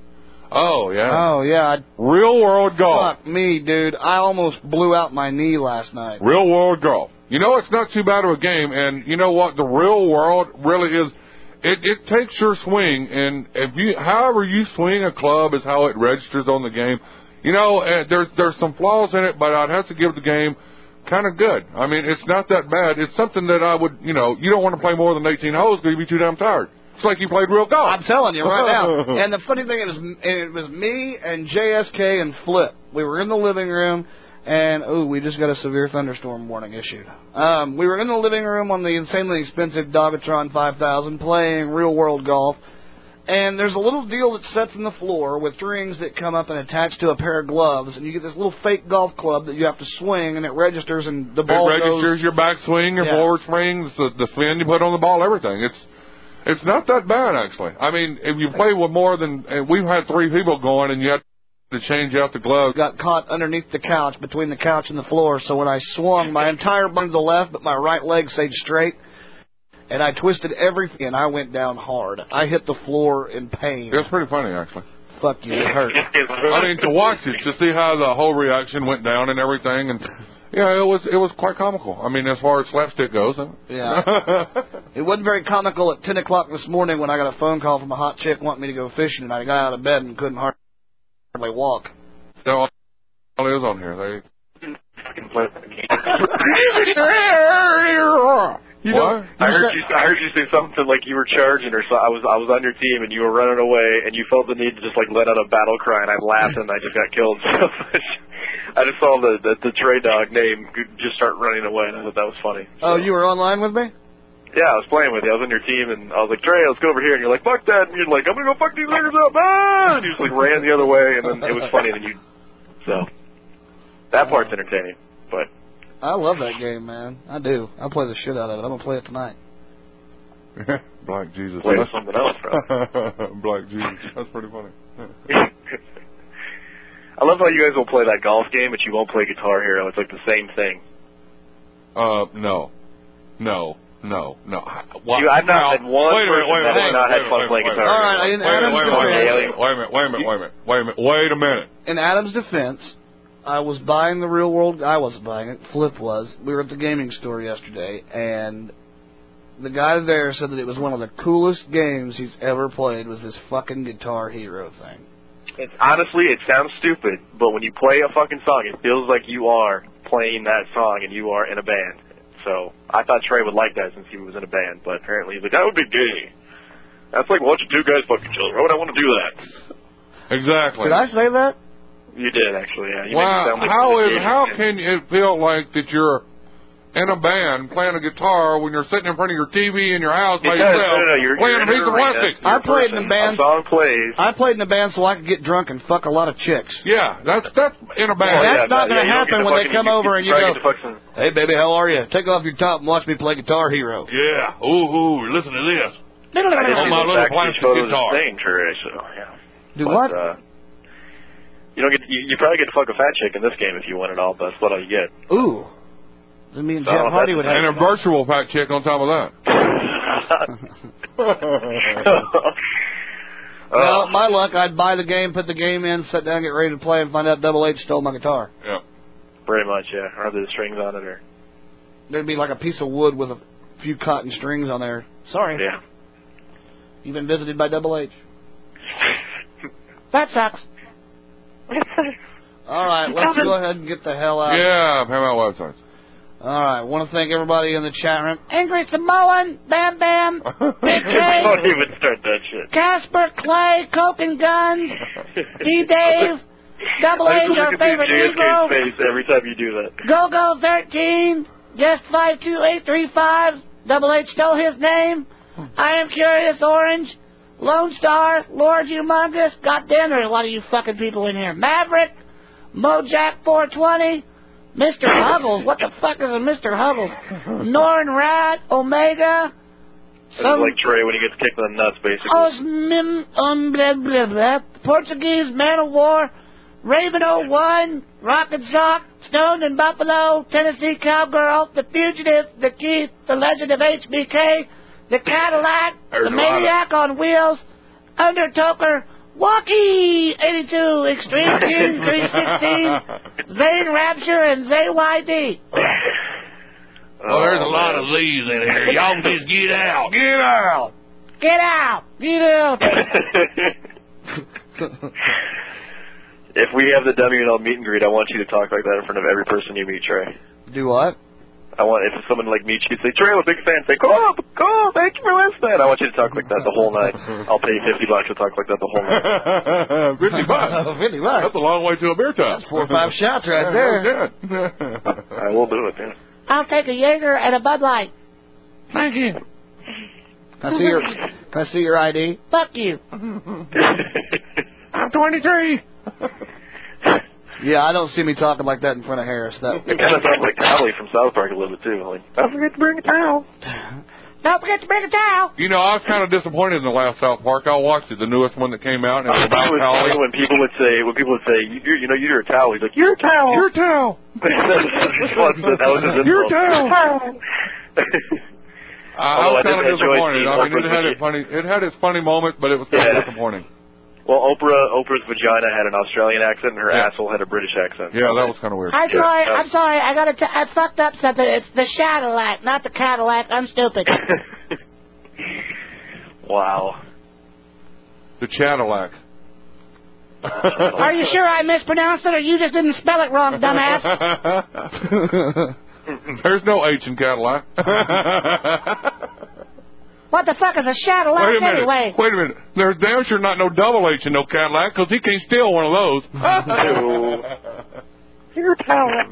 [SPEAKER 9] Oh yeah.
[SPEAKER 8] Oh yeah,
[SPEAKER 9] Real world
[SPEAKER 8] I,
[SPEAKER 9] golf.
[SPEAKER 8] fuck me, dude. I almost blew out my knee last night.
[SPEAKER 9] Real world golf. You know it's not too bad of a game, and you know what? The real world really is. It it takes your swing, and if you however you swing a club is how it registers on the game. You know, uh, there's there's some flaws in it, but I'd have to give the game kind of good. I mean, it's not that bad. It's something that I would, you know, you don't want to play more than 18 holes because you'd be too damn tired. It's like you played real golf.
[SPEAKER 8] I'm telling you right now.
[SPEAKER 9] (laughs)
[SPEAKER 8] And the funny thing it was, it was me and JSK and Flip. We were in the living room, and ooh, we just got a severe thunderstorm warning issued. Um, we were in the living room on the insanely expensive Dogatron 5000 playing real world golf. And there's a little deal that sets in the floor with strings that come up and attach to a pair of gloves, and you get this little fake golf club that you have to swing, and it registers, and the ball
[SPEAKER 9] it registers
[SPEAKER 8] goes.
[SPEAKER 9] your backswing, your
[SPEAKER 8] Yeah.
[SPEAKER 9] forward swing, the, the spin you put on the ball, everything. It's it's not that bad actually. I mean, if you play with more than and we've had three people going, and you have to change out the gloves.
[SPEAKER 8] Got caught underneath the couch, between the couch and the floor. So when I swung, my entire body to the left, but my right leg stayed straight, and I twisted everything. And I went down hard. I hit the floor in pain.
[SPEAKER 9] It's pretty funny actually.
[SPEAKER 8] Fuck you, it hurt.
[SPEAKER 9] I mean, to watch it, to see how the whole reaction went down and everything, and yeah, it was it was quite comical. I mean, as far as slapstick goes, (laughs) uh,
[SPEAKER 8] Yeah. it wasn't very comical at 10 o'clock this morning when I got a phone call from a hot chick wanting me to go fishing, and I got out of bed and couldn't hardly walk.
[SPEAKER 9] that all is on here. They
[SPEAKER 10] (laughs) fucking play that
[SPEAKER 8] (laughs)
[SPEAKER 18] You know,
[SPEAKER 10] what? I heard you. I heard you say something like you were charging, or so. I was. I was on your team, and you were running away, and you felt the need to just like let out a battle cry, and I laughed, and I just got killed. (laughs) So I just saw the the, the Trey Dog name just start running away, and I thought that was funny.
[SPEAKER 8] Oh, you were online with me?
[SPEAKER 10] Yeah, I was playing with you. I was on your team, and I was like, Trey, let's go over here. And you're like, fuck that. And you're like, I'm going to go fuck these niggas up. Ah! And you just like ran the other way, and then it was funny. Then you. So. That part's entertaining. But.
[SPEAKER 8] I love that game, man. I do. I play the shit out of it. I'm gonna play it tonight.
[SPEAKER 9] (laughs) Black Jesus.
[SPEAKER 10] Play with something else,
[SPEAKER 9] (laughs) Black Jesus. That's pretty funny. (laughs)
[SPEAKER 10] (laughs) I love how you guys will play that golf game, but you won't play Guitar Hero. It's like the same thing.
[SPEAKER 9] Uh, no, no, no, no. I- why-
[SPEAKER 10] You- I've
[SPEAKER 9] no.
[SPEAKER 10] not had one
[SPEAKER 9] Wait a minute,
[SPEAKER 10] person
[SPEAKER 9] wait a
[SPEAKER 10] that has
[SPEAKER 9] minute,
[SPEAKER 10] not
[SPEAKER 9] wait
[SPEAKER 10] had
[SPEAKER 9] a
[SPEAKER 10] fun
[SPEAKER 9] minute,
[SPEAKER 10] playing
[SPEAKER 9] wait a
[SPEAKER 10] Guitar
[SPEAKER 9] minute,
[SPEAKER 8] All
[SPEAKER 10] Hero.
[SPEAKER 8] right, in
[SPEAKER 9] wait a minute,
[SPEAKER 8] Adam's
[SPEAKER 9] Wait a minute, wait a minute, wait a minute, wait a minute, wait a minute, wait a minute.
[SPEAKER 8] In Adam's defense, I was buying the real world. I wasn't buying it. Flip was. We were at the gaming store yesterday, and the guy there said that it was one of the coolest games he's ever played. Was this fucking Guitar Hero thing?
[SPEAKER 10] It's honestly, it sounds stupid, but when you play a fucking song, it feels like you are playing that song and you are in a band. So I thought Trey would like that since he was in a band, but apparently he's like, that would be gay. That's like watching two guys fucking each other. Why would I want to do that?
[SPEAKER 9] Exactly.
[SPEAKER 8] Did I say that?
[SPEAKER 10] You did actually, yeah. You made it
[SPEAKER 9] Wow,
[SPEAKER 10] sound like
[SPEAKER 9] how
[SPEAKER 10] you
[SPEAKER 9] is
[SPEAKER 10] did.
[SPEAKER 9] how can it feel like that you're in a band playing a guitar when you're sitting in front of your TV in your house by
[SPEAKER 10] Because,
[SPEAKER 9] yourself
[SPEAKER 10] no, no, no, you're,
[SPEAKER 9] playing a
[SPEAKER 10] you're
[SPEAKER 9] piece of plastic?
[SPEAKER 8] I played in a band.
[SPEAKER 10] song plays.
[SPEAKER 8] I played in a band so I could get drunk and fuck a lot of chicks.
[SPEAKER 9] Yeah, that's that's in a
[SPEAKER 10] Oh,
[SPEAKER 8] band. That's not gonna happen when they come over and you go, "Hey, baby, how are you? Take off your top and watch me play Guitar Hero."
[SPEAKER 9] Yeah. Ooh, ooh, listen to this.
[SPEAKER 10] I didn't
[SPEAKER 9] On
[SPEAKER 10] see
[SPEAKER 9] my
[SPEAKER 10] the
[SPEAKER 9] little
[SPEAKER 10] backstage
[SPEAKER 9] plastic
[SPEAKER 10] photos of
[SPEAKER 9] guitar.
[SPEAKER 10] Sting, Trey, so, yeah.
[SPEAKER 8] Do
[SPEAKER 10] But,
[SPEAKER 8] what?
[SPEAKER 10] Uh, you don't get. You, you probably get to fuck a fat chick in this game if you win it all, but that's what all you get. (laughs)
[SPEAKER 8] Ooh. I mean,
[SPEAKER 10] So I don't know if that's the
[SPEAKER 9] and a
[SPEAKER 10] same.
[SPEAKER 9] virtual fat chick on top of that.
[SPEAKER 10] (laughs) Oh,
[SPEAKER 8] well, my luck, I'd buy the game, put the game in, sit down, get ready to play, and find out Double H stole my guitar.
[SPEAKER 9] Yeah.
[SPEAKER 10] Pretty much, yeah. Or the strings on it, or
[SPEAKER 8] There'd be like a piece of wood with a few cotton strings on there. Sorry.
[SPEAKER 10] Yeah. (laughs)
[SPEAKER 8] You've been visited by Double H.
[SPEAKER 17] That sucks.
[SPEAKER 8] All right, let's go ahead and get the hell out.
[SPEAKER 9] Yeah, pay my websites.
[SPEAKER 8] All right, want to thank everybody in the chat room.
[SPEAKER 17] Ingrid Samoan, Bam Bam, Big
[SPEAKER 10] don't
[SPEAKER 17] K,
[SPEAKER 10] even start that shit.
[SPEAKER 17] Casper Clay, Coke
[SPEAKER 10] (laughs)
[SPEAKER 17] and Guns, D Dave, Double
[SPEAKER 10] I
[SPEAKER 17] H,
[SPEAKER 10] just
[SPEAKER 17] our
[SPEAKER 10] look at
[SPEAKER 17] favorite
[SPEAKER 10] JFK's
[SPEAKER 17] Negro,
[SPEAKER 10] face every time you do that.
[SPEAKER 17] Go Go 13, Just 52835, Double H stole his name, I Am Curious Orange, Lone Star, Lord Humongous, goddamn, there are a lot of you fucking people in here. Maverick, Mojack 420, Mr. Hubbles, what the fuck is a Mr. Hubbles? Norn Rat, Omega,
[SPEAKER 10] This is like Trey when he gets kicked in the nuts, basically.
[SPEAKER 17] Oh,
[SPEAKER 10] (laughs)
[SPEAKER 17] Osmin, um, blah, blah, blah. Portuguese Man of War, Raven 01, Rocket Sock, Stone and Buffalo, Tennessee Cowgirl, The Fugitive, The Keith, The Legend of HBK, The Cadillac,
[SPEAKER 10] There's
[SPEAKER 17] The
[SPEAKER 10] a lot of-
[SPEAKER 17] Maniac on Wheels, Undertaker, Walkie 82, E Extreme King 316, Zane Rapture, and ZYD.
[SPEAKER 11] Well, there's a lot of these in here. Y'all just get out. Get out.
[SPEAKER 17] Get out! Get out!
[SPEAKER 10] (laughs) if we have the WNL meet and greet, I want you to talk like that in front of every person you meet, Trey.
[SPEAKER 8] Do
[SPEAKER 9] (laughs)
[SPEAKER 8] what?
[SPEAKER 10] I want if someone like meets you, say, Trey, I'm a big fan. Say, cool, cool, thank you for listening. I want you to talk like that the whole night. I'll pay you fifty bucks to talk like that the whole night.
[SPEAKER 9] (laughs) Fifty
[SPEAKER 8] (laughs)
[SPEAKER 9] bucks.
[SPEAKER 8] Fifty bucks.
[SPEAKER 9] That's a long way to a beer tap. That's
[SPEAKER 8] four or
[SPEAKER 9] (laughs)
[SPEAKER 8] five shots right there.
[SPEAKER 10] I will do it. (laughs) Yeah.
[SPEAKER 17] I'll take a Jaeger and a Bud Light.
[SPEAKER 8] Thank you. Can I see your Can I see your ID?
[SPEAKER 17] Fuck you.
[SPEAKER 8] I'm
[SPEAKER 10] (laughs)
[SPEAKER 8] 23. yeah, I don't see me talking like that in front of Harris.
[SPEAKER 9] (laughs)
[SPEAKER 8] That
[SPEAKER 10] It kind of sounds like Dolly from South Park a little bit too. Like, don't forget to bring a towel.
[SPEAKER 17] Don't forget to bring a towel.
[SPEAKER 9] You know, I was kind of disappointed in the last South Park. I watched it, the newest one that came out, and it was
[SPEAKER 10] (laughs) It
[SPEAKER 9] about
[SPEAKER 10] was funny
[SPEAKER 9] Holly.
[SPEAKER 10] when people would say when people would say you, you you know you're a towel. He's like you're a towel.
[SPEAKER 9] Your
[SPEAKER 10] (laughs)
[SPEAKER 9] towel.
[SPEAKER 10] that was his insult.
[SPEAKER 9] Your towel. I was
[SPEAKER 10] Although I
[SPEAKER 9] kind
[SPEAKER 10] did
[SPEAKER 9] of
[SPEAKER 10] enjoy
[SPEAKER 9] disappointed. I mean,
[SPEAKER 10] seeing
[SPEAKER 9] it
[SPEAKER 10] Oprah's
[SPEAKER 9] had
[SPEAKER 10] vagi-
[SPEAKER 9] its funny, it had its funny moments, but it was kind
[SPEAKER 10] Yeah.
[SPEAKER 9] of disappointing.
[SPEAKER 10] (laughs) Well, Oprah Oprah's vagina had an Australian accent, and her asshole had a British accent. (laughs)
[SPEAKER 9] Yeah, that was kind of weird.
[SPEAKER 17] I'm sorry. I'm sorry. I gotta. T- I fucked up something. It's the Cadillac, not the Cadillac. I'm stupid.
[SPEAKER 10] Wow.
[SPEAKER 9] The Cadillac.
[SPEAKER 17] Are you sure I mispronounced it, or you just didn't spell it
[SPEAKER 11] (laughs)
[SPEAKER 17] wrong, dumbass?
[SPEAKER 9] (laughs) There's no H in Cadillac. (laughs)
[SPEAKER 17] What the fuck is a shadow
[SPEAKER 9] Wait a minute.
[SPEAKER 17] anyway?
[SPEAKER 9] Wait a minute. There's damn sure not no double H in no Cadillac 'cause he can't steal one of those.
[SPEAKER 17] Your power.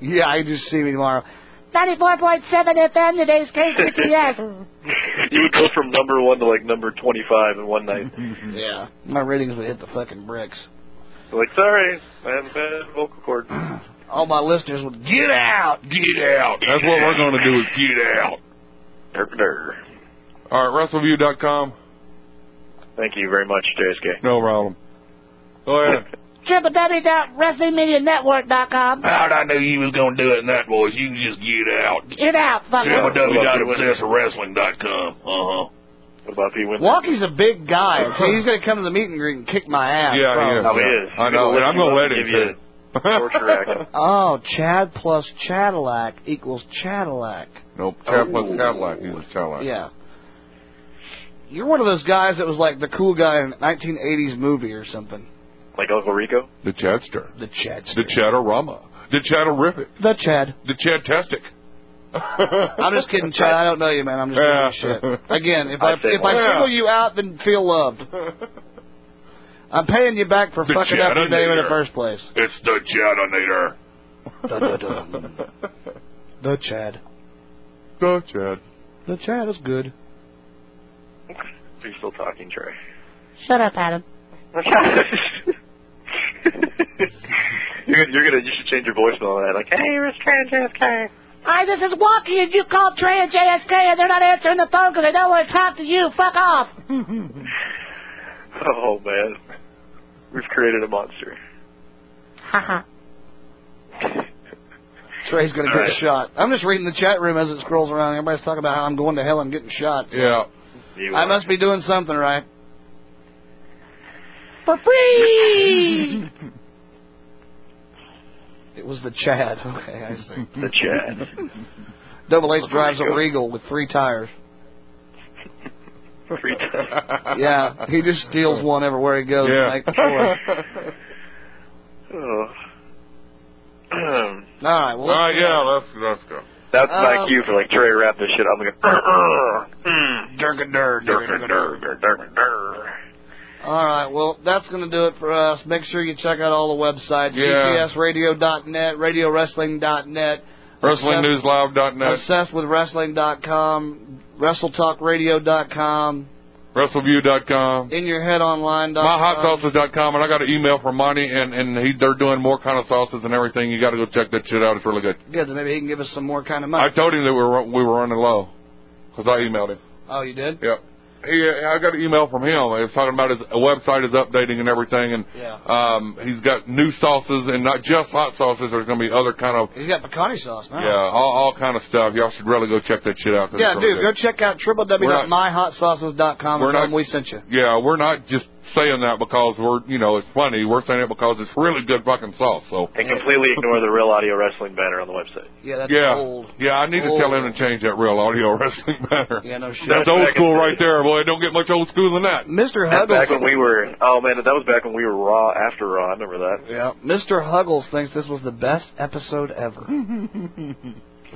[SPEAKER 8] Yeah, I just see me tomorrow.
[SPEAKER 17] 94.7 FM, today's (laughs) KCTS.
[SPEAKER 10] you would go from number one to like number twenty-five in one
[SPEAKER 9] (laughs)
[SPEAKER 10] night.
[SPEAKER 8] Yeah. My ratings would hit the fucking bricks.
[SPEAKER 10] Like, sorry, I have a bad vocal cord.
[SPEAKER 8] All my listeners would get out.
[SPEAKER 9] (laughs) Get out. That's what we're going to do is get out. All right, WrestleView.com.
[SPEAKER 10] Thank you very much, JSK.
[SPEAKER 9] No problem. Go (laughs) ahead.
[SPEAKER 17] www.wrestlingmedianetwork.com.
[SPEAKER 11] How'd I knew you was gonna do it in that voice? You just get out.
[SPEAKER 17] Get out,
[SPEAKER 11] www.obsesswrestling.com. Uh
[SPEAKER 10] huh. About the win?
[SPEAKER 8] Walkie's a big guy, so he's going to come to the meet and greet and kick my ass.
[SPEAKER 9] Yeah,
[SPEAKER 8] probably.
[SPEAKER 9] he is. I know, and I'm going to let him (laughs) too.
[SPEAKER 8] oh, Chad plus Chadillac equals Chadillac.
[SPEAKER 9] Nope, Chad plus Cadillac. He's a Cadillac.
[SPEAKER 8] Yeah. You're one of those guys that was like the cool guy in a 1980s movie or something.
[SPEAKER 10] Like Uncle Rico? (laughs)
[SPEAKER 9] The Chadster.
[SPEAKER 8] The Chadster.
[SPEAKER 9] The Chadorama. The Chadorific.
[SPEAKER 8] The Chad.
[SPEAKER 9] The Chadtastic.
[SPEAKER 8] I'm
[SPEAKER 9] (laughs)
[SPEAKER 8] just kidding, Chad. I don't know you, man. I'm just
[SPEAKER 9] Yeah.
[SPEAKER 8] giving you shit. Again,
[SPEAKER 9] (laughs)
[SPEAKER 8] if I
[SPEAKER 9] I'd say
[SPEAKER 8] if I
[SPEAKER 9] one.
[SPEAKER 8] single you out, then feel loved.
[SPEAKER 9] (laughs)
[SPEAKER 8] I'm paying you back for
[SPEAKER 11] The
[SPEAKER 8] fucking up your name in the
[SPEAKER 11] Chadinator.
[SPEAKER 8] first place.
[SPEAKER 11] It's the Chatinator.
[SPEAKER 8] The Chad.
[SPEAKER 9] The Chad.
[SPEAKER 8] The Chad is good.
[SPEAKER 10] Are you still talking, Trey?
[SPEAKER 17] Shut up, Adam.
[SPEAKER 10] You're, you're gonna. You should change your voicemail on that. Like, hey, it's Trans JSK.
[SPEAKER 17] Hi, this is Walkie, and you called Trey and JSK, and they're not answering the phone because they don't want to talk to you. Fuck off.
[SPEAKER 10] oh man, we've created a monster.
[SPEAKER 17] Haha.
[SPEAKER 8] Trey's gonna get
[SPEAKER 10] All right.
[SPEAKER 8] shot. I'm just reading the chat room as it scrolls around. Everybody's talking about how I'm going to hell and getting shot.
[SPEAKER 9] Yeah.
[SPEAKER 10] You
[SPEAKER 8] I
[SPEAKER 10] are.
[SPEAKER 8] must be doing something right.
[SPEAKER 17] For free!
[SPEAKER 8] It was the Chad. (laughs) Okay, I see.
[SPEAKER 10] The Chad.
[SPEAKER 8] Double H drives a Regal with three
[SPEAKER 9] (laughs)
[SPEAKER 8] tires.
[SPEAKER 9] (laughs)
[SPEAKER 10] Three times.
[SPEAKER 8] Yeah, he just steals one everywhere he goes.
[SPEAKER 10] Yeah.
[SPEAKER 8] To make four.
[SPEAKER 10] Oh. (clears throat) Um,
[SPEAKER 8] All right. Well,
[SPEAKER 9] All right, Uh, yeah, let's let's go.
[SPEAKER 10] That's
[SPEAKER 8] Um,
[SPEAKER 10] my cue for like Trey wrap this shit. up. I'm gonna. (clears throat)
[SPEAKER 8] Durga dur,
[SPEAKER 10] durga dur, durga dur, dur.
[SPEAKER 8] All right. Well, that's going to do it for us. Make sure you check out all the websites:
[SPEAKER 9] Yeah.
[SPEAKER 8] gtsradio.net, radiowrestling.net,
[SPEAKER 9] WrestlingNewsLive.net,
[SPEAKER 8] obsessedwithwrestling.com, wrestletalkradio.com,
[SPEAKER 9] WrestleView.com,
[SPEAKER 8] inyourheadonline.com.
[SPEAKER 9] MyHotSauces.com, and I got an email from Monty, and and he, they're doing more kind of sauces and everything. You got to go check that shit out. It's really good.
[SPEAKER 8] Good. Then maybe he can give us some more kind of money.
[SPEAKER 9] I told him that we were we were running low because I emailed him.
[SPEAKER 8] oh, you did?
[SPEAKER 9] Yep. He, I got an email from him. It was talking about his website is updating and everything, and
[SPEAKER 8] Yeah.
[SPEAKER 9] um, he's got new sauces and not just hot sauces. There's going to be other kind of
[SPEAKER 8] He's got pecani sauce now.
[SPEAKER 9] yeah, all, all kind of stuff. Y'all should really go check that shit out. 'cause
[SPEAKER 8] Yeah,
[SPEAKER 9] it's really
[SPEAKER 8] dude,
[SPEAKER 9] good.
[SPEAKER 8] go check out
[SPEAKER 9] We're
[SPEAKER 8] www.myhotsauces.com and tell
[SPEAKER 9] not-
[SPEAKER 8] them we sent you.
[SPEAKER 9] Yeah, we're not just saying that because we're you know it's funny. We're saying it because it's really good fucking sauce. So
[SPEAKER 10] And completely ignore the real audio wrestling banner on the website.
[SPEAKER 8] Yeah, that's
[SPEAKER 9] yeah,
[SPEAKER 8] old.
[SPEAKER 9] yeah. I need to tell him to change that real audio (laughs) wrestling banner.
[SPEAKER 8] Yeah, no shit.
[SPEAKER 9] That's old school right there, boy. It Don't get much old school than
[SPEAKER 8] (laughs)
[SPEAKER 9] that.
[SPEAKER 8] Mr.
[SPEAKER 10] That's back
[SPEAKER 8] Huggles.
[SPEAKER 10] when we were. Oh man, that was back when we were Raw after Raw. I remember that. (laughs)
[SPEAKER 8] Yeah, Mr. Huggles thinks this was the best
[SPEAKER 9] (laughs)
[SPEAKER 8] episode ever.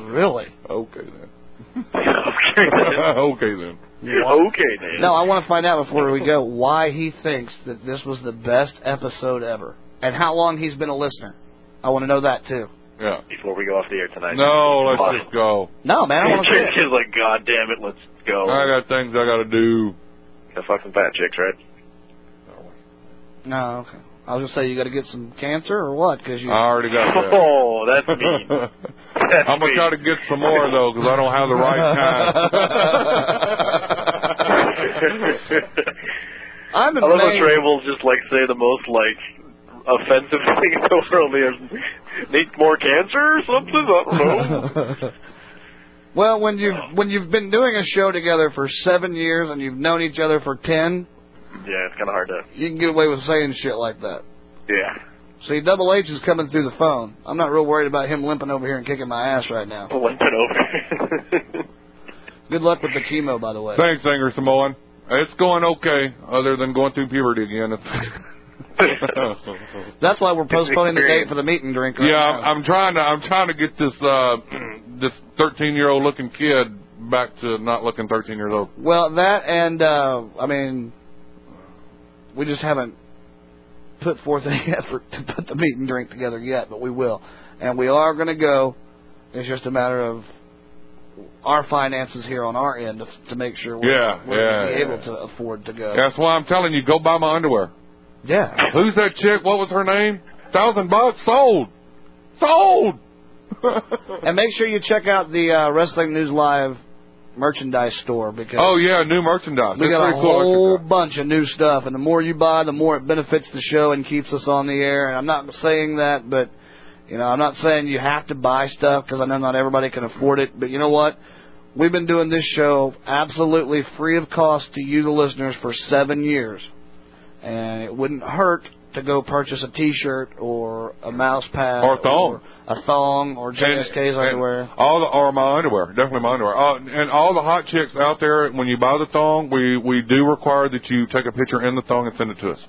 [SPEAKER 8] really?
[SPEAKER 9] Okay (laughs) then. (laughs)
[SPEAKER 10] okay
[SPEAKER 9] then.
[SPEAKER 10] Okay then.
[SPEAKER 8] No, I want to find out before we go why he thinks that this was the best episode ever and how long he's been a listener. I want to know that too.
[SPEAKER 9] Yeah.
[SPEAKER 10] Before we go off the air tonight.
[SPEAKER 9] No, let's
[SPEAKER 10] Fuck.
[SPEAKER 9] just go.
[SPEAKER 8] No, man, I want
[SPEAKER 10] (laughs)
[SPEAKER 8] to
[SPEAKER 10] Chase
[SPEAKER 8] see it.
[SPEAKER 10] is like, God damn it, let's go.
[SPEAKER 9] I got things I got to do.
[SPEAKER 10] Gotta fuck some fat chicks, right?
[SPEAKER 8] No, okay. I was gonna say you got to get some cancer or what? Because you
[SPEAKER 9] I already got that.
[SPEAKER 10] Oh, that's mean.
[SPEAKER 9] (laughs)
[SPEAKER 8] (laughs)
[SPEAKER 10] That's
[SPEAKER 9] I'm gonna
[SPEAKER 10] mean.
[SPEAKER 9] try to get some more though, because I don't have the right
[SPEAKER 10] (laughs)
[SPEAKER 9] kind. (laughs)
[SPEAKER 8] I'm
[SPEAKER 10] I love how
[SPEAKER 8] amazed.
[SPEAKER 10] Trey will just like say the most like offensive (laughs) thing in the world. He has, need more cancer or something? I don't know.
[SPEAKER 9] (laughs)
[SPEAKER 8] well, when you have when you've been doing a show together for seven years and you've known each other for ten,
[SPEAKER 10] yeah, it's kind of hard to.
[SPEAKER 8] you can get away with saying shit like that.
[SPEAKER 10] Yeah.
[SPEAKER 8] See, Double H is coming through the phone. I'm not real worried about him limping over here and kicking my ass right now.
[SPEAKER 9] (laughs)
[SPEAKER 10] Limp it over.
[SPEAKER 8] Good luck with the chemo, by the way.
[SPEAKER 9] Thanks, Singer Samoan. It's going okay, other than going through puberty again. (laughs) It's
[SPEAKER 8] That's why we're postponing the date for the meet and drink. Right
[SPEAKER 9] yeah,
[SPEAKER 8] now.
[SPEAKER 9] I'm, I'm trying to I'm trying to get this uh (clears throat) this 13 year old looking kid back to not looking 13 years old.
[SPEAKER 8] Well, that and uh I mean, we just haven't put forth any (laughs) effort to put the meat and drink together yet, but we will, and we are going to go. It's just a matter of our finances here on our end to, to make sure we're,
[SPEAKER 9] Yeah,
[SPEAKER 8] we're gonna
[SPEAKER 9] yeah,
[SPEAKER 8] be
[SPEAKER 9] yeah.
[SPEAKER 8] able to afford to go.
[SPEAKER 9] That's why I'm telling you, go buy my underwear.
[SPEAKER 8] Yeah.
[SPEAKER 9] Who's that chick? What was her name? Thousand bucks sold. Sold. (laughs)
[SPEAKER 8] and make sure you check out the uh, Wrestling News Live merchandise store because
[SPEAKER 9] Oh yeah, new merchandise.
[SPEAKER 8] we
[SPEAKER 9] It's
[SPEAKER 8] got a
[SPEAKER 9] pretty cool.
[SPEAKER 8] whole bunch of new stuff, and the more you buy, the more it benefits the show and keeps us on the air. And I'm not saying that, but you know, I'm not saying you have to buy stuff because I know not everybody can afford it. But you know what? We've been doing this show absolutely free of cost to you, the listeners, for seven years, and it wouldn't hurt to go purchase a T-shirt or a mouse pad
[SPEAKER 9] Or a thong.
[SPEAKER 8] or a thong or
[SPEAKER 9] And-
[SPEAKER 8] JSK's
[SPEAKER 9] and
[SPEAKER 8] underwear.
[SPEAKER 9] All the or my underwear, definitely my underwear. Uh, and all the hot chicks out there, when you buy the thong, we we do require that you take a picture in the thong and send it to us.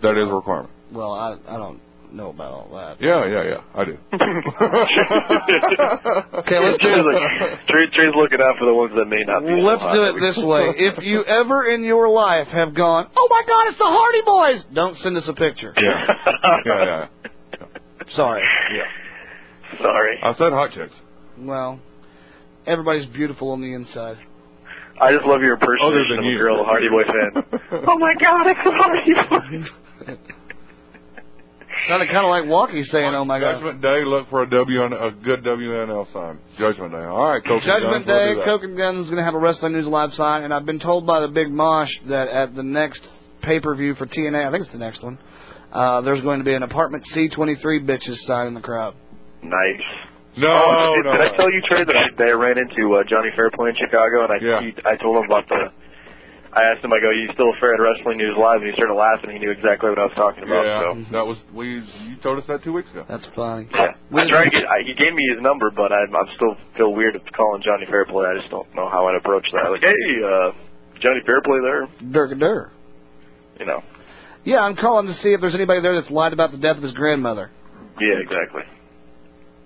[SPEAKER 9] That is a requirement.
[SPEAKER 8] Well, I I don't know about all that.
[SPEAKER 9] Yeah, yeah, yeah. I do.
[SPEAKER 8] okay,
[SPEAKER 10] (laughs)
[SPEAKER 8] let's do
[SPEAKER 10] Trey's
[SPEAKER 8] it.
[SPEAKER 10] look- Trey- Trey's looking out for the ones that may not be.
[SPEAKER 8] Let's do it this
[SPEAKER 10] (laughs)
[SPEAKER 8] way. If you ever in your life have gone, oh my God, it's the Hardy Boys, don't send us a picture.
[SPEAKER 9] Yeah. yeah, yeah.
[SPEAKER 8] Sorry.
[SPEAKER 10] Sorry.
[SPEAKER 9] I said hot chicks.
[SPEAKER 8] Well, everybody's beautiful on the inside.
[SPEAKER 10] I just love your
[SPEAKER 9] Other
[SPEAKER 10] impersonation
[SPEAKER 9] than
[SPEAKER 10] of
[SPEAKER 9] you.
[SPEAKER 10] a girl, a Hardy Boy
[SPEAKER 9] (laughs)
[SPEAKER 10] fan.
[SPEAKER 8] oh my God, it's the Hardy Boys. Sounded kind of like Walkie saying, oh my God.
[SPEAKER 9] Judgment Day, look for a W on a good WNL sign. Judgment Day. All right, Coach. Guns,
[SPEAKER 8] Judgment
[SPEAKER 9] we'll
[SPEAKER 8] Day,
[SPEAKER 9] do that.
[SPEAKER 8] Coke and Guns is going to have a Wrestling News Live sign, and I've been told by the Big Mosh that at the next pay per view for TNA, I think it's the next one, uh, there's going to be an apartment C23 bitches sign in the crowd.
[SPEAKER 10] Nice.
[SPEAKER 9] No,
[SPEAKER 10] Oh, did,
[SPEAKER 9] no.
[SPEAKER 10] did I tell you, Trey, that I, that I ran into uh, Johnny Fairplay in Chicago, and I
[SPEAKER 9] Yeah.
[SPEAKER 10] he, I told him about the. I asked him, I go, you still fair at Wrestling News Live? And he started laughing. He knew exactly what I was talking about.
[SPEAKER 9] Yeah,
[SPEAKER 10] So.
[SPEAKER 9] that was we. You told us that two weeks ago.
[SPEAKER 8] That's funny.
[SPEAKER 10] Yeah. I tried to get, I, he gave me his number, but I, I'm still feel weird of calling Johnny Fairplay. I just don't know how I'd approach that. Like, hey, uh, Johnny Fairplay there,
[SPEAKER 8] Durga Dur.
[SPEAKER 10] you know.
[SPEAKER 8] Yeah, I'm calling to see if there's anybody there that's lied about the death of his grandmother.
[SPEAKER 10] Yeah, exactly.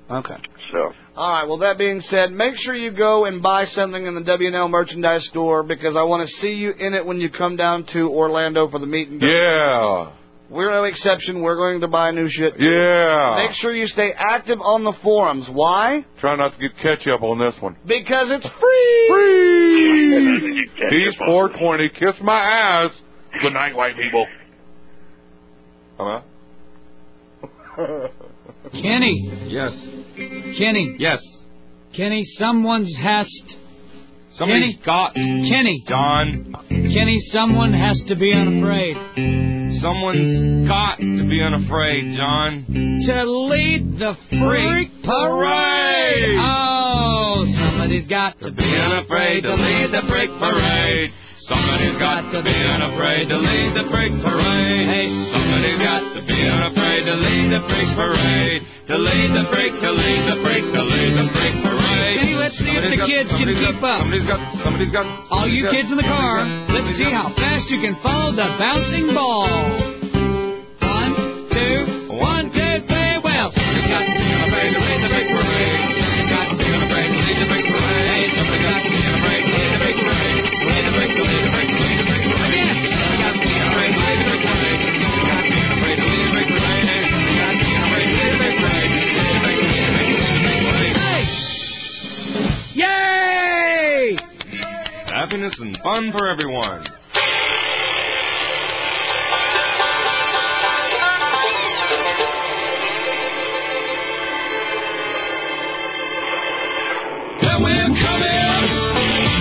[SPEAKER 8] Okay.
[SPEAKER 10] So
[SPEAKER 8] All right. Well, that being said, make sure you go and buy something in the WNL merchandise store because I want to see you in it when you come down to Orlando for the meet and greet.
[SPEAKER 9] Yeah,
[SPEAKER 8] We're no exception. We're going to buy new shit.
[SPEAKER 9] yeah.
[SPEAKER 8] Make sure you stay active on the forums. Why?
[SPEAKER 9] Try not to get ketchup on this
[SPEAKER 8] (laughs)
[SPEAKER 9] one.
[SPEAKER 8] Because it's free.
[SPEAKER 9] Free. He's 420. Kiss my ass. Good night, white people.
[SPEAKER 1] (laughs)
[SPEAKER 9] I'm out.
[SPEAKER 1] Kenny,
[SPEAKER 30] Yes.
[SPEAKER 1] Kenny,
[SPEAKER 30] Yes.
[SPEAKER 1] Kenny, someone's has to.
[SPEAKER 30] Somebody's
[SPEAKER 1] Kenny, got Kenny.
[SPEAKER 30] Don.
[SPEAKER 1] Kenny, someone has to be unafraid
[SPEAKER 30] Someone's got to be unafraid, John.
[SPEAKER 1] to lead the freak parade. Oh, somebody's got to be unafraid to lead the freak parade.
[SPEAKER 30] Somebody's got to be unafraid to lead the freak parade. Hey, somebody's got to be unafraid to lead the freak parade. To lead the freak, to lead the freak, to lead the freak parade.
[SPEAKER 1] Kenny, let's see if the
[SPEAKER 30] Somebody's got-
[SPEAKER 1] kids can
[SPEAKER 30] somebody's got-
[SPEAKER 1] keep up.
[SPEAKER 30] Somebody's got, somebody's got.
[SPEAKER 1] All you
[SPEAKER 30] somebody's got-
[SPEAKER 1] kids in the car, let's see how fast you can follow the bouncing ball. One, two, one, two, three, well. Somebody's got to be unafraid to lead the big parade. Somebody's got to be unafraid to lead the big parade. Somebody's got to be unafraid to lead the big parade. Lead the big, lead the big, lead the big parade. Yes. Somebody's got to be unafraid to lead the big parade. Somebody's got to be unafraid to lead the big parade. Somebody's got to be unafraid to lead the big parade. Lead the big, lead the big, lead the big parade. Yay!
[SPEAKER 30] Happiness and fun for everyone.
[SPEAKER 7] Then we're coming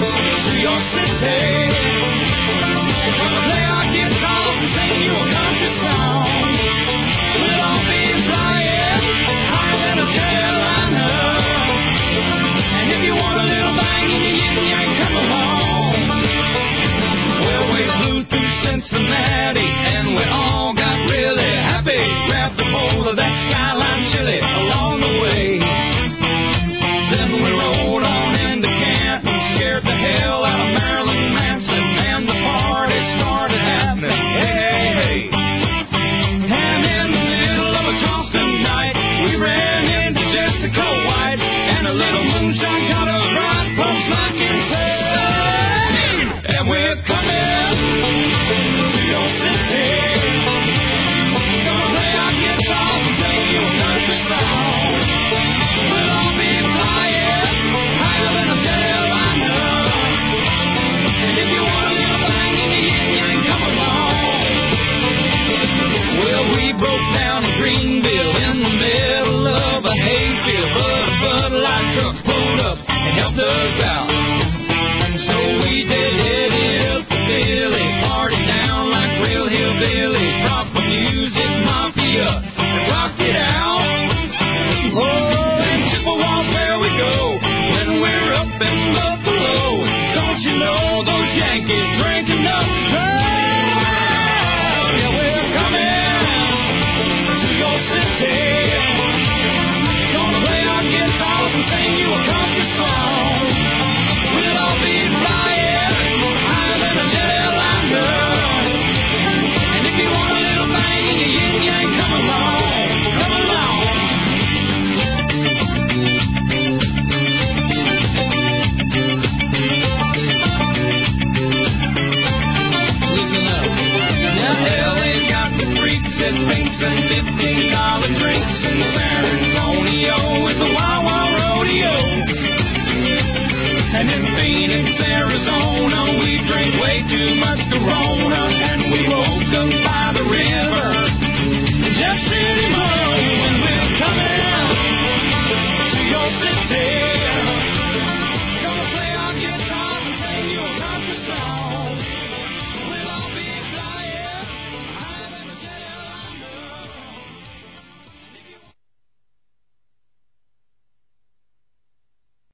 [SPEAKER 7] to your city. Gonna play our guitars and sing you a country song. We'll all be flying higher than a Carolina. And if you want a little bang, you can come along. Well,
[SPEAKER 12] Oh, keep drinking up. Yeah, we're coming to your city. Gonna play our guitars and sing you a country song. We'll all be flying higher than a jet airliner. And if you want a little bang in your yin yang, come along, come along. Now LA's got the freaks and pinks and fifteen dollar drinks and San Antonio is a Wawa rodeo. And in Phoenix, Arizona, we drink way too much Corona and we woke up by